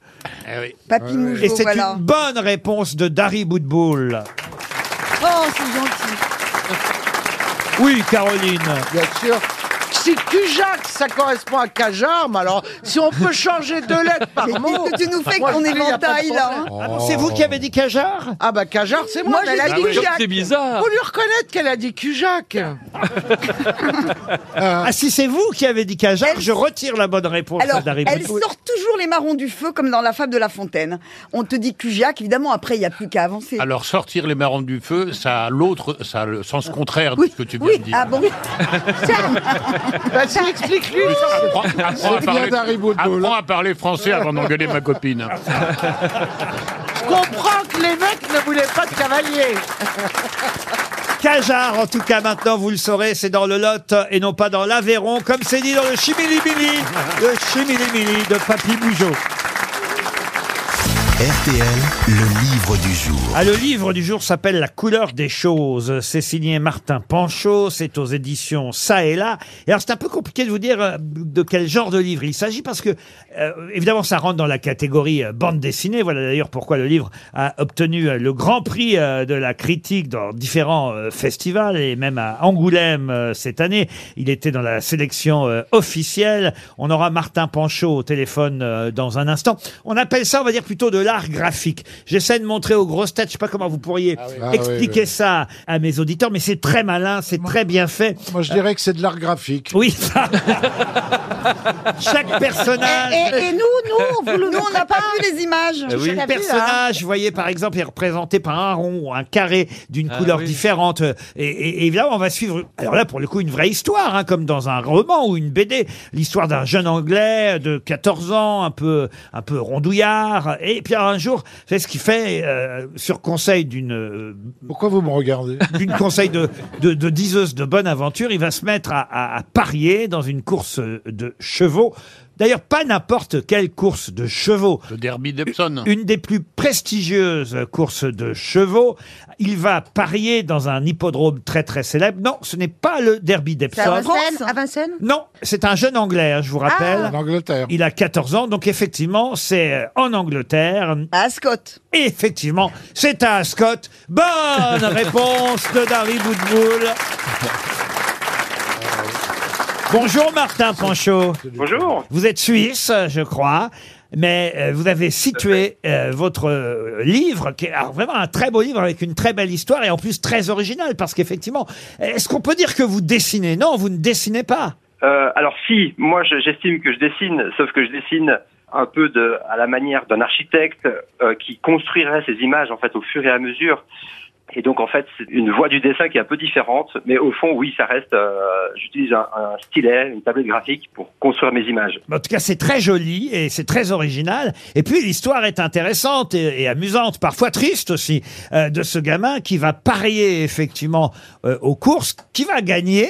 D: Eh oui.
H: Papy
B: Et
H: Mougeot,
B: c'est
H: voilà.
B: une bonne réponse de Dari Boudboul.
H: Oh, c'est gentil.
B: Oui, Caroline.
E: Bien sûr. Si Cujac, ça correspond à Cajar, mais alors, si on peut changer deux lettres par
H: Mais
E: mot...
H: qu'est-ce que tu nous fais
E: Moi,
H: qu'on
E: je
H: est
E: dis, y a pas de
H: mentaille, là hein.
E: problème.
B: Ah bon, c'est vous qui avez dit Cajar
E: Ah bah Cajar, c'est moi,
H: Moi,
E: mais
H: j'ai
E: elle
H: dit
E: a dit
H: Cujac.
E: Cujac.
G: C'est bizarre.
E: Faut lui reconnaître qu'elle a dit Cujac.
B: Ah, si c'est vous qui avez dit Cajar,
H: Euh, Elle-
B: je retire la bonne réponse
H: Alors,
B: à Dari
H: elle
B: Boudboul.
H: sort toujours les marrons du feu, comme dans La Fable de La Fontaine. On te dit Cujac, évidemment, après, il n'y a plus qu'à avancer.
D: Alors sortir les marrons du feu, ça a l'autre, ça a le sens contraire de
H: oui,
D: ce que tu viens
H: oui,
D: de dire.
H: ah bon
E: Bah si, explique-lui.
D: Apprends, apprends à
C: C'est bien d'Harry
D: parler,
C: Boudboul.
D: apprends à parler français avant d'engueuler ma copine.
E: Je comprends que l'évêque ne voulait pas de cavalier.
B: Cajar, en tout cas, maintenant, vous le saurez, c'est dans le Lot et non pas dans l'Aveyron, comme c'est dit dans le Chimilibili, le Chimilibili de Papy Bougeot.
A: RTL, le livre du jour.
B: Ah, le livre du jour s'appelle La couleur des choses. C'est signé Martin Panchaud, c'est aux éditions Ça et là. Et alors, c'est un peu compliqué de vous dire euh, de quel genre de livre il s'agit parce que, euh, évidemment, ça rentre dans la catégorie euh, bande dessinée. Voilà d'ailleurs pourquoi le livre a obtenu euh, le grand prix euh, de la critique dans différents euh, festivals et même à Angoulême euh, cette année. Il était dans la sélection euh, officielle. On aura Martin Panchaud au téléphone euh, dans un instant. On appelle ça, on va dire, plutôt de l'art graphique. J'essaie de montrer aux grosses têtes, je sais pas comment vous pourriez
C: oui.
B: expliquer
C: Ah oui, oui.
B: ça à mes auditeurs, mais c'est très malin, c'est très bien fait.
C: Moi, je dirais que c'est de l'art graphique.
B: Oui, ça. Chaque personnage.
F: Et, et- et nous, nous, vous le
H: Nous, on n'a pas vu les images.
G: Eh oui.
B: Chaque Euh, personnage, vous voyez, par exemple, est représenté par un rond ou un carré d'une
G: Ah
B: couleur
G: oui.
B: différente. Et, et- et évidemment, on va suivre, alors là, pour le coup, une vraie histoire, hein, comme dans un roman ou une BD. L'histoire d'un jeune Anglais de 14 ans, un peu, un peu rondouillard. Et puis un jour, c'est ce qu'il fait, euh, sur conseil d'une euh,
C: Pourquoi vous me regardez
B: d'une conseil de, de, de diseuse de bonne aventure, il va se mettre à, à- à parier dans une course euh, de chevaux. D'ailleurs, pas n'importe quelle course de chevaux.
D: Le derby d'Epsom.
B: Une des plus prestigieuses courses de chevaux. Il va parier dans un hippodrome très très célèbre. Non, ce n'est pas le derby
F: C'est à
B: d'Epsom.
F: Vincennes, à Vincennes
B: Non, c'est un jeune Anglais, hein, je vous rappelle.
C: Ah. En Angleterre.
B: Il a 14 ans, donc effectivement, c'est euh, en Angleterre.
H: À Ascot.
B: Et effectivement, c'est à Ascot. Bonne réponse de Dari Boudboul. Bonjour Martin Panchaud.
I: Bonjour.
B: Vous êtes suisse, euh, je crois. Mais euh, vous avez situé euh, votre euh, livre, qui est alors, vraiment un très beau livre avec une très belle histoire et en plus très original, parce qu'effectivement, est-ce qu'on peut dire que vous dessinez Non, vous ne dessinez pas.
N: Euh, alors si, moi je- j'estime que je dessine, sauf que je dessine un peu de, à la manière d'un architecte euh, qui construirait ses images en fait au fur et à mesure. Et donc en fait, c'est une voie du dessin qui est un peu différente, mais au fond, oui, ça reste. euh, J'utilise un, un stylet, une tablette graphique pour construire mes images.
B: En tout cas, c'est très joli et c'est très original. Et puis, l'histoire est intéressante et, et amusante, parfois triste aussi, euh, de ce gamin qui va parier effectivement euh, aux courses, qui va gagner.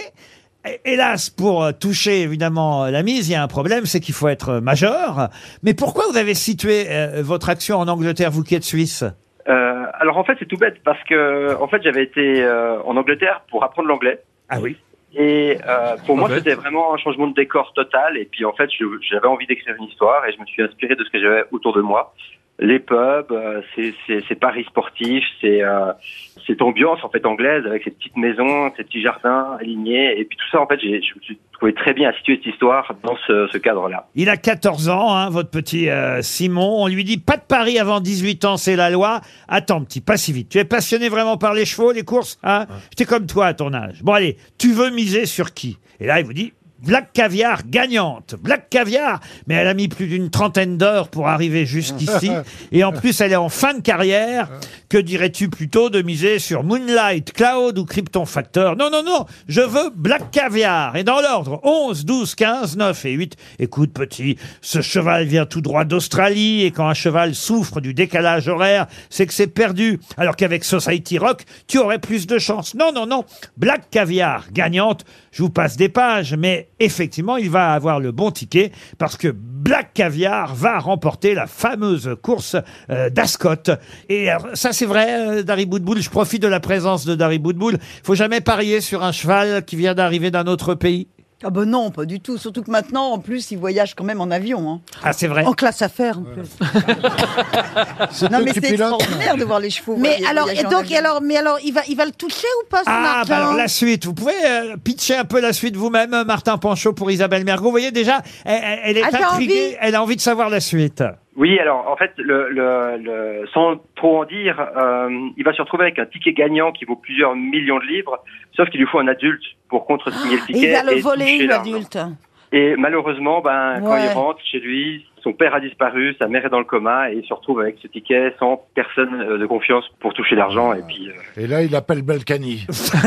B: Hé- Hélas, pour euh, toucher évidemment euh, la mise, il y a un problème, c'est qu'il faut être euh, majeur. Mais pourquoi vous avez situé euh, votre action en Angleterre, vous qui êtes suisse
N: Euh, alors en fait, c'est tout bête parce que en fait, j'avais été euh, en Angleterre pour apprendre l'anglais.
B: Ah oui.
N: Et euh, pour
B: Pas
N: moi,
B: bête.
N: c'était vraiment un changement de décor total. Et puis en fait, je- j'avais envie d'écrire une histoire et je me suis inspiré de ce que j'avais autour de moi. Les pubs, euh, ces- ces ces paris sportifs, c'est euh, cette ambiance en fait anglaise avec ces petites maisons, ces petits jardins alignés. Et puis tout ça, en fait, j'ai- je me suis trouvé très bien à situer cette histoire dans ce- ce cadre-là.
B: Il a 14 ans, hein, votre petit euh, Simon. On lui dit pas de paris avant 18 ans, c'est la loi. Attends, petit, pas si vite. Tu es passionné vraiment par les chevaux, les courses hein J'étais comme toi à ton âge. Bon, allez, tu veux miser sur qui Et là, il vous dit Black Caviar gagnante. Black Caviar Mais elle a mis plus d'une trentaine d'heures pour arriver jusqu'ici. Et en plus, elle est en fin de carrière. Que dirais-tu plutôt de miser sur Moonlight, Cloud ou Krypton Factor Non, non, non, je veux Black Caviar. Et dans l'ordre, 11, 12, 15, 9 et 8. Écoute, petit, ce cheval vient tout droit d'Australie et quand un cheval souffre du décalage horaire, c'est que c'est perdu. Alors qu'avec Society Rock, tu aurais plus de chance. Non, non, non, Black Caviar, gagnante. Je vous passe des pages, mais effectivement, il va avoir le bon ticket parce que Black Caviar va remporter la fameuse course euh, d'Ascot. Et alors, ça, c'est vrai, euh, Dari Boudboul. Je profite de la présence de Dari Boudboul. Faut jamais parier sur un cheval qui vient d'arriver d'un autre pays.
H: Ah ben non, pas du tout. Surtout que maintenant, en plus, ils voyagent quand même en avion. hein.
B: Ah, c'est vrai.
H: En classe affaires, en plus. non, mais c'est extraordinaire de voir les chevaux.
F: Mais
H: voyager-
F: alors,
H: voyager
F: et
H: en
F: donc,
H: avion.
F: et alors, mais alors, il va, il va le toucher ou pas, son
B: Ah,
F: arc,
B: bah
F: là,
B: alors
F: hein
B: la suite. Vous pouvez euh, pitcher un peu la suite vous-même, euh, Martin Panchaud, pour Isabelle Mergo. Vous voyez déjà, elle, elle- elle est
F: Ah, j'ai
B: intriguée.
F: envie.
B: Elle a envie de savoir la suite.
N: Oui, alors en fait, le, le, le- sans trop en dire, euh, il va se retrouver avec un ticket gagnant qui vaut plusieurs millions de livres, sauf qu'il lui faut un adulte pour contresigner le ticket.
M: Ah, Il va le
N: et toucher
M: voler,
N: l'argent.
M: l'adulte.
N: Et malheureusement, ben, quand
M: Ouais.
N: il rentre chez lui, son père a disparu, sa mère est dans le coma, et il se retrouve avec ce ticket sans personne euh, de confiance pour toucher l'argent. Et puis, euh,
C: Et là, il appelle Balkany.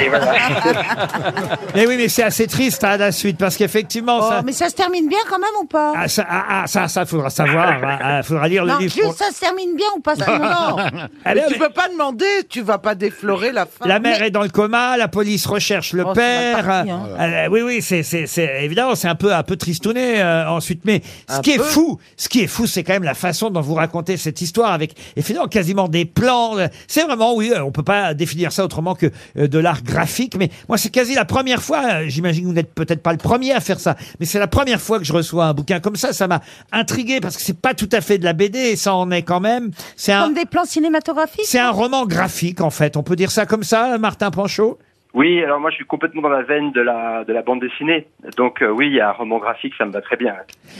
N: et voilà.
B: Mais Eh oui, mais c'est assez triste à la suite parce qu'effectivement,
F: Oh,
B: ça,
F: Mais ça se termine bien quand même ou pas
B: ah, ça, ah, ah, ça, ça, faudra savoir. Il faudra lire le
F: Non,
B: livre.
F: juste
B: pour-
F: ça se termine bien ou pas ça- Non, non.
B: Ah, mais-
E: tu peux pas demander, tu vas pas déflorer la fin.
B: La mère est dans le coma, la police recherche le
E: Oh, c'est
B: père.
E: mal parti, hein.
B: Euh, oui, oui, c'est, c'est, c'est évidemment, c'est un peu, un peu tristouné euh, ensuite. Mais ce
E: Un
B: qui
E: peu.
B: est fou, ce qui est fou, c'est quand même la façon dont vous racontez cette histoire avec effectivement quasiment des plans. C'est vraiment, oui, euh, on peut pas définir ça autrement que euh, de l'art graphique. Mais moi, c'est quasi la première fois. euh, J'imagine que vous n'êtes peut-être pas le premier à faire ça, mais c'est la première fois que je reçois un bouquin comme ça. Ça m'a intrigué parce que c'est pas tout à fait de la BD, et ça en est quand même. C'est un,
F: Comme des plans cinématographiques
B: c'est un roman graphique en fait. On peut dire ça comme ça, Martin Panchaud.
N: Oui, alors moi je suis complètement dans la veine de la, de la bande dessinée. Donc euh, oui, il y a un roman graphique, ça me va très bien.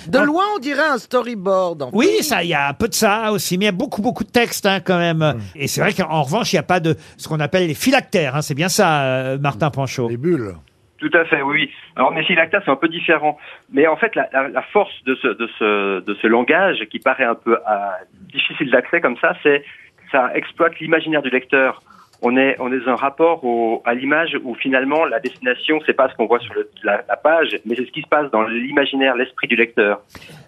E: De loin, on dirait un storyboard.
B: Hein Oui, ça, il y a un peu de ça aussi, mais il y a beaucoup, beaucoup de textes hein, quand même. Et c'est vrai qu'en revanche, il n'y a pas de ce qu'on appelle les phylactères. hein. c'est bien ça, euh, Martin Panchaud. Les bulles.
N: Tout à fait, oui. oui. Alors, mais si Lacta, c'est un peu différent. Mais en fait, la, la- la force de ce, de, ce, de ce langage, qui paraît un peu euh, difficile d'accès comme ça, c'est ça exploite l'imaginaire du lecteur. On est, on est dans un rapport au, à l'image où finalement la destination, c'est pas ce qu'on voit sur le- la, la page, mais c'est ce qui se passe dans l'imaginaire, l'esprit du lecteur.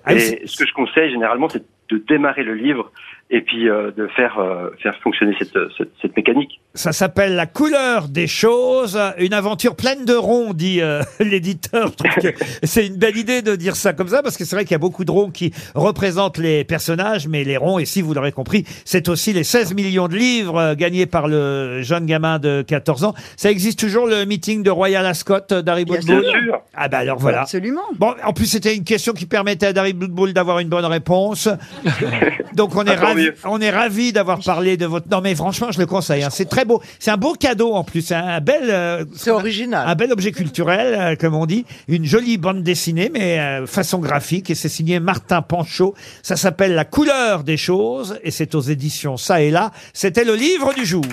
B: Ah,
N: Et ce que je conseille généralement, c'est de démarrer le livre et puis euh, de faire, euh, faire fonctionner cette, cette, cette mécanique.
B: Ça s'appelle La couleur des choses, une aventure pleine de ronds, dit euh, l'éditeur. Je trouve que C'est une belle idée de dire ça comme ça, parce que c'est vrai qu'il y a beaucoup de ronds qui représentent les personnages, mais les ronds, et si vous l'aurez compris, c'est aussi les 16 millions de livres euh, gagnés par le jeune gamin de 14 ans. Ça existe toujours le meeting de Royal Ascot euh, d'Harry
N: Bien
B: Bootbull
N: sûr.
B: Ah bah alors voilà.
H: Absolument.
B: Bon, en plus, c'était une question qui permettait à Darry Boudboul d'avoir une bonne réponse. Donc, on est
N: Ah, tant
B: ravis,
N: mieux.
B: on est ravis d'avoir parlé de votre... Non, mais franchement, je le conseille. hein. C'est très beau. C'est un beau cadeau, en plus. C'est un bel... C'est
E: original.
B: Un bel objet culturel, euh, comme on dit. Une jolie bande dessinée, mais euh, façon graphique. Et c'est signé Martin Panchaud. Ça s'appelle La couleur des choses. Et c'est aux éditions Ça et Là. C'était le livre du jour.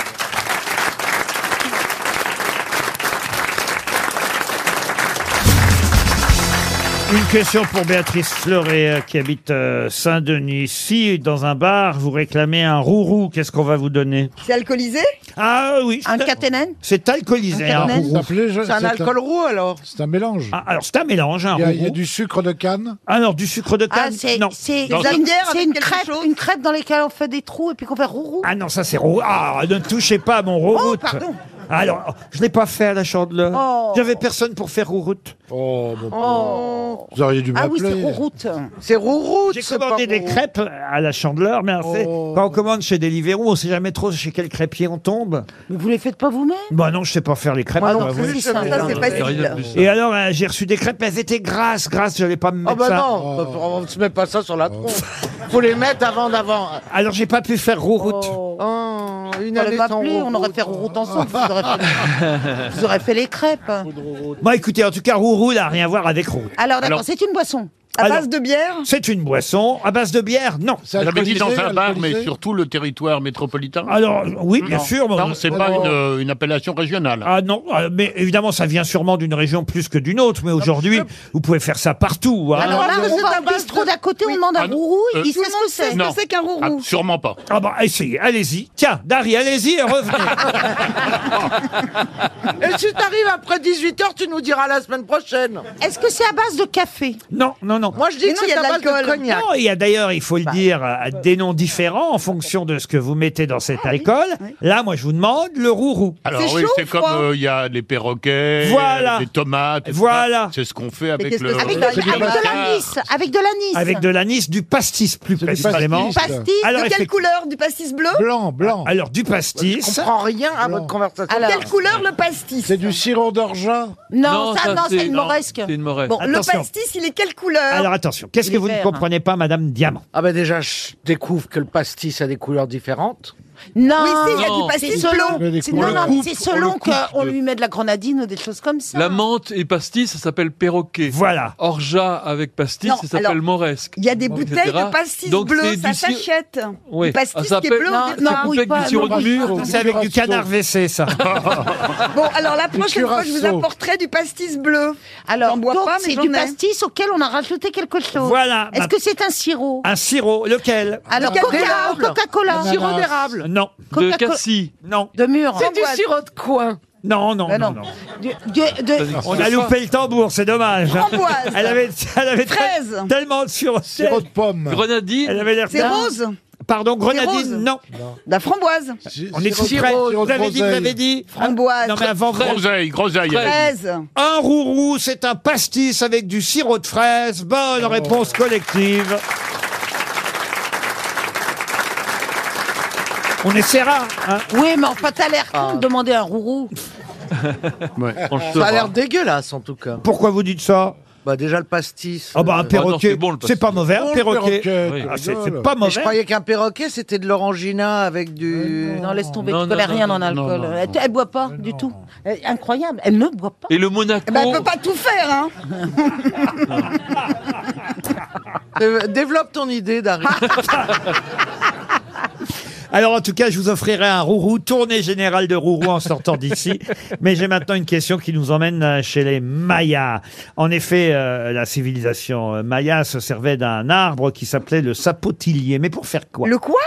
B: Une question pour Béatrice Fleuret euh, qui habite euh, Saint-Denis. Si dans un bar vous réclamez un rourou, qu'est-ce qu'on va vous donner
H: C'est alcoolisé
B: Ah oui.
H: Un caténène
B: C'est alcoolisé.
H: Un Cabernet
E: C'est un alcool roux alors
C: C'est un mélange.
B: Ah, alors c'est un mélange.
C: Il y a- il y a du sucre de canne
B: Alors du sucre de
F: Ah,
B: canne
F: c'est
B: Non.
F: c'est-
B: Non,
F: c'est
B: ça-
F: une, c'est une crêpe, une crêpe dans laquelle on fait des trous et puis qu'on fait rourou.
B: Ah non, ça c'est roux. Ah, ne touchez pas à mon rouroute.
F: Oh, pardon.
B: Alors, je l'ai pas fait à la chandeleur.
F: Oh.
B: J'avais personne pour faire rouroute.
F: Oh.
C: Vous auriez dû
F: Ah oui, c'est
B: m'appeler.
F: rouroute.
E: C'est rouroute.
B: J'ai commandé des crêpes à la chandeleur, mais en fait,
F: Oh.
B: quand on commande chez Deliveroo, on sait jamais trop chez quel crêpier on tombe.
F: Mais vous les faites pas vous-même
B: Bah non, je sais pas faire les crêpes.
E: Moi
B: je
E: non
B: dois
E: plus,
B: avouer.
E: ça, Ça, c'est non, facile. rien de plus
B: Et alors, euh, j'ai reçu des crêpes, mais elles étaient grasses, grasses, j'allais pas me
E: Oh
F: Ah,
B: mettre
E: bah
B: ça. Oh.
E: non, on ne se met pas ça sur la tronche. Faut les mettre avant d'avant.
B: Alors, j'ai pas pu faire rouroute.
E: Oh, une
F: On
E: année
F: l'aurait pas
E: sans
F: appelé,
E: roux.
F: on aurait fait rourou ensemble. Vous aurez fait, vous aurez fait les crêpes.
B: Bah écoutez, en tout cas, rourou n'a rien à voir avec roux.
F: Alors d'accord, c'est une boisson.
B: À Alors- base
F: de bière
B: C'est une boisson. À base de bière, non.
D: J'avais dit dans un bar, mais sur tout le territoire métropolitain.
B: Alors, oui, bien
D: Non.
B: sûr, mais-
D: Non, c'est pas
B: Alors-
D: une, euh, une appellation régionale.
B: Ah non, euh, mais évidemment, ça vient sûrement d'une région plus que d'une autre, mais aujourd'hui, vous pouvez faire ça partout. hein.
F: Alors là, on va au bistrot d'à côté, on demande un rourou,
D: euh,
F: il dit
D: tout
F: c'est
D: le
F: ce que c'est.
D: Non. Ah, sûrement pas.
B: Ah bah, essayez, allez-y. Tiens, Dari, allez-y et revenez.
E: Et si t'arrives après 18h, tu nous diras la semaine prochaine.
F: Est-ce que c'est à base de café
B: non, non, non.
E: Moi, je dis
F: Mais
E: que
F: non, il y
E: c'est
F: a
E: à
F: de Bah.
E: base de
F: l'alcool.
E: cognac.
B: Non, il y a d'ailleurs, il faut le dire, euh, des noms différents en fonction de ce que vous mettez dans
F: Ah
B: cet alcool. Là, moi, je vous demande le rourou.
D: Alors oui, c'est comme euh, il y a les perroquets,
B: Voilà.
D: les tomates. et tout
B: Voilà.
D: ça. C'est ce qu'on fait avec
B: qu'est-ce que
D: le.
B: c'est
F: Avec de,
B: c'est du
F: avec de
B: pastis.
F: l'anis, avec de l'anis.
B: Avec de l'anis, du pastis plus
F: pastis.
B: précisément.
F: Du pastis,
B: Alors,
H: De quelle
B: effectivement-
H: couleur Du pastis bleu
C: Blanc, blanc.
B: Alors, du pastis.
E: Je comprends rien à votre conversation.
H: Alors, Quelle couleur le pastis
C: C'est du sirop d'orgeat
F: Non, ça, non, c'est une moresque.
G: C'est une moresque.
H: Bon, le
B: Attention.
H: pastis, il est quelle couleur
B: Alors, attention, qu'est-ce
E: Il
B: que
E: est
B: vous ne
E: vert, hein.
B: comprenez pas, Madame Diamant
E: Ah ben déjà, je découvre que le pastis a des couleurs différentes.
F: Non,
H: Oui, si, il y a
G: Non.
H: du
F: c'est
H: pastis
F: selon,
H: bleu.
F: c'est-
G: on
F: non,
G: le
F: non,
G: coupe,
F: c'est
G: on le
F: selon
G: coupe
F: qu'on
G: de-
F: lui met de la grenadine ou des choses comme ça.
G: La menthe et pastis, ça s'appelle perroquet.
B: Voilà.
G: Orgeat avec pastis,
H: Non,
G: ça
H: alors,
G: s'appelle moresque.
H: Il y a des
G: Bon,
H: bouteilles
G: etc..
H: de pastis
G: Donc,
H: bleu,
G: c'est
H: ça
G: du sirop-
H: s'achète.
G: Oui.
H: Du
G: Ah,
H: pastis
G: ça
H: qui est
G: s'appelle-
H: bleu,
F: Non,
H: on dit-
F: non,
G: Ça coupe
F: brouille
G: avec
F: pas,
G: du sirop de
F: non.
G: mûre.
B: C'est avec du canard WC, ça.
H: Bon, alors la prochaine fois, je vous
C: curacao.
H: apporterai du pastis bleu.
F: Alors,
H: J'en bois
F: donc,
H: pas, mais
F: c'est
H: j'en
F: du
H: ai.
F: pastis auquel on a rajouté quelque chose.
B: Voilà.
F: Est-ce que c'est un sirop
B: Un sirop, lequel
F: Alors,
H: Coca-
F: Coca-
H: d'érable.
F: Coca-Cola.
C: Un sirop d'érable.
B: Non,
G: De
F: Coca-Cola.
G: cassis.
B: non,
F: De mûre.
H: C'est du
E: sirop de coin.
B: non, non,
F: Ben
B: non,
F: non.
B: non.
F: Du- du- de-
B: On a loupé le tambour, c'est dommage.
H: Framboise.
B: Elle avait, elle avait
H: Fraise.
B: tel- tellement de sur
C: Sirop de pomme.
B: Elle
G: Grenadine.
B: avait l'air
H: C'est
B: tellement-
H: rose
B: Pardon,
H: rose.
B: grenadine, non.
H: La framboise.
B: On est trop près.
C: sirop
B: Vous
C: de
B: avez dit, vous
C: groseille.
B: avez dit.
H: Framboise.
B: Non, mais avant, vous-
D: Groseille, groseille.
H: Fraise.
B: un rourou, c'est un pastis avec du sirop de fraise.
C: Ah
B: Bonne réponse collective. On essaiera. Hein.
F: Oui, mais enfin, t'as l'air
E: Ah.
F: con de demander un rourou.
G: On le
E: Ça a
G: saura.
E: l'air dégueulasse en tout cas.
B: Pourquoi vous dites ça
E: Bah déjà le pastis. euh,
B: Ah bah un
G: non,
B: perroquet,
G: c'est bon, le pastis.
B: c'est pas mauvais, un
C: Oh, le
B: perroquet.
C: perroquet,
G: Oui.
C: tu
B: Ah, c'est
C: rigoles.
B: c'est pas
E: Mais je
B: mauvais.
E: croyais qu'un perroquet c'était de l'orangina avec du.
F: Non, laisse tomber,
G: Non,
F: tu connais
G: non,
F: rien
G: non,
F: en
G: non, non,
F: alcool.
G: non,
F: elle, elle boit pas du tout. Elle- incroyable, elle ne boit pas.
G: Et le Monaco.
H: Eh ben, elle peut pas tout faire, hein.
E: Euh, Développe ton idée, Dari.
B: Ah, Alors en tout cas, je vous offrirai un rourou, tournée générale de rourou en sortant d'ici. Mais j'ai maintenant une question qui nous emmène euh, chez les Mayas. En effet, euh, la civilisation euh, Maya se servait d'un arbre qui s'appelait le sapotillier. Mais pour faire quoi
H: Le quoi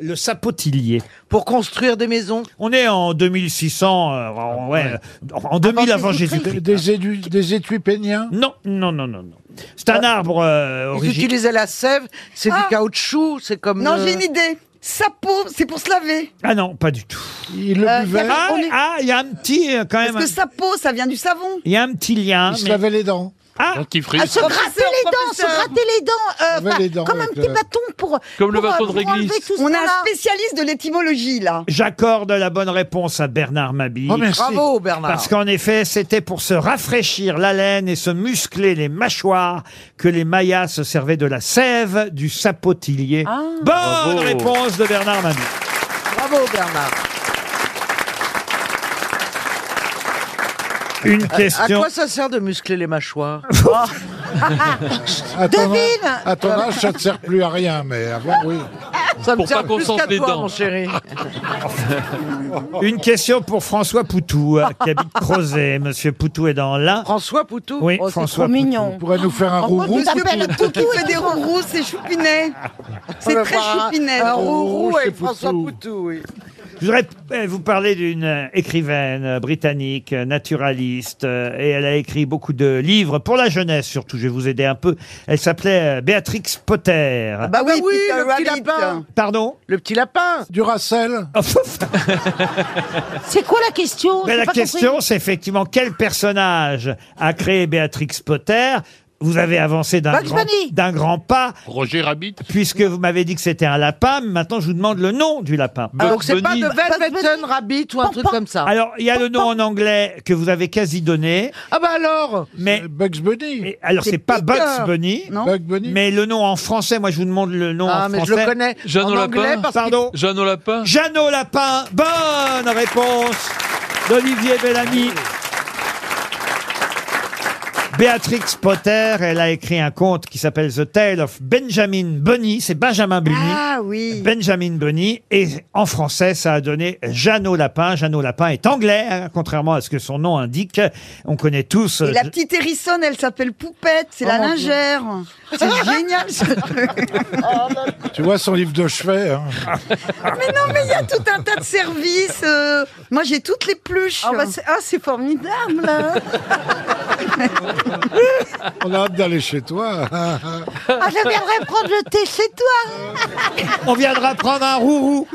B: le sapotillier.
E: Pour construire des maisons.
B: On est en 2600, euh, en, ouais, euh, en
E: Ah,
B: 2000 avant
C: Ah Des,
B: Jésus-Christ.
C: des, édu- des étuis péniens
B: Non, non, non, non, non. C'est un
E: Ah.
B: arbre euh,
E: Ils
B: origi-
E: utilisaient la sève, c'est
H: Ah.
E: du caoutchouc, c'est comme.
H: Non,
E: euh,
H: j'ai une idée. Sapo, c'est pour se laver.
B: Ah non, pas du tout.
C: Ils le
H: Euh, il y
C: buvaient,
H: avait-
B: Ah,
H: on est-
B: ah, il y a un petit, euh, quand
H: Parce
B: même,
H: que
B: un-
H: sapo, ça vient du savon.
B: il y a un petit lien.
C: ils se
B: mais-
C: lavaient les dents.
B: Ah,
F: Ah, se
D: Dentifrice.
F: gratter
H: Professeur,
F: les dents, se
H: professeur.
F: gratter les dents, euh,
C: Enlever
F: enfin,
C: les dents
F: comme un
C: avec
F: petit
C: le-
F: bâton pour
G: Comme le
F: pour, euh,
G: bâton de
F: pour enlever
G: réglisse.
F: tout
H: On
F: ça,
H: a un
F: là.
H: spécialiste de l'étymologie, là.
B: J'accorde la bonne réponse à Bernard Mabille.
C: Oh, merci.
E: Bravo, Bernard.
B: Parce qu'en effet, c'était pour se rafraîchir l'haleine et se muscler les mâchoires que les Mayas se servaient de la sève du sapotillier.
F: Ah.
B: Bonne
G: Bravo.
B: réponse de Bernard Mabille.
E: Bravo, Bernard.
B: Une
E: À
B: question.
E: quoi ça sert de muscler les mâchoires
C: À ton-
F: Devine
C: À ton âge, ça ne sert plus à rien, mais avant, oui.
E: Ça me
G: Pour
E: sert
G: pas qu'on
E: plus
G: sente
E: qu'à
G: les
E: toi,
G: dents.
E: mon chéri.
B: Une question pour François Poutou, euh, qui habite Crozet. Monsieur Poutou est dans l'un.
E: François Poutou
B: Oui,
E: Oh, c'est
B: François
E: trop mignon.
B: Poutou.
C: pourrait nous faire un roux-roux,
H: Il s'appelle tout
C: Poutou
H: qui fait des rourous, c'est choupinet.
C: Oh
H: C'est très choupinet.
E: Un roux
H: et
E: avec François Poutou, oui.
B: Je voudrais euh, vous parler d'une euh, écrivaine euh, britannique, euh, naturaliste, euh, et elle a écrit beaucoup de livres pour la jeunesse, surtout. Je vais vous aider un peu. Elle s'appelait euh, Béatrix Potter.
E: Bah
C: Ah
E: oui, le petit lapin.
B: Pardon
E: Le petit lapin.
C: Du Racel.
M: C'est quoi la question
B: Mais
M: J'ai
B: la
M: pas
B: question,
M: compris.
B: c'est effectivement quel personnage a créé Béatrix Potter vous avez avancé d'un
M: Bugs
B: grand,
M: Bunny.
B: d'un grand pas.
D: Roger Rabbit.
B: Puisque vous m'avez dit que c'était un lapin, maintenant je vous demande le nom du lapin.
E: Ah, donc c'est pas de Velveton Rabbit ou un truc comme ça.
B: Alors, il y a le nom en anglais que vous avez quasi donné.
E: Ah bah alors
B: Mais
C: Bugs Bunny.
B: alors c'est pas
E: Peter,
B: Bugs Bunny,
E: non
C: Bugs Bunny.
B: mais le nom en français. Moi, je vous demande le nom
E: Ah,
B: en
E: mais je
B: français.
E: le connais.
G: Jeanne au
E: En anglais,
G: lapin.
E: parce
B: Pardon.
G: Jeanne au lapin.
B: Jeannot Lapin. Bonne réponse d'Olivier
D: Eh ben,
B: Bellamy. Béatrix Potter, elle a écrit un conte qui s'appelle The Tale of Benjamin Bunny. C'est Benjamin Bunny.
H: Ah oui.
B: Benjamin Bunny. Et en français, ça a donné Jeannot Lapin. Jeannot Lapin est anglais, hein, contrairement à ce que son nom indique. On connaît tous.
H: Et la
B: euh,
H: petite hérissonne, elle s'appelle Poupette,
C: Oh
H: c'est la
E: mon Dieu.
H: lingère. C'est génial ce truc.
C: Tu vois son livre de chevet. hein.
H: Mais non, mais il y a tout un tas de services. euh, Moi, j'ai toutes les pluches.
F: Ah, bah, c'est- ah, c'est formidable là.
C: On a hâte d'aller chez toi.
F: Ah, je viendrai prendre le thé chez toi.
B: On viendra prendre un rourou.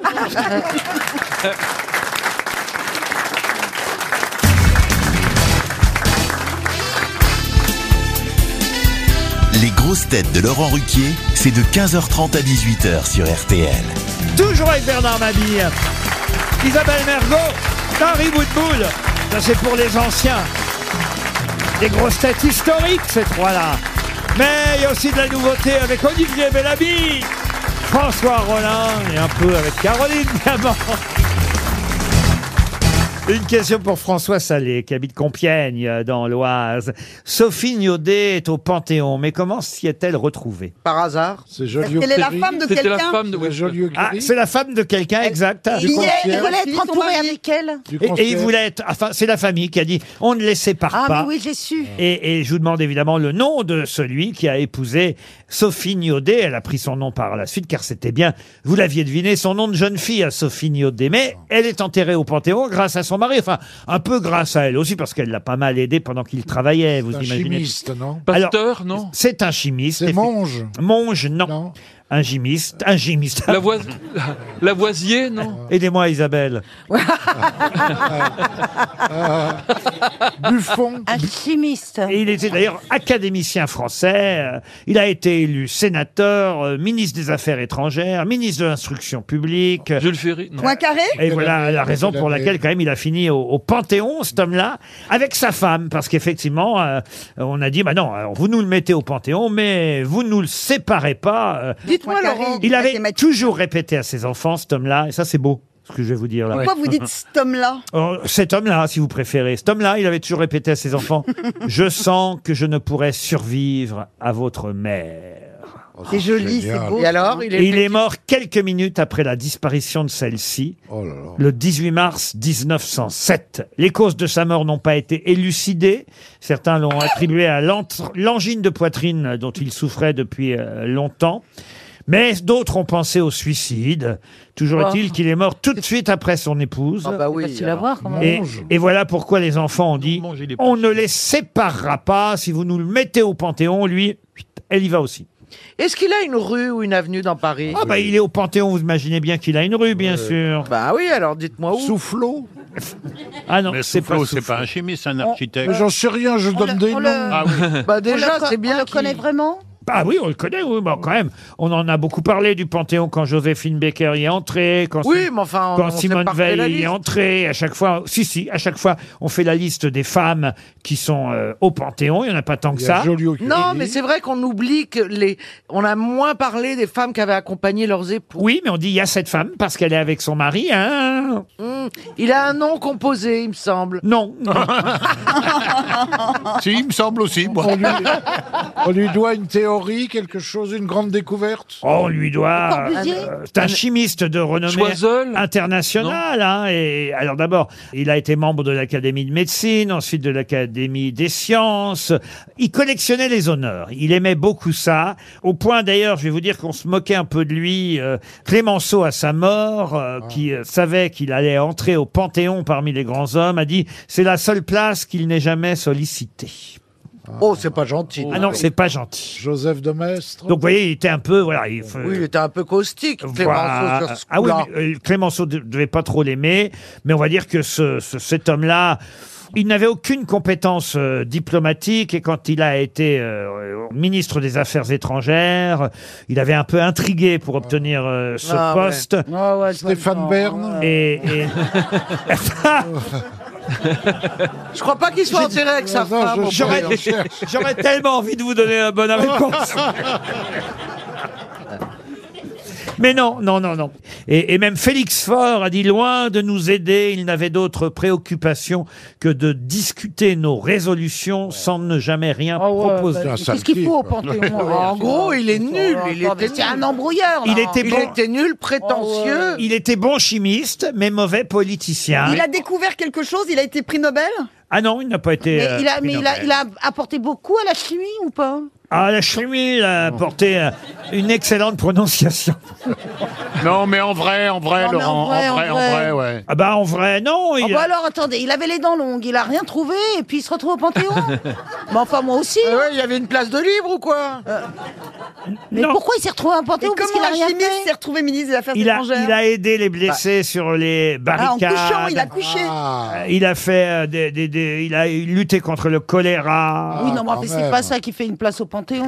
A: Les grosses têtes de Laurent Ruquier, c'est de 15h30 à 18h sur RTL.
B: Toujours avec Bernard Mabille. Isabelle Mergot, Harry Woodbull. Ça, c'est pour les anciens. Des grosses têtes historiques, ces trois-là. Mais il y a aussi de la nouveauté avec Olivier Bellamy, François Rollin et un peu avec Caroline Diamant. Une question pour François Salé, qui habite Compiègne, euh, dans l'Oise. Sophie Niaudet est au Panthéon, mais comment s'y est-elle retrouvée
E: Par hasard.
C: C'est
H: Parce
C: joli.
H: qu'elle est la femme de
G: C'était la
H: quelqu'un.
G: femme de
C: C'est joli au
B: Ah,
C: gris.
B: c'est la femme de quelqu'un, exact.
H: Il y est,
F: Je
H: elle
F: voulais
H: suit
F: être
H: son
F: entourée
H: mari.
F: avec elle.
C: Du
B: Et, et il
C: concierge.
B: voulait être. Enfin, c'est la famille qui a dit on ne les sépare
F: Ah,
B: pas.
F: mais oui, j'ai su.
B: Et, et je vous demande évidemment le nom de celui qui a épousé Sophie Niaudet. Elle a pris son nom par la suite car c'était bien, vous l'aviez deviné, son nom de jeune fille à Sophie Niaudet. Mais elle est enterrée au Panthéon grâce à son mari. Enfin, un peu grâce à elle aussi parce qu'elle l'a pas mal aidé pendant qu'il travaillait, vous
C: Un
B: imaginez.
C: chimiste, non
G: Pasteur, non
B: C'est un chimiste.
C: C'est
B: effe-
C: Monge.
B: Monge, non.
C: Non.
B: Un chimiste. Un chimiste.
G: Lavois- Lavoisier, non
B: Aidez-moi Isabelle.
C: Ah. Buffon.
F: Un chimiste.
B: Et il était d'ailleurs académicien français. Euh, Il a été élu sénateur, euh, ministre des Affaires étrangères, ministre de l'Instruction publique.
G: Jules Ferry, non.
H: Poincaré
B: Et voilà la raison pour laquelle, quand même, il a fini au, au Panthéon, cet homme-là, avec sa femme. Parce qu'effectivement, euh, on a dit, bah non, alors, vous nous le mettez au Panthéon, mais vous nous le séparez pas. euh.
E: Dites-moi,
H: Poincaré,
E: Laurent.
B: il avait
H: mathématique.
B: toujours répété à ses enfants, cet homme-là, et ça, c'est beau, ce que je vais vous dire là.
H: Pourquoi vous dites cet homme-là
B: Oh, cet homme-là, si vous préférez, cet homme-là, il avait toujours répété à ses enfants Je sens que je ne pourrais survivre à votre mère.
H: C'est joli, c'est
C: Oh, génial.
H: beau.
E: Et alors, il
B: Et
E: est...
B: il est mort quelques minutes après la disparition de celle-ci,
C: Oh là là.
B: le 18 mars 1907. Les causes de sa mort n'ont pas été élucidées. Certains l'ont attribué à l'antre- l'angine de poitrine dont il souffrait depuis euh, longtemps. Mais d'autres ont pensé au suicide. Toujours
M: Oh.
B: est-il qu'il est mort tout de suite après son épouse.
E: Ah bah oui.
M: Facile à
E: alors.
M: voir quand même.
B: Et,
C: Mange.
B: et voilà pourquoi les enfants ont dit
G: Mange, il est pas-
B: on ne les séparera pas. Si vous nous le mettez au Panthéon, lui, elle y va aussi.
E: Est-ce qu'il a une rue ou une avenue dans Paris
B: Ah, bah il est au Panthéon, vous imaginez bien qu'il a une rue, bien sûr.
E: Bah oui, alors dites-moi où. Euh,
C: Soufflot.
B: Ah non,
D: Mais
B: c'est pas,
D: Soufflot, c'est
B: Soufflot.
D: pas un chimiste, c'est un
C: Mais
D: architecte.
C: J'en sais rien, je
F: On
C: donne
F: le-
C: des
F: on
C: noms.
F: le-
D: Ah oui.
E: Bah
F: On
E: déjà,
F: le co-
E: c'est bien.
F: On le
E: qu'il-
F: connaît vraiment
B: Ah oui, on le connaît, oui, bon, quand même. On en a beaucoup parlé du Panthéon quand Joséphine Baker y est entrée, quand
E: Oui, mais enfin, on,
B: quand
E: on sait
B: Simone
E: pas quelle la
B: Veil y est
E: liste.
B: entrée, à chaque fois, si, si, à chaque fois, on fait la liste des femmes qui sont euh, au Panthéon, il n'y en a pas tant que
C: Il y a
B: ça.
C: Joliot qui
E: Non,
C: dit.
E: mais c'est vrai qu'on oublie que les. On a moins parlé des femmes qui avaient accompagné leurs époux.
B: Oui, mais on dit il y a cette femme parce qu'elle est avec son mari. Hein
E: Hmm, Il a un nom composé, il me semble.
B: non, non. Ah.
D: Si, il me semble aussi. moi.
C: On lui doit une théorie, quelque chose, une grande découverte
B: Oh, on lui doit.
C: Corbusier
B: euh, C'est un chimiste de renommée internationale. hein, et alors d'abord, il a été membre de l'Académie de médecine, ensuite de l'Académie des sciences. Il collectionnait les honneurs. Il aimait beaucoup ça. Au point d'ailleurs, je vais vous dire qu'on se moquait un peu de lui. euh, Clémenceau, à sa mort, euh,
E: Ah.
B: qui euh, savait qu'il allait entrer au Panthéon parmi les grands hommes, a dit c'est la seule place qu'il n'ait jamais sollicitée.
C: Oh, c'est pas gentil.
B: Ah non, c'est pas gentil.
C: Joseph de Maistre.
B: Donc, vous voyez, il était un peu, voilà. Il, faut-
E: Oui, il était un peu caustique,
B: Voilà.
E: Clémenceau, sur ce
B: Ah oui,
E: coup-là.
B: mais, euh, Clémenceau ne devait pas trop l'aimer, mais on va dire que ce, ce- cet homme-là, il n'avait aucune compétence euh, diplomatique et quand il a été euh, euh, ministre des Affaires étrangères, il avait un peu intrigué pour obtenir euh, ce
M: Ah ouais.
B: poste.
M: Ah ouais, je vois le
C: Stéphane
M: genre.
C: Bern.
B: Et, et-
E: Je crois pas qu'il soit enterré avec sa femme. au
B: J'aurais
E: pire.
B: j'aurais tellement envie de vous donner la
M: Ah.
B: bonne réponse. Mais non, non, non, non. Et, et même Félix Faure a dit loin de nous aider, il n'avait d'autre préoccupation que de discuter nos résolutions sans ne jamais rien proposer.
M: bah, C'est un qu'est-ce qu'il sale faut au type. Panthéon, ouais.
E: En gros, il est nul. Il
M: Attends, mais
E: était
M: c'est
E: nul.
M: un embrouilleur, là. Ah
B: Il était
E: Il
B: bon.
E: était nul, prétentieux.
B: Il était bon chimiste, mais mauvais politicien.
H: Il a découvert quelque chose, il a été prix Nobel
B: Ah non, il n'a pas été.
M: Mais,
B: euh,
M: il, a,
B: prix
M: mais il, a,
B: Nobel.
M: il a apporté beaucoup à la chimie ou pas
B: Ah, la chemise a
D: Oh.
B: apporté euh, une excellente prononciation.
D: Non, mais en vrai, en vrai,
M: Non, mais en
D: Laurent, en
M: vrai,
D: vrai,
M: en
D: en
M: vrai.
D: vrai, ouais.
B: Ah bah en vrai, non.
M: Ah
B: Il
M: bah alors attendez, il avait les dents longues, il a rien trouvé et puis il se retrouve au Panthéon. mais enfin moi aussi.
H: Ah
M: hein.
E: Ouais, il y avait une place de libre ou quoi
H: Euh.
M: mais
B: Non.
M: pourquoi il s'est retrouvé au
H: Et
M: Panthéon Parce qu'il
H: comment
M: a
H: un
M: rien
H: chimiste
M: fait.
H: s'est retrouvé ministre des Affaires
B: il a,
H: étrangères
B: il a aidé les blessés sur les
H: Ah, En
B: barricades.
H: couchant, il a couché.
B: Euh, il a fait euh, des, des- des- il a lutté contre le choléra.
M: Oui non
C: Ah,
M: mais en
D: Ah,
M: fait, c'est pas ça qui fait une place au Panthéon.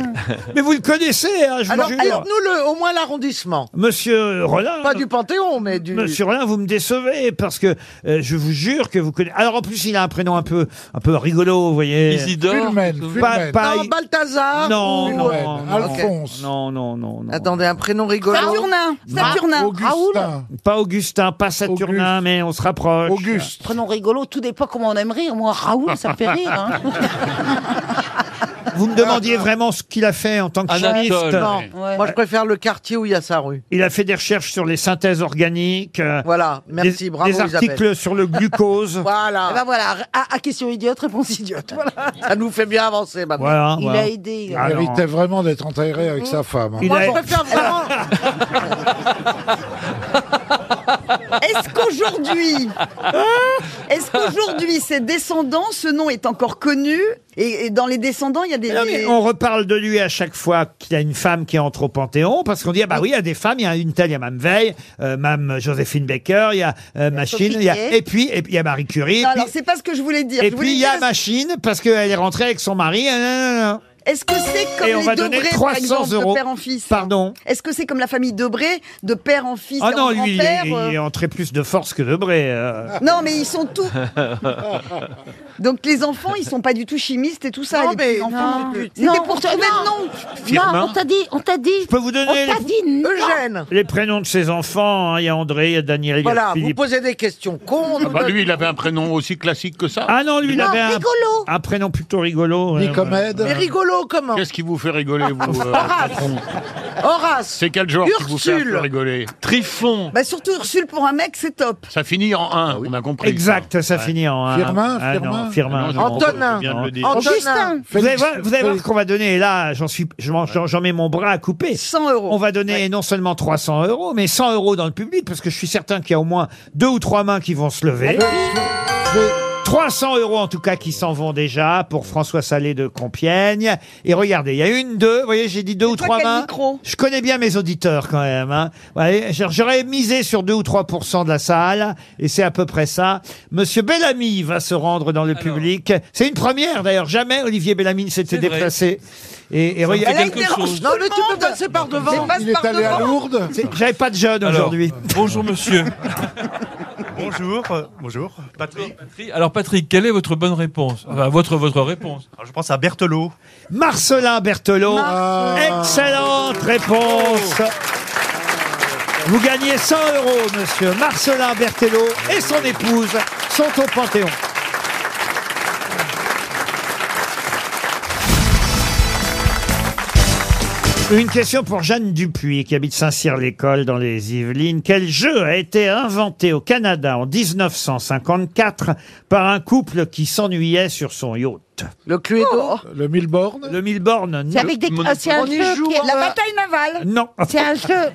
B: Mais vous le connaissez, hein, je
E: Alors,
B: vous jure.
E: nous le, au moins l'arrondissement.
B: Monsieur Rollin,
E: Pas du Panthéon, mais du.
B: Monsieur Rollin, vous me décevez parce que euh, je vous jure que vous connaissez. Alors en plus, il a un prénom un peu, un peu rigolo, vous voyez.
G: Isidore.
B: Pas, pas-
E: Non, Balthazar.
B: non,
E: ou-
B: non,
E: Ouais.
B: non,
E: Alphonse.
B: Non, non, non, non.
E: Attendez, un prénom rigolo.
H: Saturnin, Saturnin.
C: Augustin.
B: Pas Augustin, pas Saturnin, mais on se rapproche.
C: Auguste.
M: Prenons rigolo, tout dépend comment on aime rire. Moi Raoul ça me fait rire. hein.
B: Vous me demandiez vraiment ce qu'il a fait en tant que
G: Anatole.
B: chimiste.
E: Non,
M: Ouais.
E: moi je préfère le quartier où il y a sa rue.
B: Il a fait des recherches sur les synthèses organiques. euh,
E: Voilà, merci,
B: des,
E: bravo
B: des articles
E: Isabelle.
B: sur le glucose.
M: Eh ben
E: Voilà,
M: voilà, à, à question idiote, réponse idiote. Voilà.
E: ça nous fait bien avancer maintenant.
B: voilà, hein,
M: Il
B: voilà.
M: a aidé. Mmh.
C: Il
B: Ah, non.
C: méritait vraiment d'être enterré avec sa femme. hein.
B: Il
E: Moi
B: a-
E: je préfère vraiment.
H: Est-ce qu'aujourd'hui, est-ce qu'aujourd'hui ses descendants, ce nom est encore connu et, et dans les descendants, il y a des.
B: Non, mais
H: des-
B: on reparle de lui à chaque fois qu'il y a une femme qui entre au Panthéon, parce qu'on dit, ah bah oui, il y a des femmes, il y a une telle, il y a Mme Veil, euh, Mme Joséphine Baker, il y a euh, Machine, il y a,
H: Sophie Gay.
B: et puis et puis il y a Marie Curie, et
H: Non, alors
B: puis-
H: c'est pas ce que je voulais dire.
B: et
H: Je voulais
B: puis il y a
H: dire,
B: Machine, parce qu'elle est rentrée avec son mari. euh, nan, nan, nan.
H: Est-ce que c'est comme
B: Et on
H: les
B: va donner
H: Debré,
B: 300
H: par exemple,
B: euros.
H: de père en fils
B: Pardon
H: Est-ce que c'est comme la famille Debré, de père en fils
B: Ah
H: et
B: non,
H: en
B: lui, il est,
H: grand-père
B: il est
H: euh,
B: entré plus de force que de Bray. euh.
H: Non, mais ils sont tous. Donc les enfants, ils sont pas du tout chimistes et tout ça.
E: Non,
H: les
E: mais-
H: petits-enfants
M: non.
H: non plus.
M: Non,
H: C'était pour
M: on-
H: trouver
M: non.
H: le nom.
M: Non, on t'a dit, on t'a dit. Je
B: peux vous donner
M: On t'a
B: les-
M: dit non.
E: Eugène.
B: Les prénoms de ses enfants, hein, il y a André, il y a Daniel, il y
E: Voilà,
B: a
E: vous
B: Philippe.
E: posez des questions cons.
D: Ah bah, lui, il avait un prénom aussi classique que ça.
B: Ah non, lui, il
M: Non,
B: avait un,
M: rigolo.
B: un prénom plutôt rigolo. ouais, ouais.
C: Nicomède.
E: Mais rigolo comment
D: Qu'est-ce qui vous fait rigoler, vous euh,
E: Horace.
D: C'est quel genre qui vous fait un peu
E: Ursule.
D: rigoler
G: Trifon.
H: Bah surtout Ursule pour un mec, c'est top.
D: Ça finit en un, on a compris.
B: Exact, ça
D: Ouais.
B: finit en un.
C: Ah Firmin,
B: Ah non,
C: Firmin.
B: Firmin.
D: Ah non,
B: non.
E: Antonin.
D: vient de le dire.
E: Antonin.
M: Augustin.
B: Vous allez voir,
C: Félix-
B: vous allez voir
C: Félix-
B: qu'on va donner, et là, j'en suis, j'en, j'en- j'en mets mon bras à couper.
H: 100 euros.
B: On va donner non seulement 300 euros, mais 100 euros dans le public, parce que je suis certain qu'il y a au moins deux ou trois mains qui vont se lever. 300 euros en tout cas qui s'en vont déjà pour François Salé de Compiègne. Et regardez, il y a une, deux, vous voyez, j'ai dit deux ou
H: toi
B: trois
H: qui as le
B: mains.
H: micro.
B: Je connais bien mes auditeurs quand même. hein. Ouais, j'a- J'aurais misé sur 2 ou 3% de la salle, et c'est à peu près ça. Monsieur Bellamy va se rendre dans le public. C'est une première d'ailleurs, jamais Olivier Bellamy ne
G: C'est
B: s'était
G: vrai.
B: déplacé. Et, et
G: fait
B: regardez,
G: quelque chose.
E: Non, mais tu peux passer par devant.
H: passe
C: Il est
H: par
C: allé à
H: devant.
C: Lourdes.
B: c'est- j'avais pas de jeune
G: Alors,
B: aujourd'hui.
G: Bonjour monsieur.
O: Bonjour, euh, bonjour, Patrick.
G: Patrick- Alors Patrick, quelle est votre bonne réponse Enfin, votre, votre réponse.
O: Alors, je pense à Berthelot.
B: Marcelin Berthelot. Excellente réponse.
G: Oh.
B: Vous gagnez 100 euros, monsieur. Marcelin Berthelot et son épouse sont au Panthéon. Une question pour Jeanne Dupuis, qui habite Saint-Cyr-l'École dans les Yvelines. Quel jeu a été inventé au Canada en 1954 par un couple qui s'ennuyait sur son yacht
E: Le Cluedo
B: Le Milborne Le Milborne, non.
F: C'est avec des- euh, c'est un jeu qui
B: hein.
F: est-
H: La bataille navale.
B: Non.
F: C'est un jeu.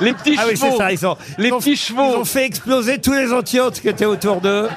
B: Les petits ah oui, c'est
G: chevaux.
B: ça, ils ont, les petits chevaux. Ils ont fait exploser tous les anti-yachts qui étaient autour d'eux.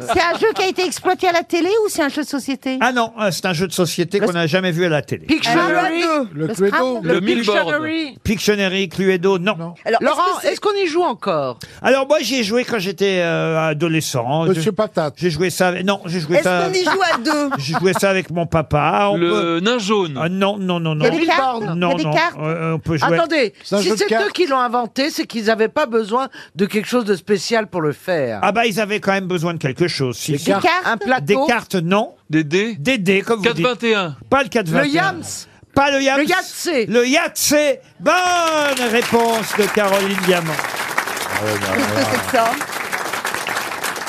F: C'est un jeu qui a été exploité à la télé ou c'est un jeu de société
B: ah non, euh, c'est un jeu de société qu'on n'a jamais vu à la télé.
F: Pictionary. Euh,
B: Le
F: Le Cluedo. Scrabble. Le Pictionary.
B: Pictionary, Cluedo, non.
E: Laurent, est-ce qu'on y joue encore
B: Alors moi j'y ai joué quand j'étais euh, adolescent. Monsieur Patate. J'ai joué ça. avec- Non, j'ai joué
H: Est-ce
B: ça.
H: qu'on y joue à deux
B: J'ai joué ça avec mon papa. Ah,
G: Le nain jaune.
B: non, non, non, non.
E: Il y a des cartes Il y a
B: Non,
E: des
B: non.
E: cartes
B: euh, on peut jouer.
E: Attendez, si c'est eux qui l'ont inventé, c'est qu'ils n'avaient pas besoin de quelque chose de spécial pour le faire.
B: Ah bah ils avaient quand même besoin de quelque chose. si,
E: Des
B: si.
E: cartes Un plateau
B: Des cartes, non.
G: Des dés
B: Des dés, comme vous dites.
G: 421.
B: Pas le 421.
E: Le Yams.
B: Pas le Yams.
E: Le Yatsé.
B: Le Yatsé. Bonne réponse de Caroline Diamant.
H: Qu'est-ce que c'est que ça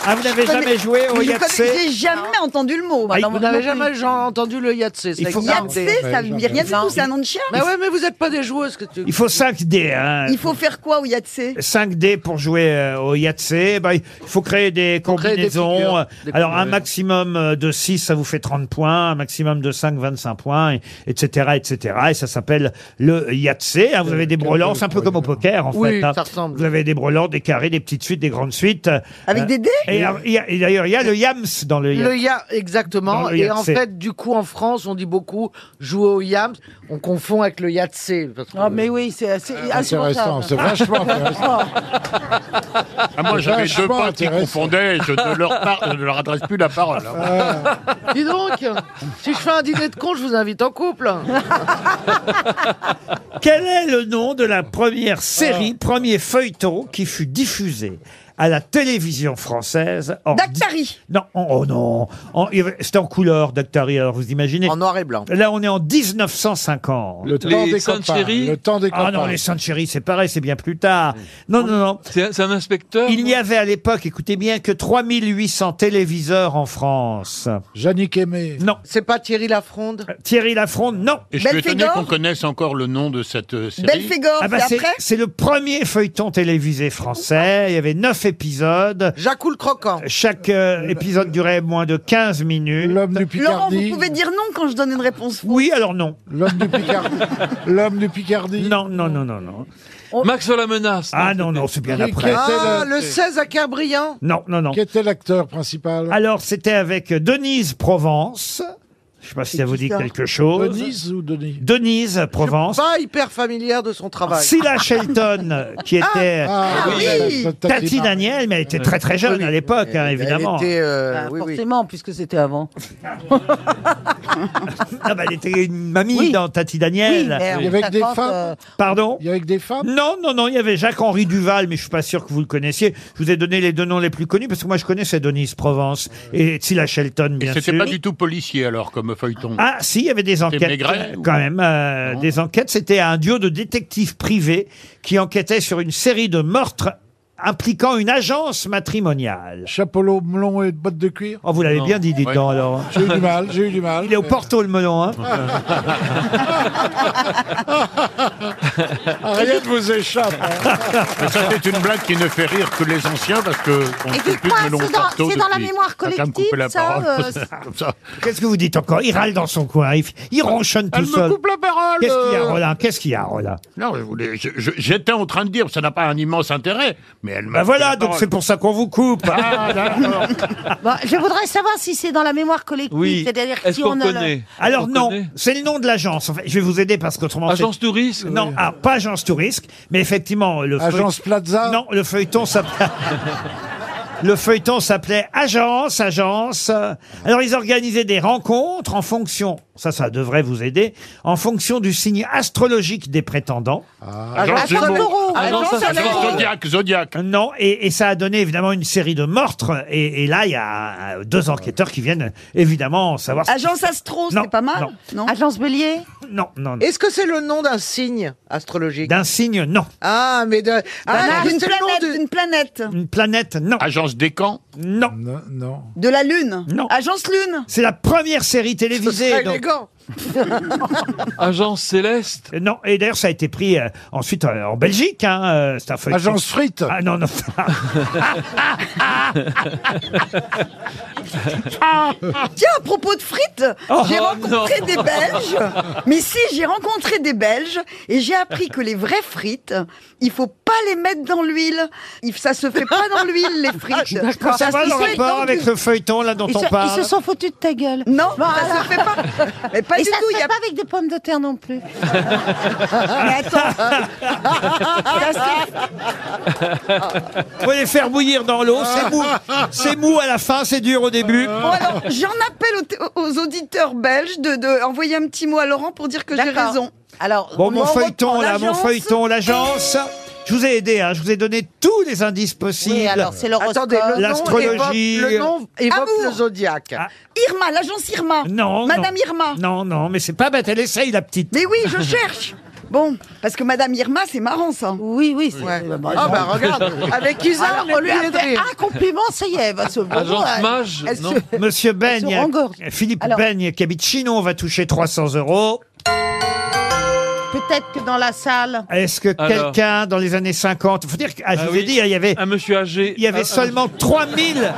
B: Ah, vous
H: Je
B: n'avez
H: connais-
B: jamais joué au
H: Mais je
B: Yatsé
H: connais- J'ai jamais entendu le mot.
E: Ah. Bah, vous n'avez jamais genre, entendu le Yatsé.
H: Il faut- Yatsé, ça me dit rien du tout, c'est un nom de chien.
E: Mais ouais, mais vous n'êtes pas des joueuses que tu.
B: Il faut 5 dés. Hein.
H: Il faut faire quoi au Yatsé
B: 5 dés pour jouer euh, au Yatsé. Bah, il faut créer des
E: créer des
B: combinaisons.
E: figures,
B: Euh,
E: des
B: Alors, un
E: combinaisons.
B: maximum euh, de 6, ça vous fait 30 points. Un maximum de 5, 25 points, et- etc., etc. Et ça s'appelle le Yatsé. hein. Vous avez des brelans, c'est un peu comme au poker, en
E: Euh, Oui,
B: fait. hein.
E: ça ressemble.
B: Vous avez des brelans, des carrés, des petites suites, des grandes suites. Euh,
E: Avec des dés
B: Et, alors, il y a- et d'ailleurs, il y a le Yams dans le Yatsé.
E: Le ya,
B: Dans
E: exactement.
B: le
E: Et en
B: Yatsé.
E: fait, du coup, en France, on dit beaucoup jouer au yams. On confond avec le yatsé.
M: Ah, mais oui, c'est assez
C: Intéressant,
M: insupportable.
C: c'est vachement intéressant.
D: Ah, moi, j'avais deux
C: Vachement
D: potes qui
C: intéressant.
D: confondaient. Je ne leur, par- je ne leur adresse plus la parole. hein.
E: Dis donc, si je fais un dîner de con, je vous invite en couple.
B: Quel est le nom de la
E: Ah.
B: première série, premier feuilleton qui fut diffusé à la télévision française en
H: Dactari.
B: Non, en- oh non, en- il y avait- c'était en couleur Dactari, alors vous imaginez. En
E: noir et blanc.
B: Là, on est en 1950.
C: Le temps Les des Saintes copains, Chéries le temps des
B: Ah non,
C: copains.
B: les Saintes Chéries, c'est pareil, c'est bien plus tard. Non, non, non.
G: C'est c'est un inspecteur
B: Il n'y avait à l'époque, écoutez bien, que 3800 téléviseurs en France.
C: Yannick Aimé.
B: Non. Euh,
E: C'est pas Thierry Lafronde
B: Thierry Lafronde, non.
D: Et je suis étonné
H: Belphégor
D: qu'on connaisse encore le nom de cette euh, série.
H: Belphégor,
B: Ah bah,
H: c'est
B: c'est-
H: après
B: c'est le premier feuilleton télévisé français. Il y avait neuf épisodes.
E: Jacques le croquant.
B: Chaque euh, épisode durait moins de 15 minutes.
C: L'homme du
H: Laurent,
C: Picardie.
H: vous pouvez dire non quand je donne une réponse.
B: Oui, alors non.
C: L'homme du Picardie. L'homme du Picardie.
B: Non, non, non, non, non.
G: Max la menace.
B: Ah non, non, c'est bien
C: Qui- qui
B: après.
C: était
E: Ah,
C: le-
E: le 16 à Cabrian.
B: Non, non, non.
C: Qui était l'acteur principal
B: Alors, c'était avec Denise Provence. Je sais pas si ça vous dit quelque chose.
C: Denise ou Denis
B: Denise Provence.
E: Pas hyper familière de son travail.
B: Scylla Shelton, qui était
C: Ah
E: oui.
C: la- la- la-
B: Tati Daniel, mais Ah, elle était très très jeune à l'époque, hein, évidemment.
E: Elle était, euh,
M: Bah,
E: oui, oui.
M: forcément, puisque c'était avant.
B: Ah bah, elle était une mamie dans Tati Daniel.
C: Il y avait que des femmes.
B: Pardon
C: Il y avait que des femmes
B: Non, non, non, il y avait Jacques-Henri Duval, mais je suis pas sûr que vous le connaissiez. Je vous ai donné les deux noms les plus connus, parce que moi je connaissais Denise Provence et Tila Shelton,
D: Et
B: bien
D: c'était
B: sûr.
D: pas du tout policier alors comme feuilleton.
B: Ah si, il y avait des enquêtes
D: Mm. Maigret,
B: euh,
D: ou-
B: quand même, euh, des enquêtes. C'était un duo de détectives privés qui enquêtaient sur une série de meurtres impliquant une agence matrimoniale.
C: Chapeau melon et bottes de cuir
B: Oh, vous l'avez
G: Non.
B: bien dit, dites donc alors.
C: J'ai eu du mal, j'ai eu du mal.
B: Il est au Porto le melon, hein
C: Ah, Rien ne vous échappe. hein.
D: Mais ça c'est une blague qui ne fait rire que les anciens parce que on
F: Et
D: sait
F: c'est
D: plus
F: quoi
D: de melon
F: C'est dans-
D: Porto
F: c'est dans la
D: depuis.
F: mémoire
D: Quelqu'un me
F: collective,
D: coupait la
F: ça,
D: parole.
F: euh,
D: Comme ça.
B: Qu'est-ce que vous dites encore Il râle dans son coin, il, il ronchonne tout
D: Elle me
B: seul.
D: coupe la parole.
B: Qu'est-ce qu'il y a,
D: euh.
B: Roland Qu'est-ce qu'il y a, Roland
D: Non, je voulais- je- je- j'étais en train de dire, ça n'a pas un immense intérêt, mais elle m'a.
B: Bah voilà,
D: coupé la
B: donc c'est
D: parole.
B: pour ça qu'on vous coupe.
D: Ah, d'accord.
F: Bon, je voudrais savoir si c'est dans la mémoire collective.
G: Oui.
F: C'est-à-dire
G: Est-ce
F: si
G: qu'on
F: on a le-
G: connaît
B: Alors
G: On
B: non,
G: connaît
B: c'est le nom de l'agence. En fait, je vais vous aider parce qu'autrement... c'est-
G: Agence touriste
B: Non, ah, pas Agence Tourisque, mais effectivement... Le feuille-
C: Agence Plaza
B: Non, le feuilleton s'appelait... Le feuilleton s'appelait Agence, Agence. Euh, Alors, ils organisaient des rencontres en fonction, ça, ça devrait vous aider, en fonction du signe astrologique des prétendants.
D: Agence
F: Agence
D: Gémeaux.
F: Gémeaux.
D: Agence
F: Agence Gémeaux.
D: Zodiac, Zodiac.
B: Non, et, et ça a donné évidemment une série de meurtres. Et, et là, il y a euh, deux enquêteurs qui viennent évidemment savoir. ce-
H: Agence Astro,
B: Non,
H: c'est pas mal
B: non.
H: Non.
F: Agence Bélier
B: Non, non, non.
E: Est-ce que c'est le nom d'un signe astrologique
B: D'un signe, non.
E: Ah, mais de. Ah,
H: D'une
E: c'est le nom
H: planète,
E: de-
H: d'une planète.
B: Une planète, non.
D: Agence Décan.
B: Non.
C: Non, non.
H: De la Lune.
B: Non.
H: Agence Lune.
B: C'est la première série
E: Ce serait
B: télévisée. donc-
E: Ah, élégant.
B: Agence Céleste Euh, Non, et d'ailleurs, ça a été pris euh, ensuite euh, en Belgique. Hein, euh, c'est un feuilleton.
C: Agence Frites
B: Ah non, non.
H: Ah, Tiens, à propos de frites,
J: Oh,
H: j'ai rencontré
J: non.
H: des Belges. Mais si, j'ai rencontré des Belges et j'ai appris que les vraies frites, il faut pas les mettre dans l'huile. Il- Ça se fait pas dans l'huile, les frites.
B: Ah, D'accord, ça va
H: se
B: le
H: fait dans
B: rapport
H: du-
B: avec le feuilleton là dont
F: Ils
B: on
F: se,
B: parle
F: ils se sont foutus de ta gueule.
H: Non,
F: ça se fait pas.
H: Mais
F: pas Et ça se fait pas avec des pommes de terre non plus.
H: Mais attends.
J: Ça, c'est-
B: Faut les faire bouillir dans l'eau, c'est mou. C'est mou à la fin, c'est dur au début.
H: Bon, alors, j'en appelle aux, aux auditeurs belges de, de envoyer un petit mot à Laurent pour dire que j'ai raison.
E: Alors,
B: Bon, mon feuilleton là, mon feuilleton, l'agence. Je vous ai aidé, hein, je vous ai donné tous les indices possibles.
E: Oui, alors c'est l'horoscope.
B: Attendez, le nom L'astrologie. évoque- le nom évoque le
E: zodiaque.
H: Ah. Irma, l'agence Irma.
B: Non,
H: Madame
B: non.
H: Irma.
B: Non, non, mais c'est pas bête, elle essaye la petite.
H: Mais oui, je cherche. Bon, parce que Madame Irma, c'est marrant ça.
F: Oui, oui. c'est
H: Ah bah regarde, avec Isa,
F: Alors,
H: on lui a fait
F: un compliment, ça y est, elle va se
B: Agence
F: mage, non
B: Monsieur Beigne,
F: rengorge.
B: Philippe
F: Alors-
B: Beigne, qui habite Chinon, va toucher 300 euros.
F: Peut-être que dans la salle.
B: Est-ce que
G: Alors
B: quelqu'un dans les années 50, faut dire que, ah, je
G: Ah
B: vous ai
G: oui,
B: dit, il y avait,
G: Un monsieur âgé.
B: il y avait
G: Ah,
B: seulement 3000,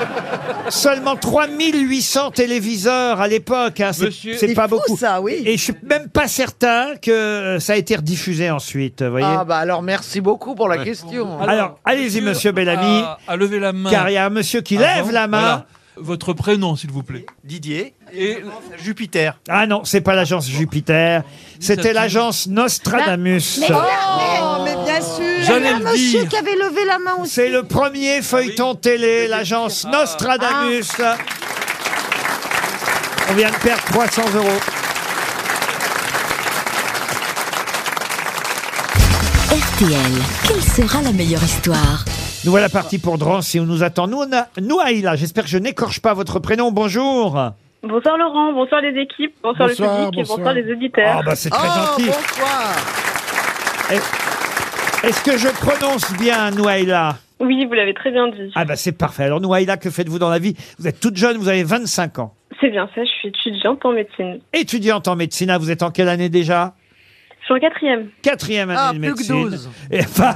B: seulement 3800 téléviseurs à l'époque, hein, c'est,
G: Monsieur-
B: c'est
G: C'est
B: pas
E: fou,
B: beaucoup.
E: ça, oui.
B: Et je suis même pas certain que euh, ça a été rediffusé ensuite, vous voyez.
E: Ah bah alors merci beaucoup pour la
G: Ouais.
E: question.
B: Alors, allez-y, monsieur Bellamy,
G: À, à lever la main.
B: car il y a un monsieur qui
G: Ah,
B: lève
G: bon
B: la main.
G: Voilà. Votre prénom, s'il vous plaît.
O: Didier et Jupiter.
B: Ah non, c'est pas l'agence Jupiter, c'était
O: s'appelle-
B: l'agence Nostradamus.
F: Mais,
H: Oh, mais bien sûr.
F: Il y a
B: J'allais
F: un
B: le
F: monsieur
B: dire.
F: qui avait levé la main aussi.
B: C'est le premier feuilleton télé, l'agence Nostradamus.
F: Ah.
B: On vient de perdre 300 euros.
L: RTL, quelle sera la meilleure histoire
B: Nous voilà partis pour Drancy où nous attend nous, nous Aïla. J'espère que je n'écorche pas votre prénom. Bonjour.
K: Bonsoir Laurent, bonsoir les équipes, bonsoir,
B: Bonsoir,
K: le public
B: bonsoir.
K: et bonsoir les auditeurs.
B: Ah, bah, c'est très Oh, gentil. Est- Est-ce que je prononce bien Nouaïla
K: Oui, vous l'avez très bien dit.
B: Ah bah c'est parfait. Alors Nouaïla, que faites-vous dans la vie Vous êtes toute jeune, vous avez 25 ans.
K: C'est bien ça, je suis étudiante en médecine.
B: Étudiante en médecine, Ah, vous êtes en quelle année déjà
K: Sur le quatrième.
B: Quatrième année
K: Ah,
B: de
K: plus que
B: médecine.
K: 12.
B: Et enfin-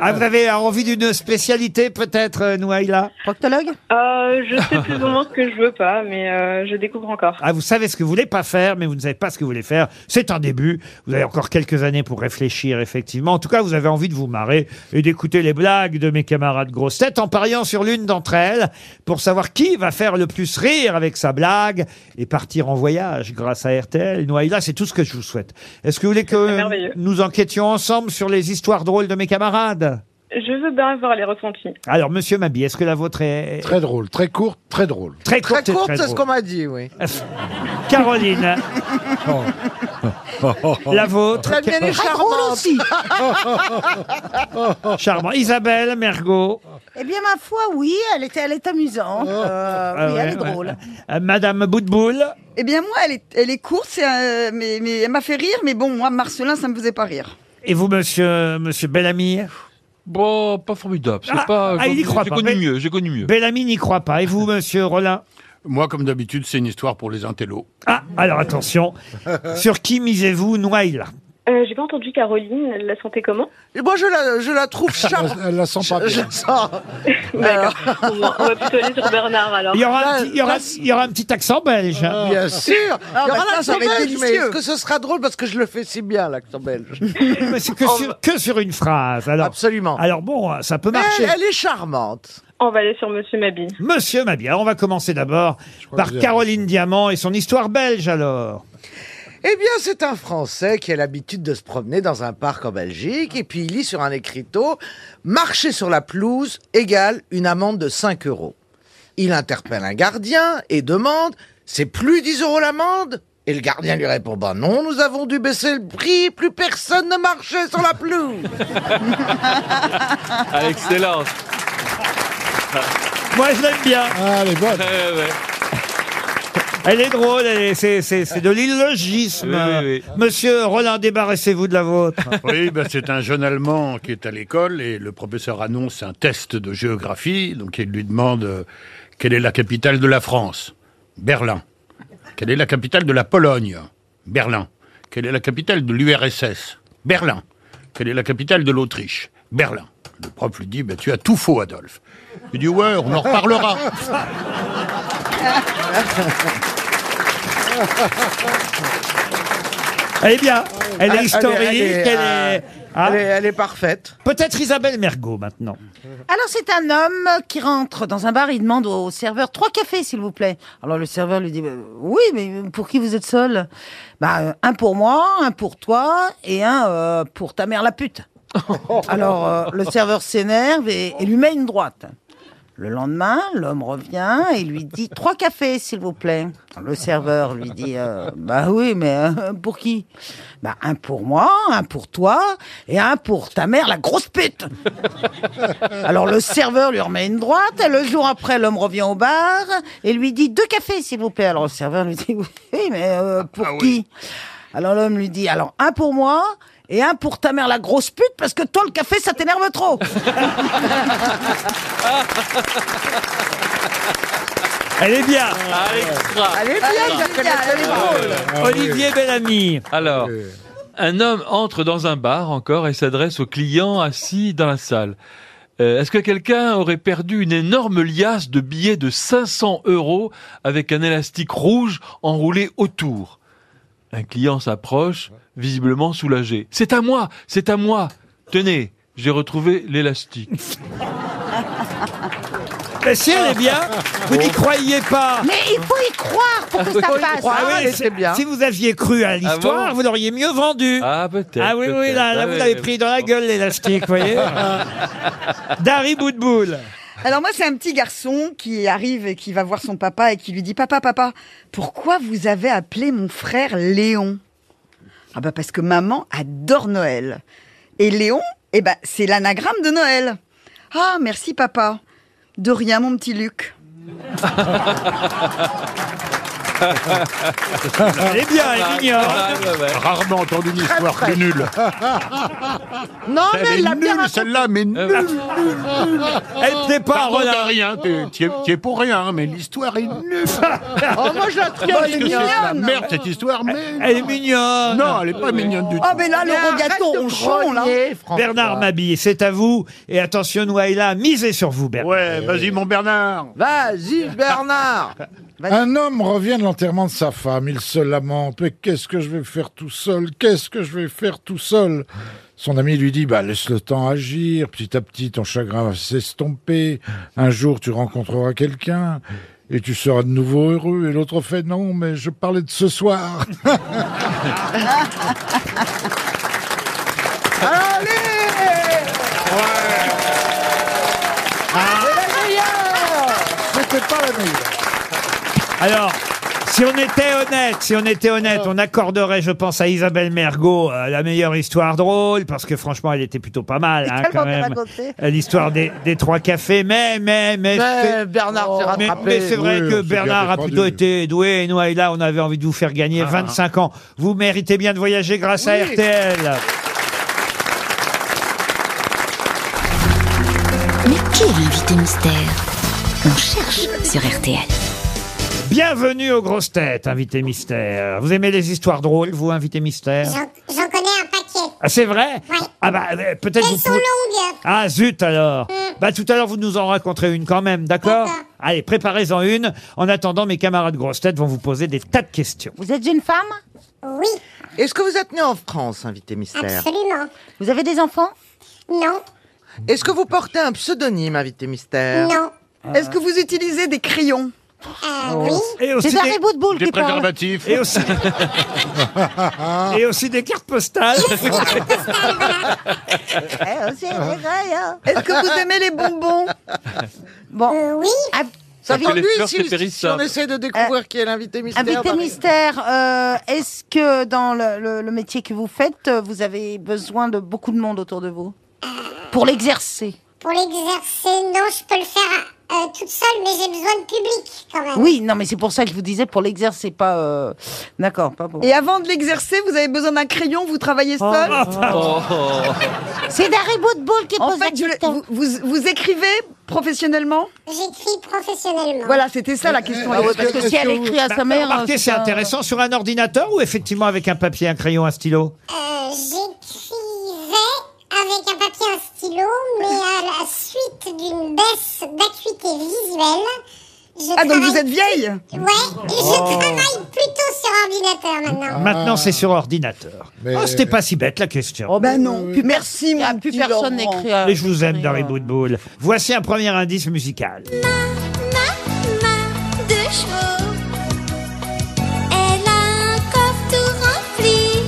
B: ah, vous avez envie d'une spécialité peut-être, euh, Nouaïla
F: Proctologue
K: Euh, je sais plus ou moins ce que je veux pas, mais euh, je découvre encore.
B: Ah, vous savez ce que vous voulez pas faire, mais vous ne savez pas ce que vous voulez faire. C'est un début. Vous avez encore quelques années pour réfléchir, effectivement. En tout cas, vous avez envie de vous marrer et d'écouter les blagues de mes camarades grosses têtes en pariant sur l'une d'entre elles pour savoir qui va faire le plus rire avec sa blague et partir en voyage grâce à RTL. Noaïla, c'est tout ce que je vous souhaite. Est-ce que vous voulez que nous enquêtions ensemble sur les histoires drôles de mes camarades
K: Je veux bien avoir les ressentis.
B: alors, monsieur Mabi, est-ce que la vôtre est... Très drôle, très courte, très drôle. Très courte,
E: Très
B: et
E: courte,
B: très
E: c'est ce
B: drôle.
E: qu'on m'a dit, oui.
B: Caroline, la vôtre.
E: Très bien, les charmants aussi.
B: Charmant. Isabelle, Mergot.
F: Eh bien, ma foi, oui, elle était, elle est amusante. Euh,
B: Ah
F: oui,
B: ouais,
F: elle est
B: ouais.
F: drôle.
B: Euh, Madame Boutboul.
H: Eh bien moi, elle est, elle est courte, c'est un- mais, mais elle m'a fait rire, mais bon, moi, Marcelin, ça me faisait pas rire.
B: Et vous, monsieur, monsieur Bellamy
G: Bon, pas formidable. C'est
B: Ah,
G: pas.
B: ah, il y
G: j'ai-
B: croit
G: J'ai
B: pas,
G: connu
B: mais-
G: mieux. J'ai connu mieux.
B: Bellamy n'y croit pas. Et vous, monsieur Rollin
D: Moi, comme d'habitude, c'est une histoire pour les intellos.
B: Ah, alors attention. Sur qui misez-vous, Noailles
K: Euh, J'ai pas entendu Caroline, elle la sentait comment
E: Et moi, Eh ben, je la, je la trouve charmante.
C: Elle la sent pas
E: Je, je
C: bien.
E: la sens.
K: D'accord. on, va, on va plutôt aller sur Bernard alors.
B: il y, aura un petit, il y aura- il y aura un petit accent belge. hein.
E: Ah, Bien sûr.
H: Ah,
E: Il y
H: bah,
E: aura
H: ça, ça va
E: l'accent
H: être
E: belge, mais
H: délicieux.
E: est-ce que ce sera drôle parce que je le fais si bien, l'accent belge
B: Mais c'est que sur, que sur une phrase. Alors,
E: Absolument.
B: Alors bon, ça peut
E: Mais
B: marcher.
E: elle, elle est charmante.
K: On va aller sur Monsieur Mabi.
B: Monsieur Mabie, alors on va commencer d'abord par
E: que j'ai
B: Caroline Diamant et son histoire belge alors.
E: Eh bien, c'est un Français qui a l'habitude de se promener dans un parc en Belgique et puis il lit sur un écriteau « Marcher sur la pelouse égale une amende de 5 euros ». Il interpelle un gardien et demande « C'est plus 10 euros l'amende ?» Et le gardien lui répond « Ben non, nous avons dû baisser le prix, plus personne ne marchait sur la pelouse
G: À l'excellence.
B: Moi, je l'aime bien.
C: Ah, elle est bonne.
B: Elle est drôle, elle est- c'est, c'est- c'est de l'illogisme.
D: Oui, oui,
B: Monsieur Roland, débarrassez-vous de la vôtre.
D: Oui, ben, c'est un jeune Allemand qui est à l'école et le professeur annonce un test de géographie. Donc il lui demande euh, quelle est la capitale de la France. Berlin. Quelle est la capitale de la Pologne Berlin. Quelle est la capitale de l'URSS Berlin. Quelle est la capitale de l'Autriche Berlin. Le prof lui dit, Ben, tu as tout faux, Adolphe. Il dit, ouais, on en reparlera.
B: Elle est bien. Elle est historique. Elle est, hein
E: elle est- elle est parfaite.
B: Peut-être Isabelle Mergot maintenant.
F: Alors c'est un homme qui rentre dans un bar, il demande au serveur trois cafés s'il vous plaît. Alors le serveur lui dit Bah, oui mais pour qui vous êtes seul Bah euh, un pour moi, un pour toi et un euh, pour ta mère la pute. Alors euh, le serveur s'énerve et, et lui met une droite. Le lendemain, l'homme revient et lui dit trois cafés s'il vous plaît. Le serveur lui dit euh, bah oui mais euh, pour qui Bah un pour moi, un pour toi et un pour ta mère la grosse pute. Alors le serveur lui remet une droite, et le jour après l'homme revient au bar et lui dit deux cafés s'il vous plaît. Alors le serveur lui dit oui mais euh, pour qui Alors l'homme lui dit alors un pour moi et un pour ta mère la grosse pute parce que toi le café ça t'énerve trop.
B: Elle est bien.
H: Elle est bien, Isabelle, elle est drôle.
B: Olivier Bellamy.
G: Alors, un homme entre dans un bar encore et s'adresse aux clients assis dans la salle. Euh, Est-ce que quelqu'un aurait perdu une énorme liasse de billets de 500 euros avec un élastique rouge enroulé autour Un client s'approche, visiblement soulagé. C'est à moi, c'est à moi. Tenez, j'ai retrouvé l'élastique.
B: Mais si elle est bien, vous n'y croyez pas.
F: Mais il faut y croire pour que ça passe. hein.
B: Ah oui, si- Si vous aviez cru à l'histoire,
G: Ah bon
B: vous l'auriez mieux vendu.
G: Ah, peut-être.
B: Ah oui, oui,
G: peut-être.
B: là, là,
G: Ah
B: vous
G: oui,
B: l'avez
G: oui.
B: pris dans la gueule, l'élastique, vous voyez. Dari Boudboul.
H: Alors moi, c'est un petit garçon qui arrive et qui va voir son papa et qui lui dit "Papa, papa, pourquoi vous avez appelé mon frère Léon Ah bah parce que maman adore Noël. Et Léon, eh ben c'est l'anagramme de Noël. Ah merci papa. De rien mon petit Luc.
J: Eh
B: Elle est bien, elle est mignonne.
D: Ah, Rarement entendu une histoire plus nulle.
F: Non,
D: Elle est nulle, celle-là, mais nulle, nulle, nulle.
B: Elle te pas,
D: Pardon,
B: Roland.
D: t'as rien, t'es- t'y es, t'y es pour rien, hein, mais l'histoire est nulle.
H: Oh, moi, je la trouve
D: Qu'est-ce que c'est de la
H: mignonne.
D: Merde, cette histoire, mais...
B: Elle est mignonne.
D: Non, elle est pas mignonne du tout.
H: Ah mais là, Laurent Gâteau, on chante là.
B: hein. Bernard Mabille, c'est à vous. Et attention, Nouaïla, misez sur vous, Bernard.
D: Ouais, vas-y, mon Bernard.
E: Vas-y, Bernard
C: Un homme revient de l'enterrement de sa femme. Il se lamente. Mais qu'est-ce que je vais faire tout seul Qu'est-ce que je vais faire tout seul Son ami lui dit Bah, laisse le temps agir. Petit à petit, ton chagrin va s'estomper. Un jour, tu rencontreras quelqu'un. Et tu seras de nouveau heureux. Et l'autre fait non, mais je parlais de ce soir.
E: Allez
J: Ah,
C: C'était pas la meilleure.
B: Alors, si on était honnête, si on était honnête, on accorderait, je pense, à Isabelle Mergot euh, la meilleure histoire drôle, parce que franchement, elle était plutôt pas mal, hein, quand
E: tellement bien
B: même.
E: racontée.
B: Euh, L'histoire des, des trois cafés, mais, mais, mais. c'est- Oh,
E: Bernard s'est
B: mais,
E: rattrapé.
B: mais c'est vrai que Bernard a plutôt été doué. Et nous, et là, on avait envie de vous faire gagner 25 ans. Vous méritez bien de voyager grâce à
E: Oui.
B: RTL.
L: Mais qui est l'invité mystère On cherche sur RTL.
B: Bienvenue aux grosses têtes, invité mystère. Vous aimez les histoires drôles, vous, invité mystère
P: J'en connais un paquet.
B: Ah, c'est vrai
P: Ouais.
B: Ah bah, euh, peut-être
P: Elles
B: vous
P: sont
B: pouvez-
P: longues. Mm.
B: Ah zut alors Bah tout à l'heure, vous nous en raconterez une quand même, d'accord Allez, préparez-en une. En attendant, mes camarades grosses têtes vont vous poser des tas de questions.
F: Vous êtes une femme
P: Oui,
E: Est-ce que vous êtes né en France, invité mystère
P: absolument.
F: Vous avez des enfants
P: Non,
E: Est-ce que vous portez un pseudonyme, invité
F: Hein
E: mystère
P: non.
H: Est-ce
G: Ah.
H: que vous utilisez des crayons
P: Euh,
F: Oh.
P: oui.
B: Et
F: C'est
B: des,
F: Darry Boudboul
D: Des
F: qui parle.
D: préservatifs.
B: et aussi, et aussi des cartes postales.
F: Eh, aussi, c'est vrai, hein.
H: Est-ce que vous aimez les bonbons
F: Bon,
P: Euh, oui.
F: ah,
E: Ça prend
G: les
E: lui
G: fleurs,
E: si,
G: c'est périssables.
E: si on essaie de découvrir qui est l'invité mystère.
F: invité
E: dans-
F: mystère, euh, est-ce que dans le, le- le métier que vous faites, euh, vous avez besoin de beaucoup de monde autour de vous Pour l'exercer
P: Pour l'exercer, non, je peux le faire euh, euh, toute seule, mais j'ai besoin de public quand même.
F: Ah Oui, non, mais c'est pour ça que je vous disais, pour l'exercer, pas. euh, D'accord, pas
B: Oh.
F: pour.
H: Et avant de l'exercer, vous avez besoin d'un crayon, vous travaillez seul
F: Oh.
B: Ah,
P: Oh.
F: C'est d'arrêt de boule qui
H: En fait, je le- vous, vous- vous écrivez professionnellement
P: J'écris professionnellement.
H: Voilà, c'était ça la question.
F: Ah ouais, parce que si elle écrit à sa mère, euh,
B: Remarquez, Bah, c'est intéressant. Sur un ordinateur ou effectivement avec un papier, un crayon, un stylo
P: Euh, J'écrivais avec un papier et un stylo, mais à la suite d'une baisse d'acuité visuelle. Je
H: Ah, donc
P: travaille-
H: vous êtes vieille
P: Ouais, et je travaille plutôt sur ordinateur
F: Ah.
P: maintenant.
F: Euh,
B: Maintenant, c'est sur ordinateur. Oh, c'était pas si bête la question.
H: Oh ben non. Merci, mon
F: plus
H: petit
F: personne
H: Laurent.
F: n'écrit. à-
B: Mais je vous aime, Dari Boudboul. Voici un premier indice musical.
P: de chevaux. Elle a un coffre tout rempli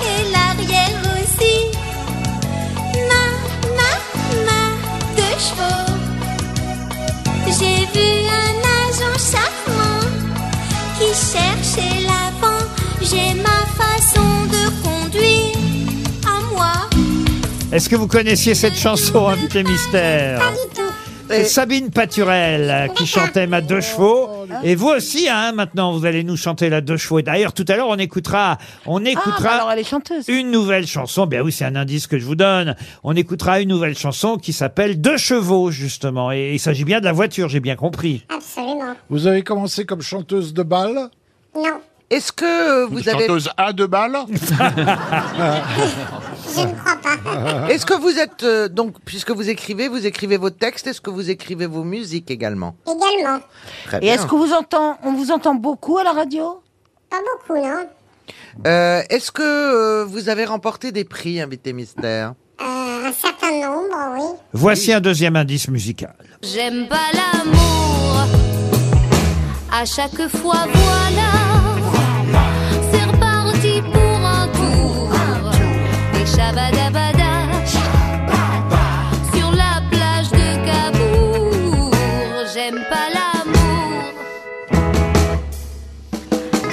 P: et l'arrière aussi. Ma, ma, ma de chevaux. J'ai vu un agent charmant qui cherchait l'avant. J'ai ma façon de conduire à moi.
B: Est-ce que vous connaissiez cette chanson, invité mystère
F: Euh,
B: C'est Sabine Paturel euh, qui chantait Ma Deux Chevaux. Et vous aussi, hein, maintenant, vous allez nous chanter La Deux Chevaux. Et D'ailleurs, tout à l'heure, on écoutera, on écoutera
F: bah alors, elle est chanteuse.
B: une nouvelle chanson. Bien oui, c'est un indice que je vous donne. On écoutera une nouvelle chanson qui s'appelle Deux Chevaux, justement. Et il s'agit bien de la voiture, j'ai bien compris.
P: Absolument.
C: Vous avez commencé comme chanteuse de bal
P: Non,
E: Est-ce que euh, vous avez
D: Chanteuse à deux balles
P: je ne crois pas.
E: Est-ce que vous êtes euh, donc puisque vous écrivez, vous écrivez vos textes, est-ce que vous écrivez vos musiques également
P: Également.
E: Très
F: Et
E: bien.
F: est-ce qu'on vous entend, on vous entend beaucoup à la radio
P: Pas beaucoup, non
E: Euh, est-ce que euh, vous avez remporté des prix, invité mystère
P: Euh, un certain nombre, oui.
B: Voici un deuxième indice musical.
Q: J'aime pas l'amour. À chaque fois, voilà. C'est reparti pour un tour. Des chabadabada. Sur la plage de Cabourg. J'aime pas l'amour.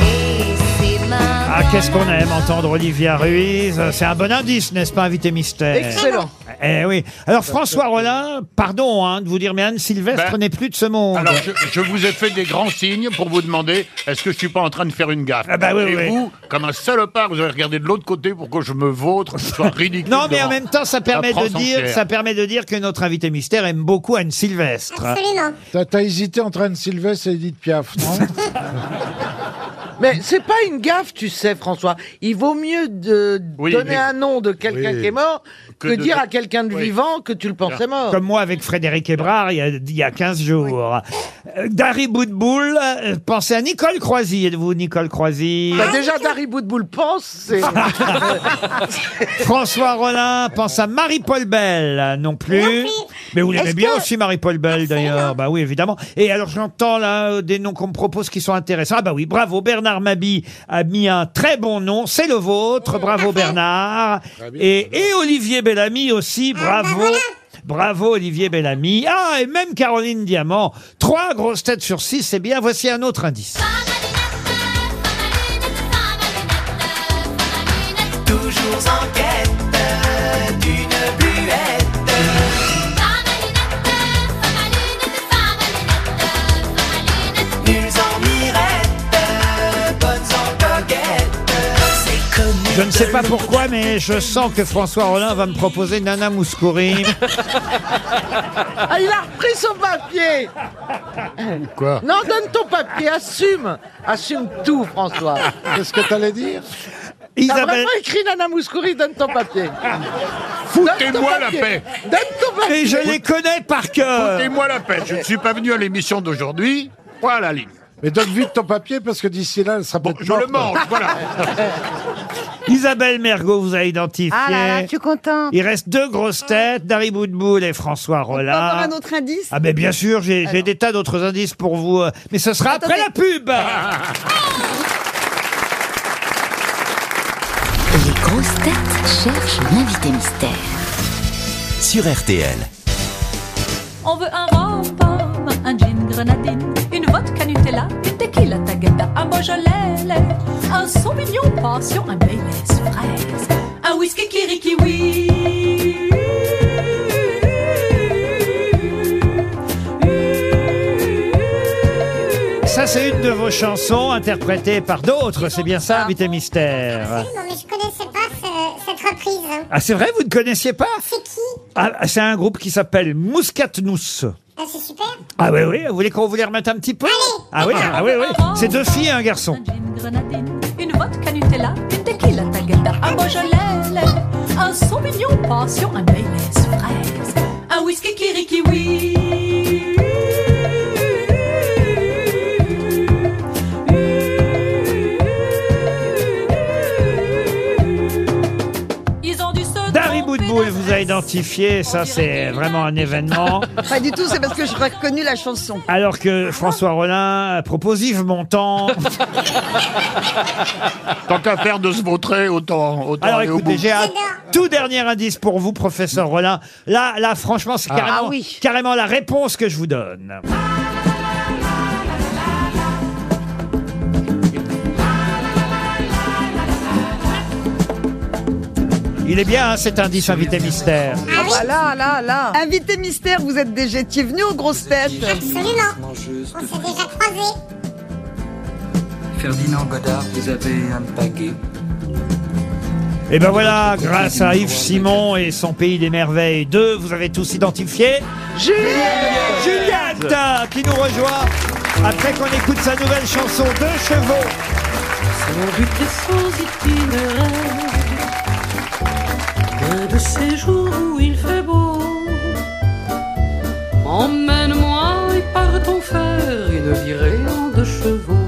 Q: Et ses mains.
B: Ah, qu'est-ce qu'on aime entendre Olivia Ruiz. C'est un bon indice, n'est-ce pas, invité mystère
E: Excellent.
B: Eh oui. Alors, François Rollin, pardon hein, de vous dire, mais Anne Sylvestre
D: Ben,
B: n'est plus de ce monde.
D: Alors, je, je vous ai fait des grands signes pour vous demander est-ce que je suis pas en train de faire une gaffe
B: Ah bah oui,
D: Et
B: oui.
D: vous, comme un salopard, vous avez regardé de l'autre côté pour que je me vautre, que je sois ridicule.
B: Non, mais
D: devant
B: en même temps, ça
D: la
B: permet de
D: France
B: dire,
D: entière.
B: ça permet de dire que notre invité mystère aime beaucoup Anne Sylvestre.
P: Absolument.
C: T'as t'as hésité entre Anne Sylvestre et Edith Piaf, non
E: Mais c'est pas une gaffe, tu sais, François. Il vaut mieux de
D: Oui,
E: donner
D: mais-
E: un nom de quelqu'un
D: Oui.
E: qui est mort que,
D: Que de-
E: dire à quelqu'un de
D: Oui.
E: vivant que tu le pensais mort.
B: Comme moi avec Frédéric Hébrard il y a, il y a 15 jours. Euh, Dari Boudboul, euh, pensez à Nicole Croisy. Êtes-vous Nicole Croisy
E: Bah, déjà, Dari Boudboul pense, c'est...
B: François Rollin, pense à Marie-Paul Bell non plus. Mais vous l'aimez
F: Est-ce
B: bien
F: que-
B: aussi Marie-Paul Bell d'ailleurs. Bah oui, évidemment. Et alors j'entends là euh, des noms qu'on me propose qui sont intéressants. Ah bah oui, bravo Bernard Mabi a mis un très bon nom, c'est le vôtre. Bravo Bernard. Et, et Olivier Bellamy aussi, bravo. Bravo Olivier Bellamy. Ah, et même Caroline Diamant. Trois grosses têtes sur six, c'est bien. Voici un autre indice.
P: Toujours en quête d'une buette. Nuls en mirettes, bonnes en coquettes. C'est comme
B: Je ne sais pas pourquoi, mais je sens que François Rollin va me proposer Nana Mouskouri.
E: Ah, il a repris son papier
D: Quoi
E: Non, donne ton papier, assume Assume tout, François
C: Qu'est-ce que t'allais dire
E: T'as
B: Isabelle,
E: vraiment écrit Nana Mouskouri, donne ton papier Donne ton
D: Foutez-moi la
E: papier.
D: paix
E: Donne ton papier
B: et je les connais par cœur.
D: Foutez-moi la paix Je ne suis pas venu à l'émission d'aujourd'hui. Voilà la ligne.
C: Mais donne vite ton papier parce que d'ici là, elle sera
D: Bon,
C: peut-être
D: je le
C: morte.
D: mange, voilà.
B: Isabelle Mergot vous a identifié.
M: Ah là là, je suis contente.
B: Il reste deux grosses têtes, Dari Boudboul et François
H: On peut avoir
B: Rollin.
H: un autre indice
B: Ah ben bien sûr, j'ai j'ai des tas d'autres indices pour vous, euh, mais ce sera après la pub.
L: Les grosses têtes cherchent l'invité mystère.
A: sur RTL.
Q: On veut un rhum-pomme, un gin grenadine, une vodka Nutella, une tequila tagada, un beaujolais, lait, un sauvignon passion, un Baileys fraise, un whisky kirikiwi.
B: ça c'est une de vos chansons interprétée par d'autres, c'est bien ça, Invité
J: Ah,
B: Mystère
P: Non, mais je connaissais pas ce- cette reprise.
B: Ah c'est vrai, vous ne connaissiez pas
P: C'est qui
B: Ah, C'est un groupe qui s'appelle Mouscatnous.
P: Ah, c'est super.
B: Ah oui, oui, vous voulez qu'on vous les remette un petit peu Ah oui, ah oui, oui. C'est deux filles et un garçon.
Q: grenadine, une vodka Nutella, une tequila tagada, un Beaujolais, lait, un Sauvignon passion, un Baileys fraise, un whisky kirikiwi. Ils ont dû se
B: Dari Boudboul vous a identifié, ça c'est vraiment un événement.
H: Pas du tout, c'est parce que je reconnu la chanson.
B: Alors que François Rollin propose Yves Montand.
D: Tant qu'à faire de se vautrer, autant, autant
B: Alors
D: aller au bout.
B: écoutez, j'ai un tout dernier indice pour vous, professeur Rollin. Là, là, franchement, c'est
D: Ah.
B: carrément,
D: Ah
B: carrément la réponse que je vous donne. Il est bien hein, cet indice invité mystère.
H: Ah bah là, là, là. Invité mystère, vous êtes déjà étiez venu aux grosses têtes.
P: Absolument. On s'est déjà croisés.
R: Ferdinand Godard, vous avez un paquet.
B: Et ben voilà, grâce à Yves Simon et son pays des merveilles 2, vous avez tous identifié Juliette, Juliette qui nous rejoint après qu'on écoute sa nouvelle chanson Deux chevaux.
S: sans itinéraire Que de ces jours où il fait beau Emmène-moi et partons faire une virée en deux chevaux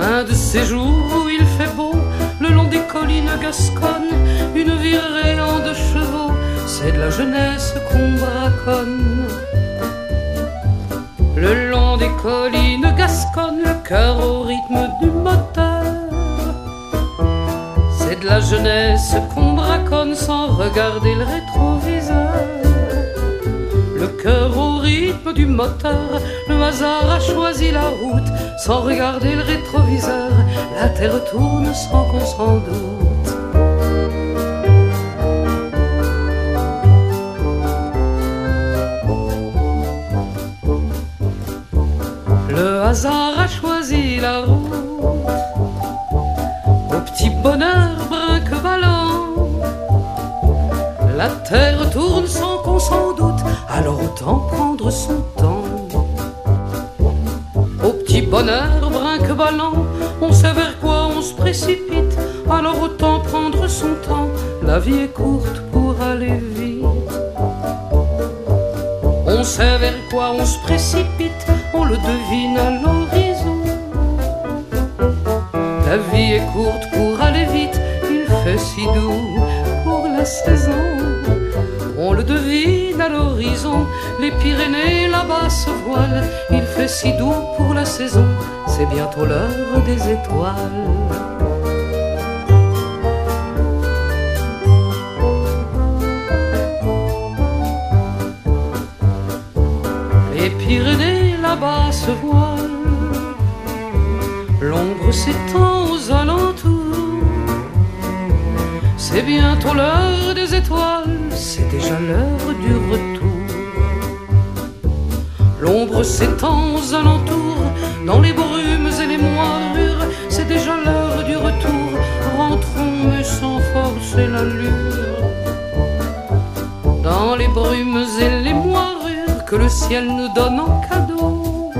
S: Un de ces jours où il fait beau Le long des collines gasconnes Une virée en deux chevaux C'est de la jeunesse qu'on braconne le long des collines gasconnes, le cœur au rythme du moteur. C'est de la jeunesse qu'on braconne sans regarder le rétroviseur. Le cœur au rythme du moteur, le hasard a choisi la route sans regarder le rétroviseur. La terre tourne sans qu'on s'en doute. Le hasard a choisi la route Au petit bonheur brinque-ballant La terre tourne sans qu'on s'en doute Alors autant prendre son temps Au petit bonheur brinque-ballant On sait vers quoi on se précipite Alors autant prendre son temps La vie est courte pour aller vite on sait vers quoi on se précipite, on le devine à l'horizon. La vie est courte pour aller vite, il fait si doux pour la saison. On le devine à l'horizon, les Pyrénées là-bas se voilent, il fait si doux pour la saison, c'est bientôt l'heure des étoiles. Les Pyrénées là-bas se voilent, l'ombre s'étend aux alentours. C'est bientôt l'heure des étoiles, c'est déjà l'heure du retour. L'ombre s'étend aux alentours, dans les brumes et les moirures, c'est déjà l'heure du retour. Rentrons mais sans forcer l'allure. Dans les brumes et les moirures que le ciel nous donne en cadeau.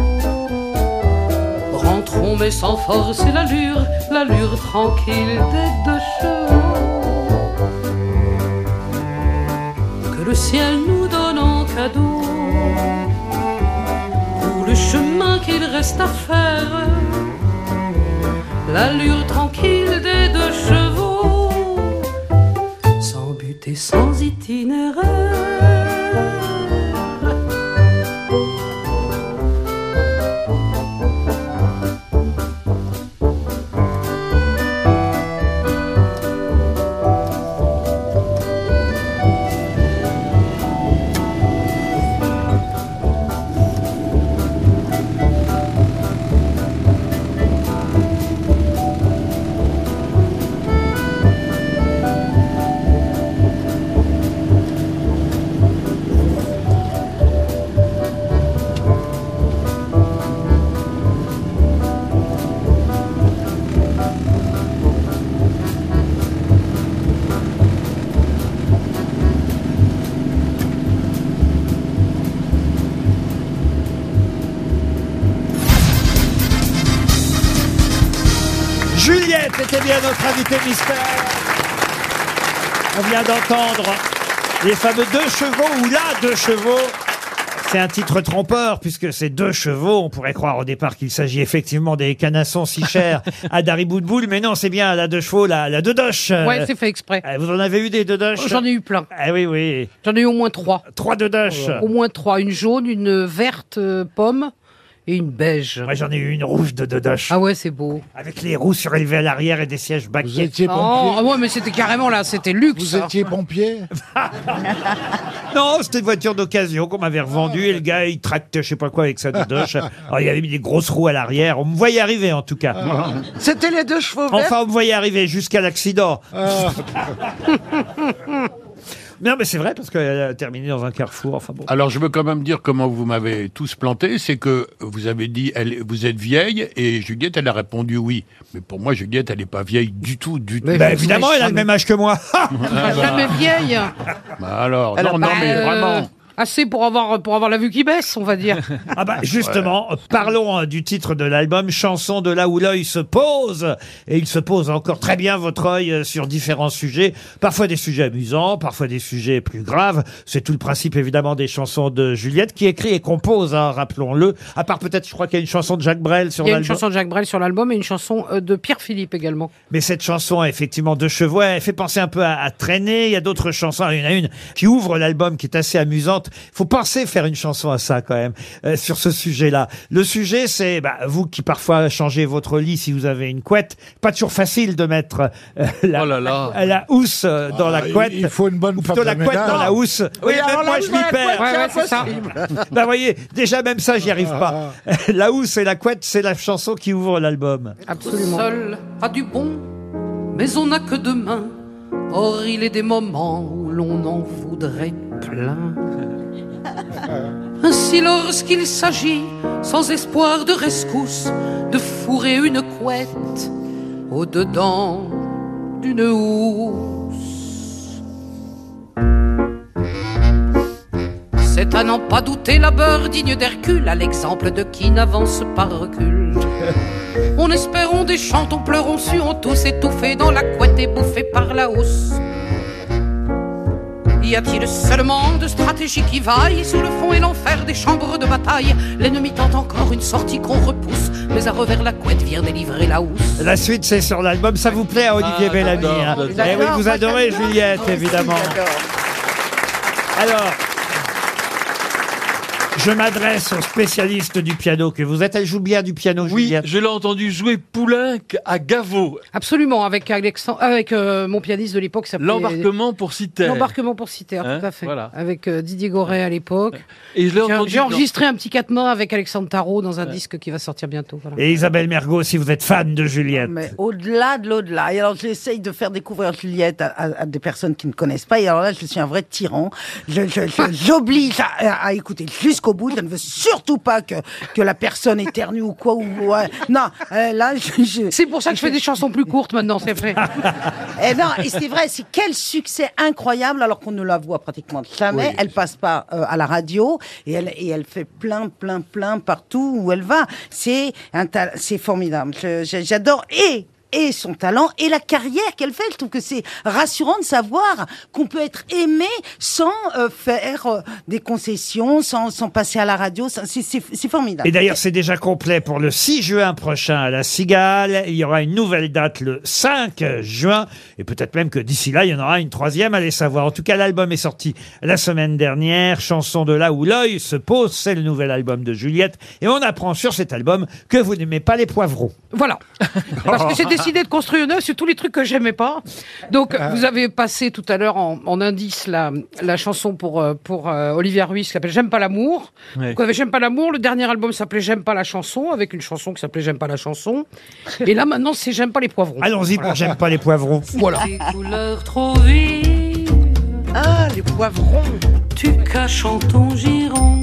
S: Rentrons mais sans force et l'allure, l'allure tranquille des deux chevaux. Que le ciel nous donne en cadeau. Pour le chemin qu'il reste à faire, l'allure tranquille des deux chevaux. Sans but et sans itinéraire.
B: C'était bien notre invité mystère. On vient d'entendre les fameux deux chevaux ou là deux chevaux. C'est un titre trompeur puisque ces deux chevaux, on pourrait croire au départ qu'il s'agit effectivement des canassons si chers à Dari Boudboul, mais non, c'est bien la deux chevaux, la, la deux doches. euh,
T: Ouais, c'est fait exprès.
B: euh, Vous en avez eu des deux doches
T: J'en ai eu plein.
B: Ah oui, oui.
T: J'en ai eu au moins trois.
B: Trois de doches.
T: Au moins trois. Une jaune, une verte euh, pomme et une beige.
B: Moi, j'en ai eu une rouge de deux doches.
T: Ah ouais, c'est beau.
B: Avec les roues surélevées à l'arrière et des sièges baquets. Vous
T: Oh, ah ouais, mais c'était carrément là, c'était luxe. hein. Ah, Vous étiez
C: pompier
B: Non, c'était une voiture d'occasion qu'on m'avait revendue et le gars, il tractait je sais pas quoi avec sa dodoche. Alors, il avait mis des grosses roues à l'arrière. On me voyait arriver, en tout cas.
E: C'était les deux chevaux verts.
B: Enfin, on me voyait arriver jusqu'à l'accident.
D: Ah.
B: Non, mais c'est vrai, parce qu'elle a terminé dans un carrefour. Enfin bon.
D: Alors, je veux quand même dire comment vous m'avez tous planté. C'est que vous avez dit, elle, vous êtes vieille, et Juliette, elle a répondu oui. Mais pour moi, Juliette, elle n'est pas vieille du tout, du tout.
B: Bah, évidemment, elle a le même âge que moi.
D: Ah, bah.
T: Jamais vieille.
D: Bah alors, non, non,
T: Bah,
D: mais
T: euh,
D: vraiment.
T: Assez pour avoir, pour avoir la vue qui baisse, on va dire.
B: Ah bah justement, parlons euh, du titre de l'album, chanson de là où l'œil se pose. Et il se pose encore très bien votre œil euh, sur différents sujets, parfois des sujets amusants, parfois des sujets plus graves. C'est tout le principe évidemment des chansons de Juliette qui écrit et compose, hein, rappelons-le. À part peut-être, je crois qu'il y a une chanson de Jacques Brel sur
T: Il y a une
B: l'album.
T: chanson de Jacques Brel sur l'album et une chanson euh, de Pierre Philippe également.
B: Mais cette chanson, effectivement, de chevaux, elle fait penser un peu à, à traîner. Il y a d'autres chansons. Il y en a une qui ouvre l'album qui est assez amusante. Faut penser faire une chanson à ça, quand même, euh, sur ce sujet-là. Le sujet, c'est, bah, vous qui parfois changez votre lit si vous avez une couette, pas toujours facile de mettre euh, la,
C: Oh
B: la housse euh, dans la
C: Ah, il-
B: couette.
C: il faut une bonne
B: Ou
C: femme
B: plutôt la
C: de
B: couette
C: ménage.
B: dans la housse.
C: Oui, alors
B: même
C: la
B: moi,
C: housse
B: je
C: dans
B: m'y
C: la
B: perds.
C: couette, c'est
B: ça.
C: impossible. Ah,
B: Bah, voyez, déjà, même ça, j'y arrive pas. la housse et la couette, c'est la chanson qui ouvre l'album.
T: Seul a du bon, mais on n'a que deux mains. Or, il est des moments où l'on en voudrait plein. Ainsi, lorsqu'il s'agit, sans espoir de rescousse, de fourrer une couette au-dedans d'une housse. C'est à n'en pas douter la beurre digne d'Hercule, à l'exemple de qui n'avance pas recul. On espère, on déchante, on pleure, on sue, on tous étouffé dans la couette et bouffé par la hausse. Y a-t-il seulement de stratégie qui vaille Sous le fond et l'enfer des chambres de bataille, l'ennemi tente encore une sortie qu'on repousse, mais à revers la couette vient délivrer la housse.
B: La suite, c'est sur l'album. Ça vous plaît, hein, Olivier
T: Ah,
B: Bellamy
T: j'adore,
B: hein
T: j'adore.
B: Eh oui, vous
T: Moi,
B: adorez
T: j'adore.
B: Juliette,
T: Moi aussi,
B: évidemment. Alors, je m'adresse au spécialiste du piano que vous êtes. Elle joue bien du piano, Juliette.
G: Je l'ai entendu jouer Poulain à Gaveau.
T: Absolument, avec Alexandre, avec euh, mon pianiste de l'époque, qui s'appelait
G: L'embarquement pour Citer.
T: L'embarquement pour Citer,
G: Hein,
T: tout à fait.
G: voilà.
T: Avec euh, Didier Goret à l'époque.
G: Et je l'ai
T: J'ai-
G: entendu
T: J'ai
G: dans-
T: enregistré un petit quatre mains avec Alexandre Tarot dans un disque qui va sortir bientôt. voilà.
B: Et Isabelle Mergot, si vous êtes fan de Juliette.
F: Mais au-delà de l'au-delà. Et alors, j'essaye de faire découvrir Juliette à, à- à des personnes qui ne connaissent pas. Et alors là, je suis un vrai tyran. Je- je- je- J'oblige à, à- à écouter jusqu'au bout. Je ne veux surtout pas que, que la personne éternue ou quoi. Ou, ou- ouais. Non, euh, là,
T: C'est pour ça que je fais des chansons plus courtes maintenant, c'est vrai.
F: Et Eh non, ben, et c'est vrai, c'est quel succès incroyable alors qu'on ne la voit pratiquement jamais.
T: Oui.
F: Elle passe pas euh, à la radio et elle, et elle fait plein, plein, plein partout où elle va. C'est un ta- c'est formidable. Je- je- J'adore et et son talent et la carrière qu'elle fait. Je trouve que c'est rassurant de savoir qu'on peut être aimé sans euh, faire euh, des concessions, sans, sans passer à la radio. Ça, C'est c'est- c'est formidable.
B: Et d'ailleurs, c'est déjà complet pour le 6 juin prochain à la Cigale. Il y aura une nouvelle date le 5 juin. Et peut-être même que d'ici là, il y en aura une troisième, allez savoir. En tout cas, l'album est sorti la semaine dernière. Chanson de là où l'œil se pose, c'est le nouvel album de Juliette. Et on apprend sur cet album que vous n'aimez pas les poivrons.
T: Voilà. Parce que j'ai décidé de construire une œuvre sur tous les trucs que j'aimais pas. Donc, vous avez passé tout à l'heure en, en indice la, la chanson pour, euh, pour euh, Olivia Ruiz qui s'appelle J'aime pas l'amour.
G: Ouais.
T: Donc, avec J'aime pas l'amour, le dernier album s'appelait J'aime pas la chanson, avec une chanson qui s'appelait J'aime pas la chanson. Et là, maintenant, c'est J'aime pas les poivrons.
B: Allons-y
T: Voilà.
B: pour J'aime pas les poivrons.
T: Voilà.
S: couleurs trop vives. Ah, les poivrons. Tu caches en ton giron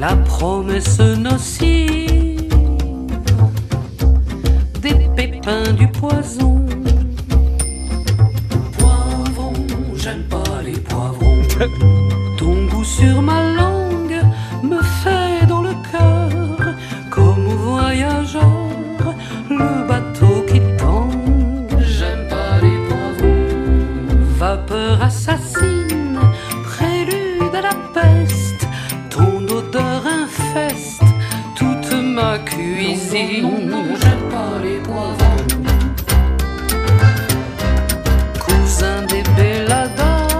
S: la promesse nocive des pépins du poison. Poivrons, j'aime
R: Ah,
S: pas les poivrons. Ton goût sur ma langue me fait dans le cœur comme au voyageur dit Non, non, j'aime pas les poivrons. Cousin des Béladanes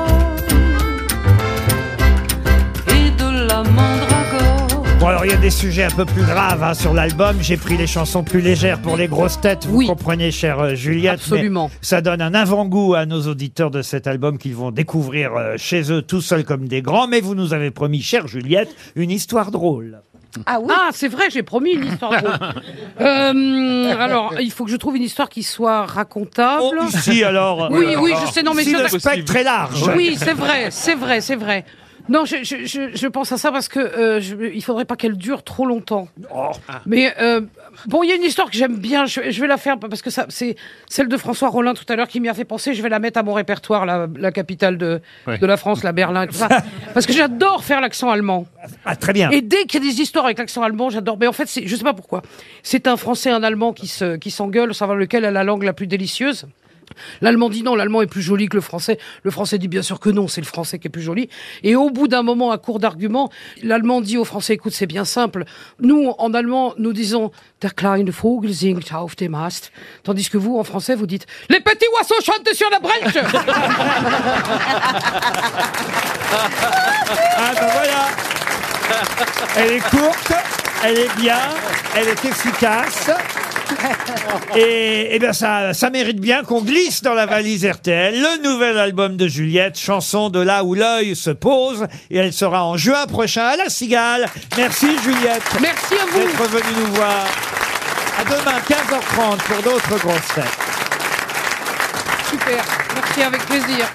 S: et de la mandragore.
B: Bon, alors il y a des sujets un peu plus graves hein, sur l'album. J'ai pris les chansons plus légères pour les grosses têtes. Vous comprenez, chère euh, Juliette. mais
T: Absolument.
B: ça donne un avant-goût à nos auditeurs de cet album qu'ils vont découvrir euh, chez eux tout seuls comme des grands. Mais vous nous avez promis, chère Juliette, une histoire drôle.
T: Ah oui Ah, c'est vrai, j'ai promis une histoire drôle. Euh, alors, il faut que je trouve une histoire qui soit racontable.
B: Oh, si, alors. euh,
T: Oui, oui, je sais, non, mais
B: Si
T: ça-
B: le spectre est large.
T: Oui, c'est vrai, c'est vrai, c'est vrai. Non, je, je- je- je pense à ça parce que euh, je- il faudrait pas qu'elle dure trop longtemps.
B: Oh.
T: Mais euh, bon, il y a une histoire que j'aime bien. Je, je vais la faire parce que ça, c'est celle de François Rollin tout à l'heure qui m'y a fait penser. Je vais la mettre à mon répertoire, la, la capitale de,
B: Ouais.
T: de la France, la Berlin, et tout ça. parce que j'adore faire l'accent allemand.
B: Ah, très bien.
T: Et dès qu'il y a des histoires avec l'accent allemand, j'adore. Mais en fait, c'est- je sais pas pourquoi. C'est un Français, un Allemand qui se, qui s'engueule, savoir lequel a la langue la plus délicieuse. L'allemand dit non, l'allemand est plus joli que le français. Le français dit bien sûr que non, c'est le français qui est plus joli. Et au bout d'un moment, à court d'arguments, l'allemand dit au français, écoute, c'est bien simple. Nous, en allemand, nous disons, der kleine Vogel singt auf dem Ast. Tandis que vous, en français, vous dites, les petits oiseaux chantent sur la brèche!
B: Ah ben voilà Elle est courte, elle est bien, elle est efficace. Et, et bien ça, ça mérite bien qu'on glisse dans la valise RTL le nouvel album de Juliette, chanson de là où l'œil se pose, et elle sera en juin prochain à La Cigale. Merci Juliette.
T: Merci à vous
B: d'être venue nous voir. À demain 15h30 pour d'autres grosses fêtes.
T: Super, merci avec plaisir.